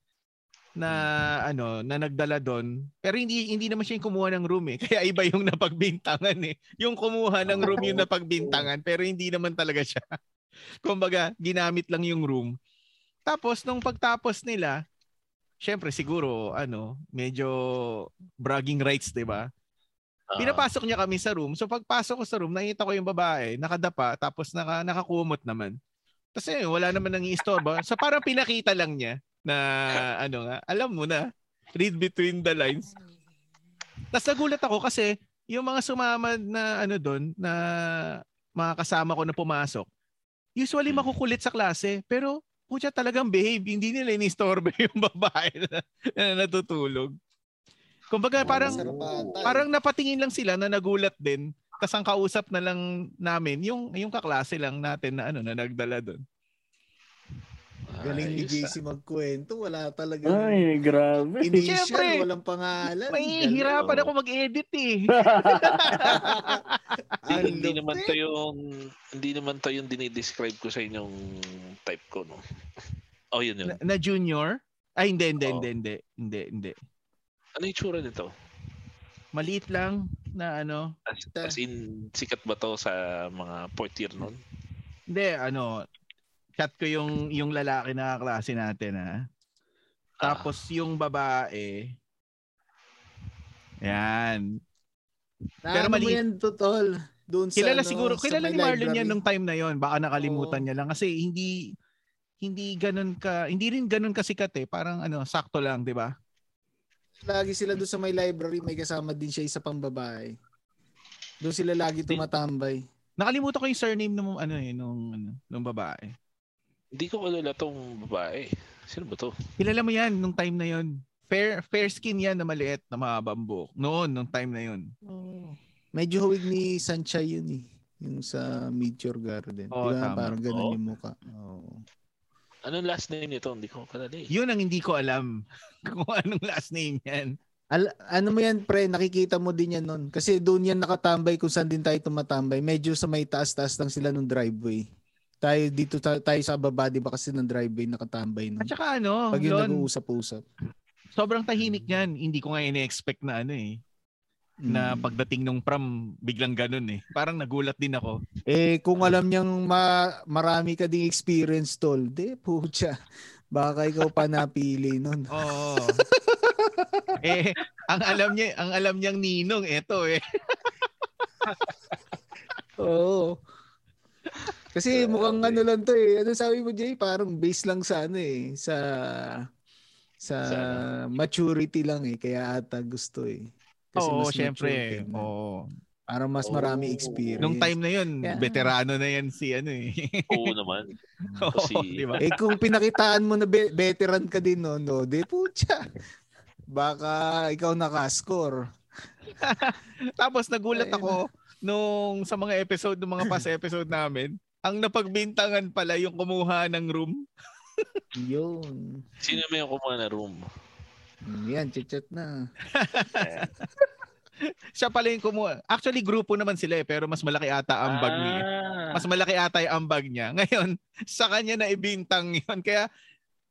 Speaker 1: na ano, na nagdala doon. Pero hindi hindi naman siya yung kumuha ng room eh. Kaya iba yung napagbintangan eh. Yung kumuha ng room yung napagbintangan pero hindi naman talaga siya. Kumbaga, ginamit lang yung room. Tapos nung pagtapos nila, syempre siguro ano, medyo bragging rights, 'di ba?
Speaker 4: Ah,
Speaker 1: Pinapasok niya kami sa room. So pagpasok ko sa room, nakita ko yung babae, nakadapa, tapos naka, nakakumot naman. Tapos eh, wala naman nang iistorbo. So parang pinakita lang niya na ano nga, alam mo na, read between the lines. Tapos nagulat ako kasi yung mga sumama na ano doon, na mga kasama ko na pumasok, usually makukulit sa klase, pero putya talagang behave, hindi nila inistorbo yung babae na, na natutulog. Kumbaga parang
Speaker 3: eh.
Speaker 1: Parang napatingin lang sila na nagulat din. Tapos ang kausap na lang namin, yung, yung kaklase lang natin na ano na nagdala doon.
Speaker 3: Galing ni
Speaker 4: ayos, ah.
Speaker 3: JC magkwento. Wala talaga.
Speaker 2: Ay, grabe.
Speaker 3: Initial,
Speaker 1: Siyempre.
Speaker 3: walang pangalan.
Speaker 1: May
Speaker 3: Galing.
Speaker 1: hirapan ako mag-edit eh.
Speaker 4: Hindi,
Speaker 3: Ang
Speaker 4: hindi naman
Speaker 3: lupit.
Speaker 4: to yung hindi naman to yung dinidescribe ko sa inyong type ko no. Oh, yun yun.
Speaker 1: Na, na junior? Ay, hindi, hindi,
Speaker 4: Oo.
Speaker 1: hindi, hindi, hindi, hindi.
Speaker 4: Ano yung tsura nito?
Speaker 1: Maliit lang na ano.
Speaker 4: As, as in, sikat ba to sa mga fourth year nun?
Speaker 1: Hindi, ano, chat ko yung, yung lalaki na kaklase natin ha.
Speaker 4: Ah,
Speaker 1: Tapos yung babae, yan.
Speaker 3: Na
Speaker 1: Pero
Speaker 3: ano
Speaker 1: maliit.
Speaker 3: mo yan, Tutol? Doon sa,
Speaker 1: Kilala
Speaker 3: ano,
Speaker 1: siguro,
Speaker 3: sa
Speaker 1: kilala ni
Speaker 3: may
Speaker 1: Marlon
Speaker 3: library.
Speaker 1: yan nung time na yon. Baka nakalimutan
Speaker 3: Oo.
Speaker 1: niya lang kasi hindi hindi ganun ka, hindi rin ganun kasikat eh. Parang ano, sakto lang, 'di ba?
Speaker 3: Lagi sila doon sa may library, may kasama din siya isa pang babae. Doon sila lagi tumatambay.
Speaker 1: Nakalimutan ko yung surname nung ano eh, nung ano, nung babae.
Speaker 4: hindi ko kilala tong babae. Sino ba to?
Speaker 1: Kilala mo yan nung time na yon. Fair fair skin yan na maliit na mabambok. Noon nung time na yon. Oh.
Speaker 3: Medyo huwig ni Sanchay yun eh. Yung sa Meteor Garden.
Speaker 1: Oo,
Speaker 3: Di ba?
Speaker 1: Oh, tama.
Speaker 3: Parang ganun
Speaker 4: Oo.
Speaker 3: yung mukha. Oh. Oo.
Speaker 4: Anong last name nito? Hindi ko kilala eh.
Speaker 1: Yun ang hindi ko alam kung anong last name yan.
Speaker 3: Al- ano mo yan, pre? Nakikita mo din yan nun. Kasi doon yan nakatambay kung saan din tayo tumatambay. Medyo sa may taas-taas lang sila nung driveway. Tayo dito, ta- tayo sa baba, di ba kasi ng driveway nakatambay nun.
Speaker 1: At saka ano,
Speaker 3: Pag yung
Speaker 1: Lon,
Speaker 3: nag-uusap-usap.
Speaker 1: sobrang tahimik niyan. Hindi ko nga ine-expect na ano eh, na
Speaker 3: Mm.
Speaker 1: pagdating nung prom, biglang ganun eh. Parang nagulat din ako. Hmm.
Speaker 3: Eh, kung alam niyang ma- marami ka ding experience, tol, de, pucha. Baka ikaw pa napili nun.
Speaker 1: Oo. eh, ang alam niya, ang alam niyang ninong eto eh.
Speaker 3: Oo. Kasi mukhang ano lang to eh. Ano sabi mo, Jay? Parang base lang sa ano eh. Sa sa
Speaker 4: Sa
Speaker 1: ano?
Speaker 3: maturity lang eh. Kaya ata gusto eh.
Speaker 1: Oo,
Speaker 3: mas mature
Speaker 1: syempre. eh.
Speaker 3: ka na.
Speaker 1: Oo.
Speaker 3: Parang mas
Speaker 4: Oo.
Speaker 3: marami experience.
Speaker 1: Nung time na 'yun,
Speaker 3: Yeah.
Speaker 1: veterano na 'yan si ano eh.
Speaker 4: Oo naman.
Speaker 1: Oo,
Speaker 4: Kasi-
Speaker 1: di ba?
Speaker 3: Eh kung pinakitaan mo na be- veteran ka din no, no, de pucha. Baka ikaw nakascore.
Speaker 1: Tapos nagulat
Speaker 3: Ayun.
Speaker 1: ako nung sa mga episode, ng mga past episode namin, ang napagbintangan pala yung kumuha ng room.
Speaker 3: Yun.
Speaker 4: Sino may kumuha na room?
Speaker 3: Mm, Yan, chichat na.
Speaker 1: Siya pala yung kumuha. Actually, grupo naman sila eh, pero mas malaki ata ang bag niya.
Speaker 4: Ah.
Speaker 1: mas malaki ata yung ambag niya. Ngayon, sa kanya na ibintang yun. Kaya,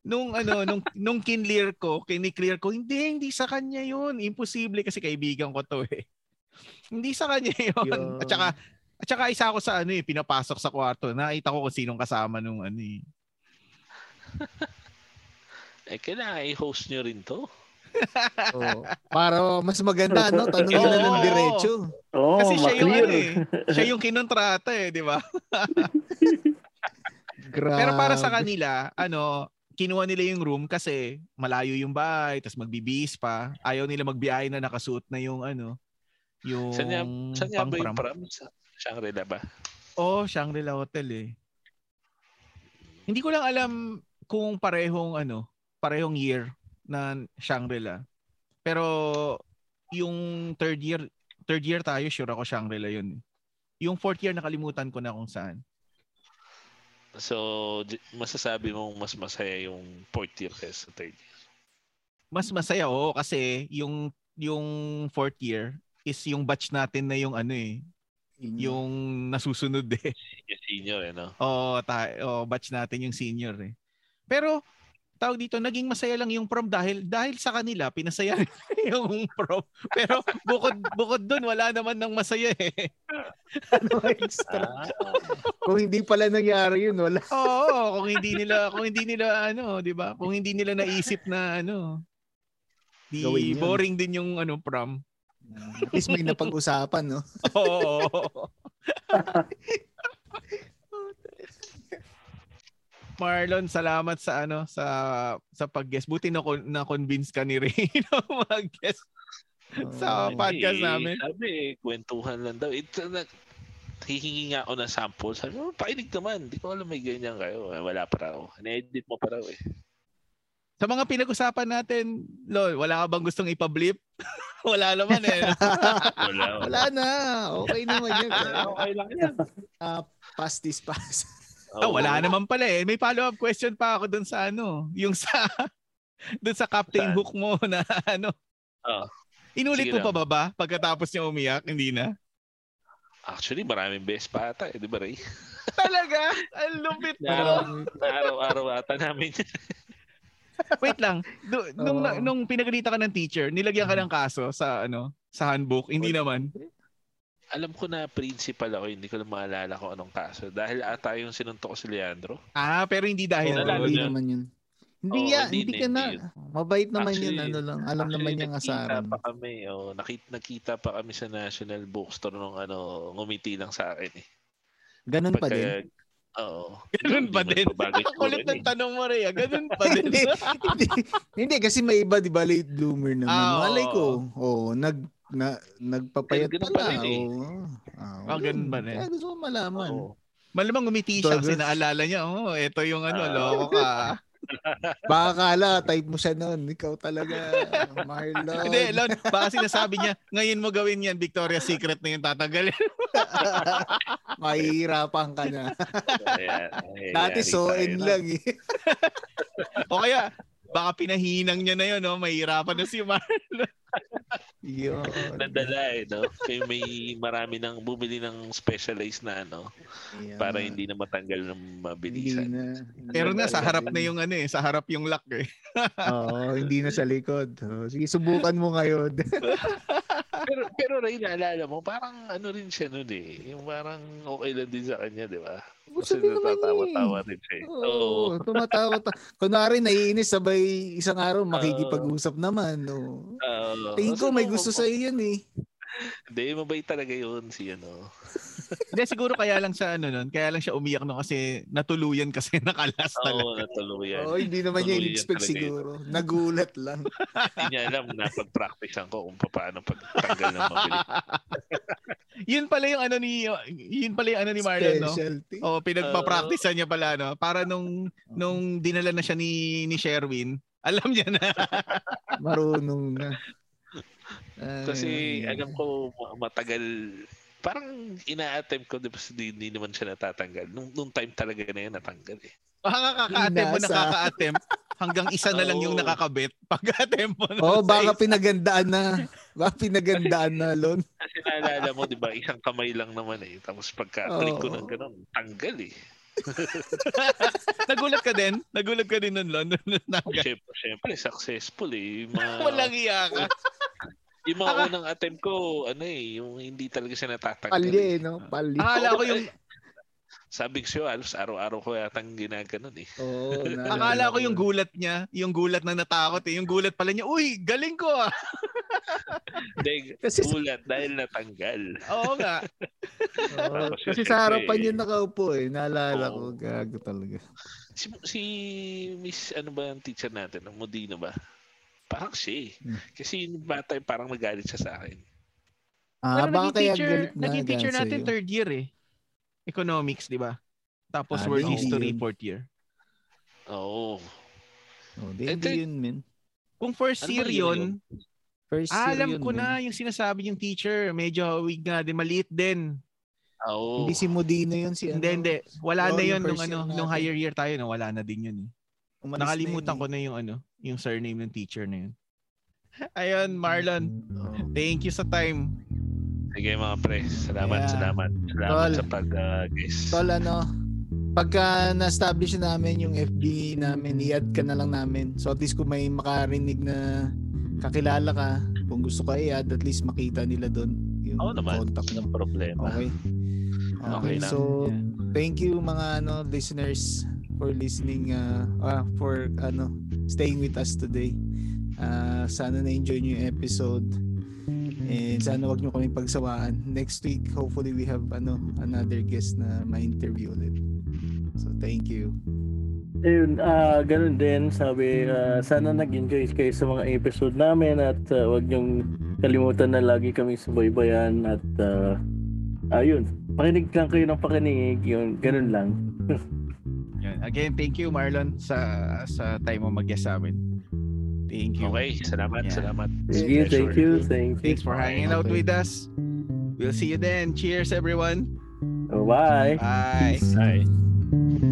Speaker 1: nung ano nung nung kinlear ko kiniklear ko hindi hindi sa kanya yun imposible kasi kaibigan ko to eh hindi sa kanya yun
Speaker 3: Yun.
Speaker 1: at saka at saka isa ako sa ano eh pinapasok sa kwarto nakita ko kung sinong kasama nung ano eh
Speaker 4: Eh, kailangan i-host nyo rin to.
Speaker 3: Oo. Oh, Para mas maganda, no? Tanong nila ng
Speaker 1: Oo.
Speaker 3: diretso.
Speaker 2: Oh,
Speaker 1: kasi siya yung
Speaker 2: ma-clear.
Speaker 1: ano eh siya yung kinontrata eh di ba
Speaker 3: Grabe.
Speaker 1: Pero para
Speaker 3: Um,
Speaker 1: sa kanila, ano, kinuha nila yung room kasi malayo yung bahay, tapos magbibis pa. Ayaw nila magbiyahe na nakasuot na yung ano, yung
Speaker 4: Saan niya- Saan nga ba yung
Speaker 1: Hmm, pang-pram.
Speaker 4: pram? Sa Shangri-La ba?
Speaker 1: Oo, Shangri-La Hotel eh. Hindi ko lang alam kung parehong ano, parehong year na Shangri-La. Pero yung third year, third year eh. tayo, sure ako Shangri-La yun. Yung fourth year, nakalimutan ko na kung saan.
Speaker 4: So, j- masasabi mong mas masaya yung fourth year kaysa sa third year.
Speaker 1: Mas masaya oo kasi yung yung fourth year is yung batch natin na yung ano eh,
Speaker 3: Yun
Speaker 1: yung nasusunod eh.
Speaker 4: Yung senior, eh, no?
Speaker 1: Oo, ta- oo, batch natin yung senior eh. Pero tawag dito naging masaya lang yung prom dahil dahil sa kanila pinasaya yung prom. Pero bukod bukod doon wala naman ng masaya eh.
Speaker 3: extra.
Speaker 1: Ah.
Speaker 3: Kung hindi pala nangyari yun, wala.
Speaker 1: Oo, kung hindi nila kung hindi nila ano, 'di ba? Kung hindi nila naisip na ano, di
Speaker 3: Gawin yun.
Speaker 1: boring din yung ano prom.
Speaker 3: At least may napag-usapan, no?
Speaker 1: Oo. Marlon, salamat sa ano sa sa pag-guest. Buti na na convince ka ni Ray na mag-guest sa
Speaker 3: Oo.
Speaker 1: podcast
Speaker 4: Eh,
Speaker 1: namin.
Speaker 4: Sabi, eh, kwentuhan lang daw. It, na, hihingi nga ako ng sample. Sabi mo, pakinig naman. Hindi ko alam may ganyan kayo. Eh, Wala pa raw. Na-edit mo pa raw eh.
Speaker 1: Sa mga pinag-usapan natin, lol, wala ka bang gustong ipa-blip? wala naman eh.
Speaker 4: Wala.
Speaker 3: Wala na. Okay naman yun.
Speaker 4: Okay lang yan.
Speaker 3: Ah, pass this pass.
Speaker 1: Ah, wala naman pala eh. May follow-up question pa ako dun sa ano, yung sa dun sa Captain
Speaker 4: Saan?
Speaker 1: Hook mo na ano.
Speaker 4: Ah.
Speaker 1: Inulit mo
Speaker 4: Sige
Speaker 1: pa
Speaker 4: lang.
Speaker 1: ba ba pagkatapos niya umiyak? Hindi na.
Speaker 4: Actually, maraming best pa ata. Eh, di ba, Ray?
Speaker 1: Talaga? Ang lupit mo.
Speaker 4: Pero- Araw-araw ata namin.
Speaker 1: Wait lang. Do, nung,
Speaker 3: Oo. Mm-hmm.
Speaker 1: nung pinagalita ka ng teacher, nilagyan ka ng kaso sa ano sa handbook. Hindi naman.
Speaker 4: alam ko na principal ako. Hindi ko na maalala kung anong kaso. Dahil ata yung sinuntok ko si Leandro.
Speaker 1: Ah, pero hindi dahil
Speaker 4: Oo,
Speaker 1: doon.
Speaker 4: nalalo
Speaker 3: hindi
Speaker 4: niya.
Speaker 3: naman yun. Hindi,
Speaker 4: Oo,
Speaker 3: ya,
Speaker 4: hindi,
Speaker 3: hindi ka
Speaker 4: hindi
Speaker 3: na.
Speaker 4: yun.
Speaker 3: Mabait naman yun,
Speaker 4: Actually,
Speaker 3: ano lang. Alam naman
Speaker 4: Actually,
Speaker 3: niyang
Speaker 4: nakita
Speaker 3: asaran.
Speaker 4: pa kami. Oh, nakita, nakita pa kami sa National Bookstore nung ano, ngumiti lang sa akin eh.
Speaker 3: Ganun Ano pa din.
Speaker 4: Oo.
Speaker 1: Ganun
Speaker 4: Hindi
Speaker 1: pa
Speaker 4: mo
Speaker 1: din.
Speaker 4: ipabagay
Speaker 1: Ang kulit
Speaker 4: kulay
Speaker 1: ng
Speaker 4: eh.
Speaker 1: tanong mo, Rhea. Ganun pa din.
Speaker 3: hindi, hindi, hindi, kasi may iba, di ba, late bloomer naman.
Speaker 1: Ah, oo.
Speaker 3: Malay ko, oh, nag, na, nagpapayat
Speaker 4: Ganun
Speaker 3: pala.
Speaker 4: pa rin eh.
Speaker 3: Oo. Ah,
Speaker 1: Ah, ganun ba rin?
Speaker 3: Kaya gusto ko malaman.
Speaker 4: Oo.
Speaker 1: Malamang umiti siya kasi
Speaker 3: Dagas.
Speaker 1: naalala niya, oh, eto yung ano,
Speaker 4: Ah.
Speaker 1: loko ka.
Speaker 3: Baka kala, type mo siya noon. Ikaw talaga, Marlon.
Speaker 1: Hindi, Lon, baka sinasabi niya, ngayon mo gawin yan, Victoria's Secret na yung tatanggalin.
Speaker 3: Mahihirapan ka na.
Speaker 4: Ayan, ayan,
Speaker 3: Dati
Speaker 4: eh, yari
Speaker 3: so
Speaker 4: tayo
Speaker 3: in
Speaker 4: na.
Speaker 3: lang eh.
Speaker 1: o kaya, baka pinahinang niya na yun, no? mahirapan na si Mar.
Speaker 3: Yun.
Speaker 4: Nadala eh, no? Kaya may marami nang bumili ng specialized na ano
Speaker 3: Ayan.
Speaker 4: para hindi na matanggal
Speaker 3: Hindi
Speaker 4: ng mabilisan.
Speaker 3: na.
Speaker 1: Pero na, sa harap na yung ano eh, sa harap yung lock eh.
Speaker 3: Oo, hindi na sa likod. Oo, sige, subukan mo ngayon.
Speaker 4: pero pero Ray, naalala mo, parang ano rin siya nun eh. Yung parang okay lang din sa kanya, di ba?
Speaker 3: Gusto
Speaker 4: Kasi
Speaker 3: din naman
Speaker 4: natatawa-tawa
Speaker 3: eh.
Speaker 4: rin siya. eh. Oo.
Speaker 3: Oo, tumatawa ta. Kunwari, naiinis sabay isang araw makikipag-usap naman. Oo.
Speaker 4: Oo.
Speaker 3: Tingin ko may
Speaker 4: Sabi
Speaker 3: gusto sa iyo yun eh.
Speaker 4: Hindi, mabait talaga yun si ano.
Speaker 1: Hindi, siguro kaya lang siya ano nun, kaya lang siya umiyak no kasi natuluyan kasi nakalas talaga.
Speaker 4: Oo, natuluyan.
Speaker 3: Oo, hindi naman niya
Speaker 4: Tuloy yan
Speaker 3: in-expect
Speaker 4: talaga yun.
Speaker 3: siguro. Nagulat lang.
Speaker 4: Hindi niya alam, napag-practice ko kung paano pagtanggal ng mabilis.
Speaker 1: Yun pala yung ano ni, yun pala yung ano ni Marlon, no?
Speaker 3: Specialty.
Speaker 1: Oo, pinagpa-practicean niya pala, no? Para nung,
Speaker 3: Oh.
Speaker 1: nung dinala na siya ni, ni Sherwin, alam niya na.
Speaker 3: Marunong na. Ay,
Speaker 4: Kasi
Speaker 3: ay.
Speaker 4: alam ko ma- matagal, parang ina-attempt ko, di ba, hindi, hindi naman siya natatanggal. Nung, nung time talaga na yun, natanggal eh.
Speaker 1: Baka kaka-attempt mo,
Speaker 3: Inasa.
Speaker 1: nakaka-attempt. Hanggang isa na lang yung
Speaker 4: Oo.
Speaker 1: nakakabit. Pag-attempt mo. na
Speaker 3: Oh,
Speaker 1: sa
Speaker 3: baka
Speaker 1: isa.
Speaker 3: pinagandaan na. Baka pinagandaan na, Lon.
Speaker 4: Kasi naalala mo, di ba, isang kamay lang naman eh. Tapos pagka-click ko
Speaker 3: Oo.
Speaker 4: ng ganun, tanggal eh.
Speaker 1: Eh, Nagulat ka din? Nagulat ka din nun, Lon?
Speaker 4: Siyempre, siyempre successful eh. Yung mga,
Speaker 1: Walang iya ka.
Speaker 4: yung mga unang attempt ko, ano eh, yung hindi talaga siya natatanggal.
Speaker 3: Palye,
Speaker 4: eh.
Speaker 3: eh, no? Palye.
Speaker 1: Akala ko
Speaker 3: Ano
Speaker 1: yung,
Speaker 4: Sabi ko siya, alos araw-araw ko yatang ginaganon eh.
Speaker 3: Oo, na-
Speaker 1: akala ko yung gulat niya, yung gulat na natakot eh. Yung gulat pala niya, uy, galing ko ah.
Speaker 4: Dahil
Speaker 3: Kasi sa-
Speaker 4: gulat dahil natanggal.
Speaker 1: Oo nga.
Speaker 3: Oo,
Speaker 4: Tapos yun,
Speaker 3: kasi sa harapan
Speaker 4: syempre,
Speaker 3: niya nakaupo eh. Naalala ko,
Speaker 4: Oo.
Speaker 3: gago talaga.
Speaker 4: Si, si Miss, ano ba ang teacher natin? Ang Modino ba? Parang siya eh.
Speaker 3: Hmm.
Speaker 4: Kasi yung bata eh, parang nagalit siya sa akin.
Speaker 3: Ah,
Speaker 1: Pero
Speaker 3: baka
Speaker 1: Ano naging
Speaker 3: kaya
Speaker 1: teacher,
Speaker 3: galit na
Speaker 1: naging teacher
Speaker 3: dahil
Speaker 1: natin
Speaker 3: sa'yo.
Speaker 1: third year eh. Economics, di ba? Tapos
Speaker 3: Ah,
Speaker 1: world
Speaker 3: hindi
Speaker 1: history
Speaker 3: yun.
Speaker 1: fourth year.
Speaker 4: Oo.
Speaker 3: Oh, di,
Speaker 4: Eh,
Speaker 3: hindi
Speaker 4: third-
Speaker 3: yun, men.
Speaker 1: Kung first
Speaker 4: Ano ba
Speaker 1: year
Speaker 4: yun?
Speaker 1: yun,
Speaker 3: First
Speaker 1: ah, alam
Speaker 3: year yun,
Speaker 1: ko
Speaker 3: men.
Speaker 1: na yung sinasabi yung teacher. Medyo hawig nga din, maliit din.
Speaker 4: Oo.
Speaker 3: Hindi si Modino yun si ano?
Speaker 1: Hindi, hindi. Wala na
Speaker 3: Rolling
Speaker 1: yun nung
Speaker 3: person
Speaker 1: ano,
Speaker 3: natin.
Speaker 1: nung higher year tayo, no? wala na din yun. Eh. Nakalimutan ko na yung ano, yung surname ng teacher na yun. Ayun, Marlon.
Speaker 3: Oh.
Speaker 1: Thank you sa time.
Speaker 4: Sige mga pre, salamat,
Speaker 3: Yeah.
Speaker 4: salamat. Salamat
Speaker 3: Tol.
Speaker 4: sa ah, pag-guess.
Speaker 3: Tol, ano, pagka na-establish na namin yung FB namin, i-add ka na lang namin. So at least kung may makarinig na kakilala ka, kung gusto ka i-add, at least makita nila doon yung
Speaker 4: Oo naman,
Speaker 3: contact
Speaker 4: walang
Speaker 3: mo.
Speaker 4: problema.
Speaker 3: Okay.
Speaker 4: Okay lang.
Speaker 3: So, thank you mga ano listeners for listening uh, ah, for ano staying with us today. Ah, sana na-enjoy nyo yung episode and sana wag nyo kami pagsawaan. Next week, hopefully we have ano another guest na ma-interview ulit. So, thank you.
Speaker 2: Ayun, ah ganun din. Sabi, ah, sana nag-enjoy kayo sa mga episode namin at ah, huwag niyong kalimutan na lagi kaming subaybayan at ah, ayun, pakinig lang kayo ng pakinig. Yun, ganun lang.
Speaker 1: Yan. Again, thank you Marlon sa sa time mo mag-guest sa amin. Thank you.
Speaker 4: Okay, salamat,
Speaker 1: Yeah.
Speaker 4: salamat.
Speaker 2: Thank you, thank you, thank you.
Speaker 1: Thanks for hanging out with us. We'll see you then. Cheers everyone.
Speaker 2: Bye.
Speaker 1: Bye.
Speaker 4: Bye.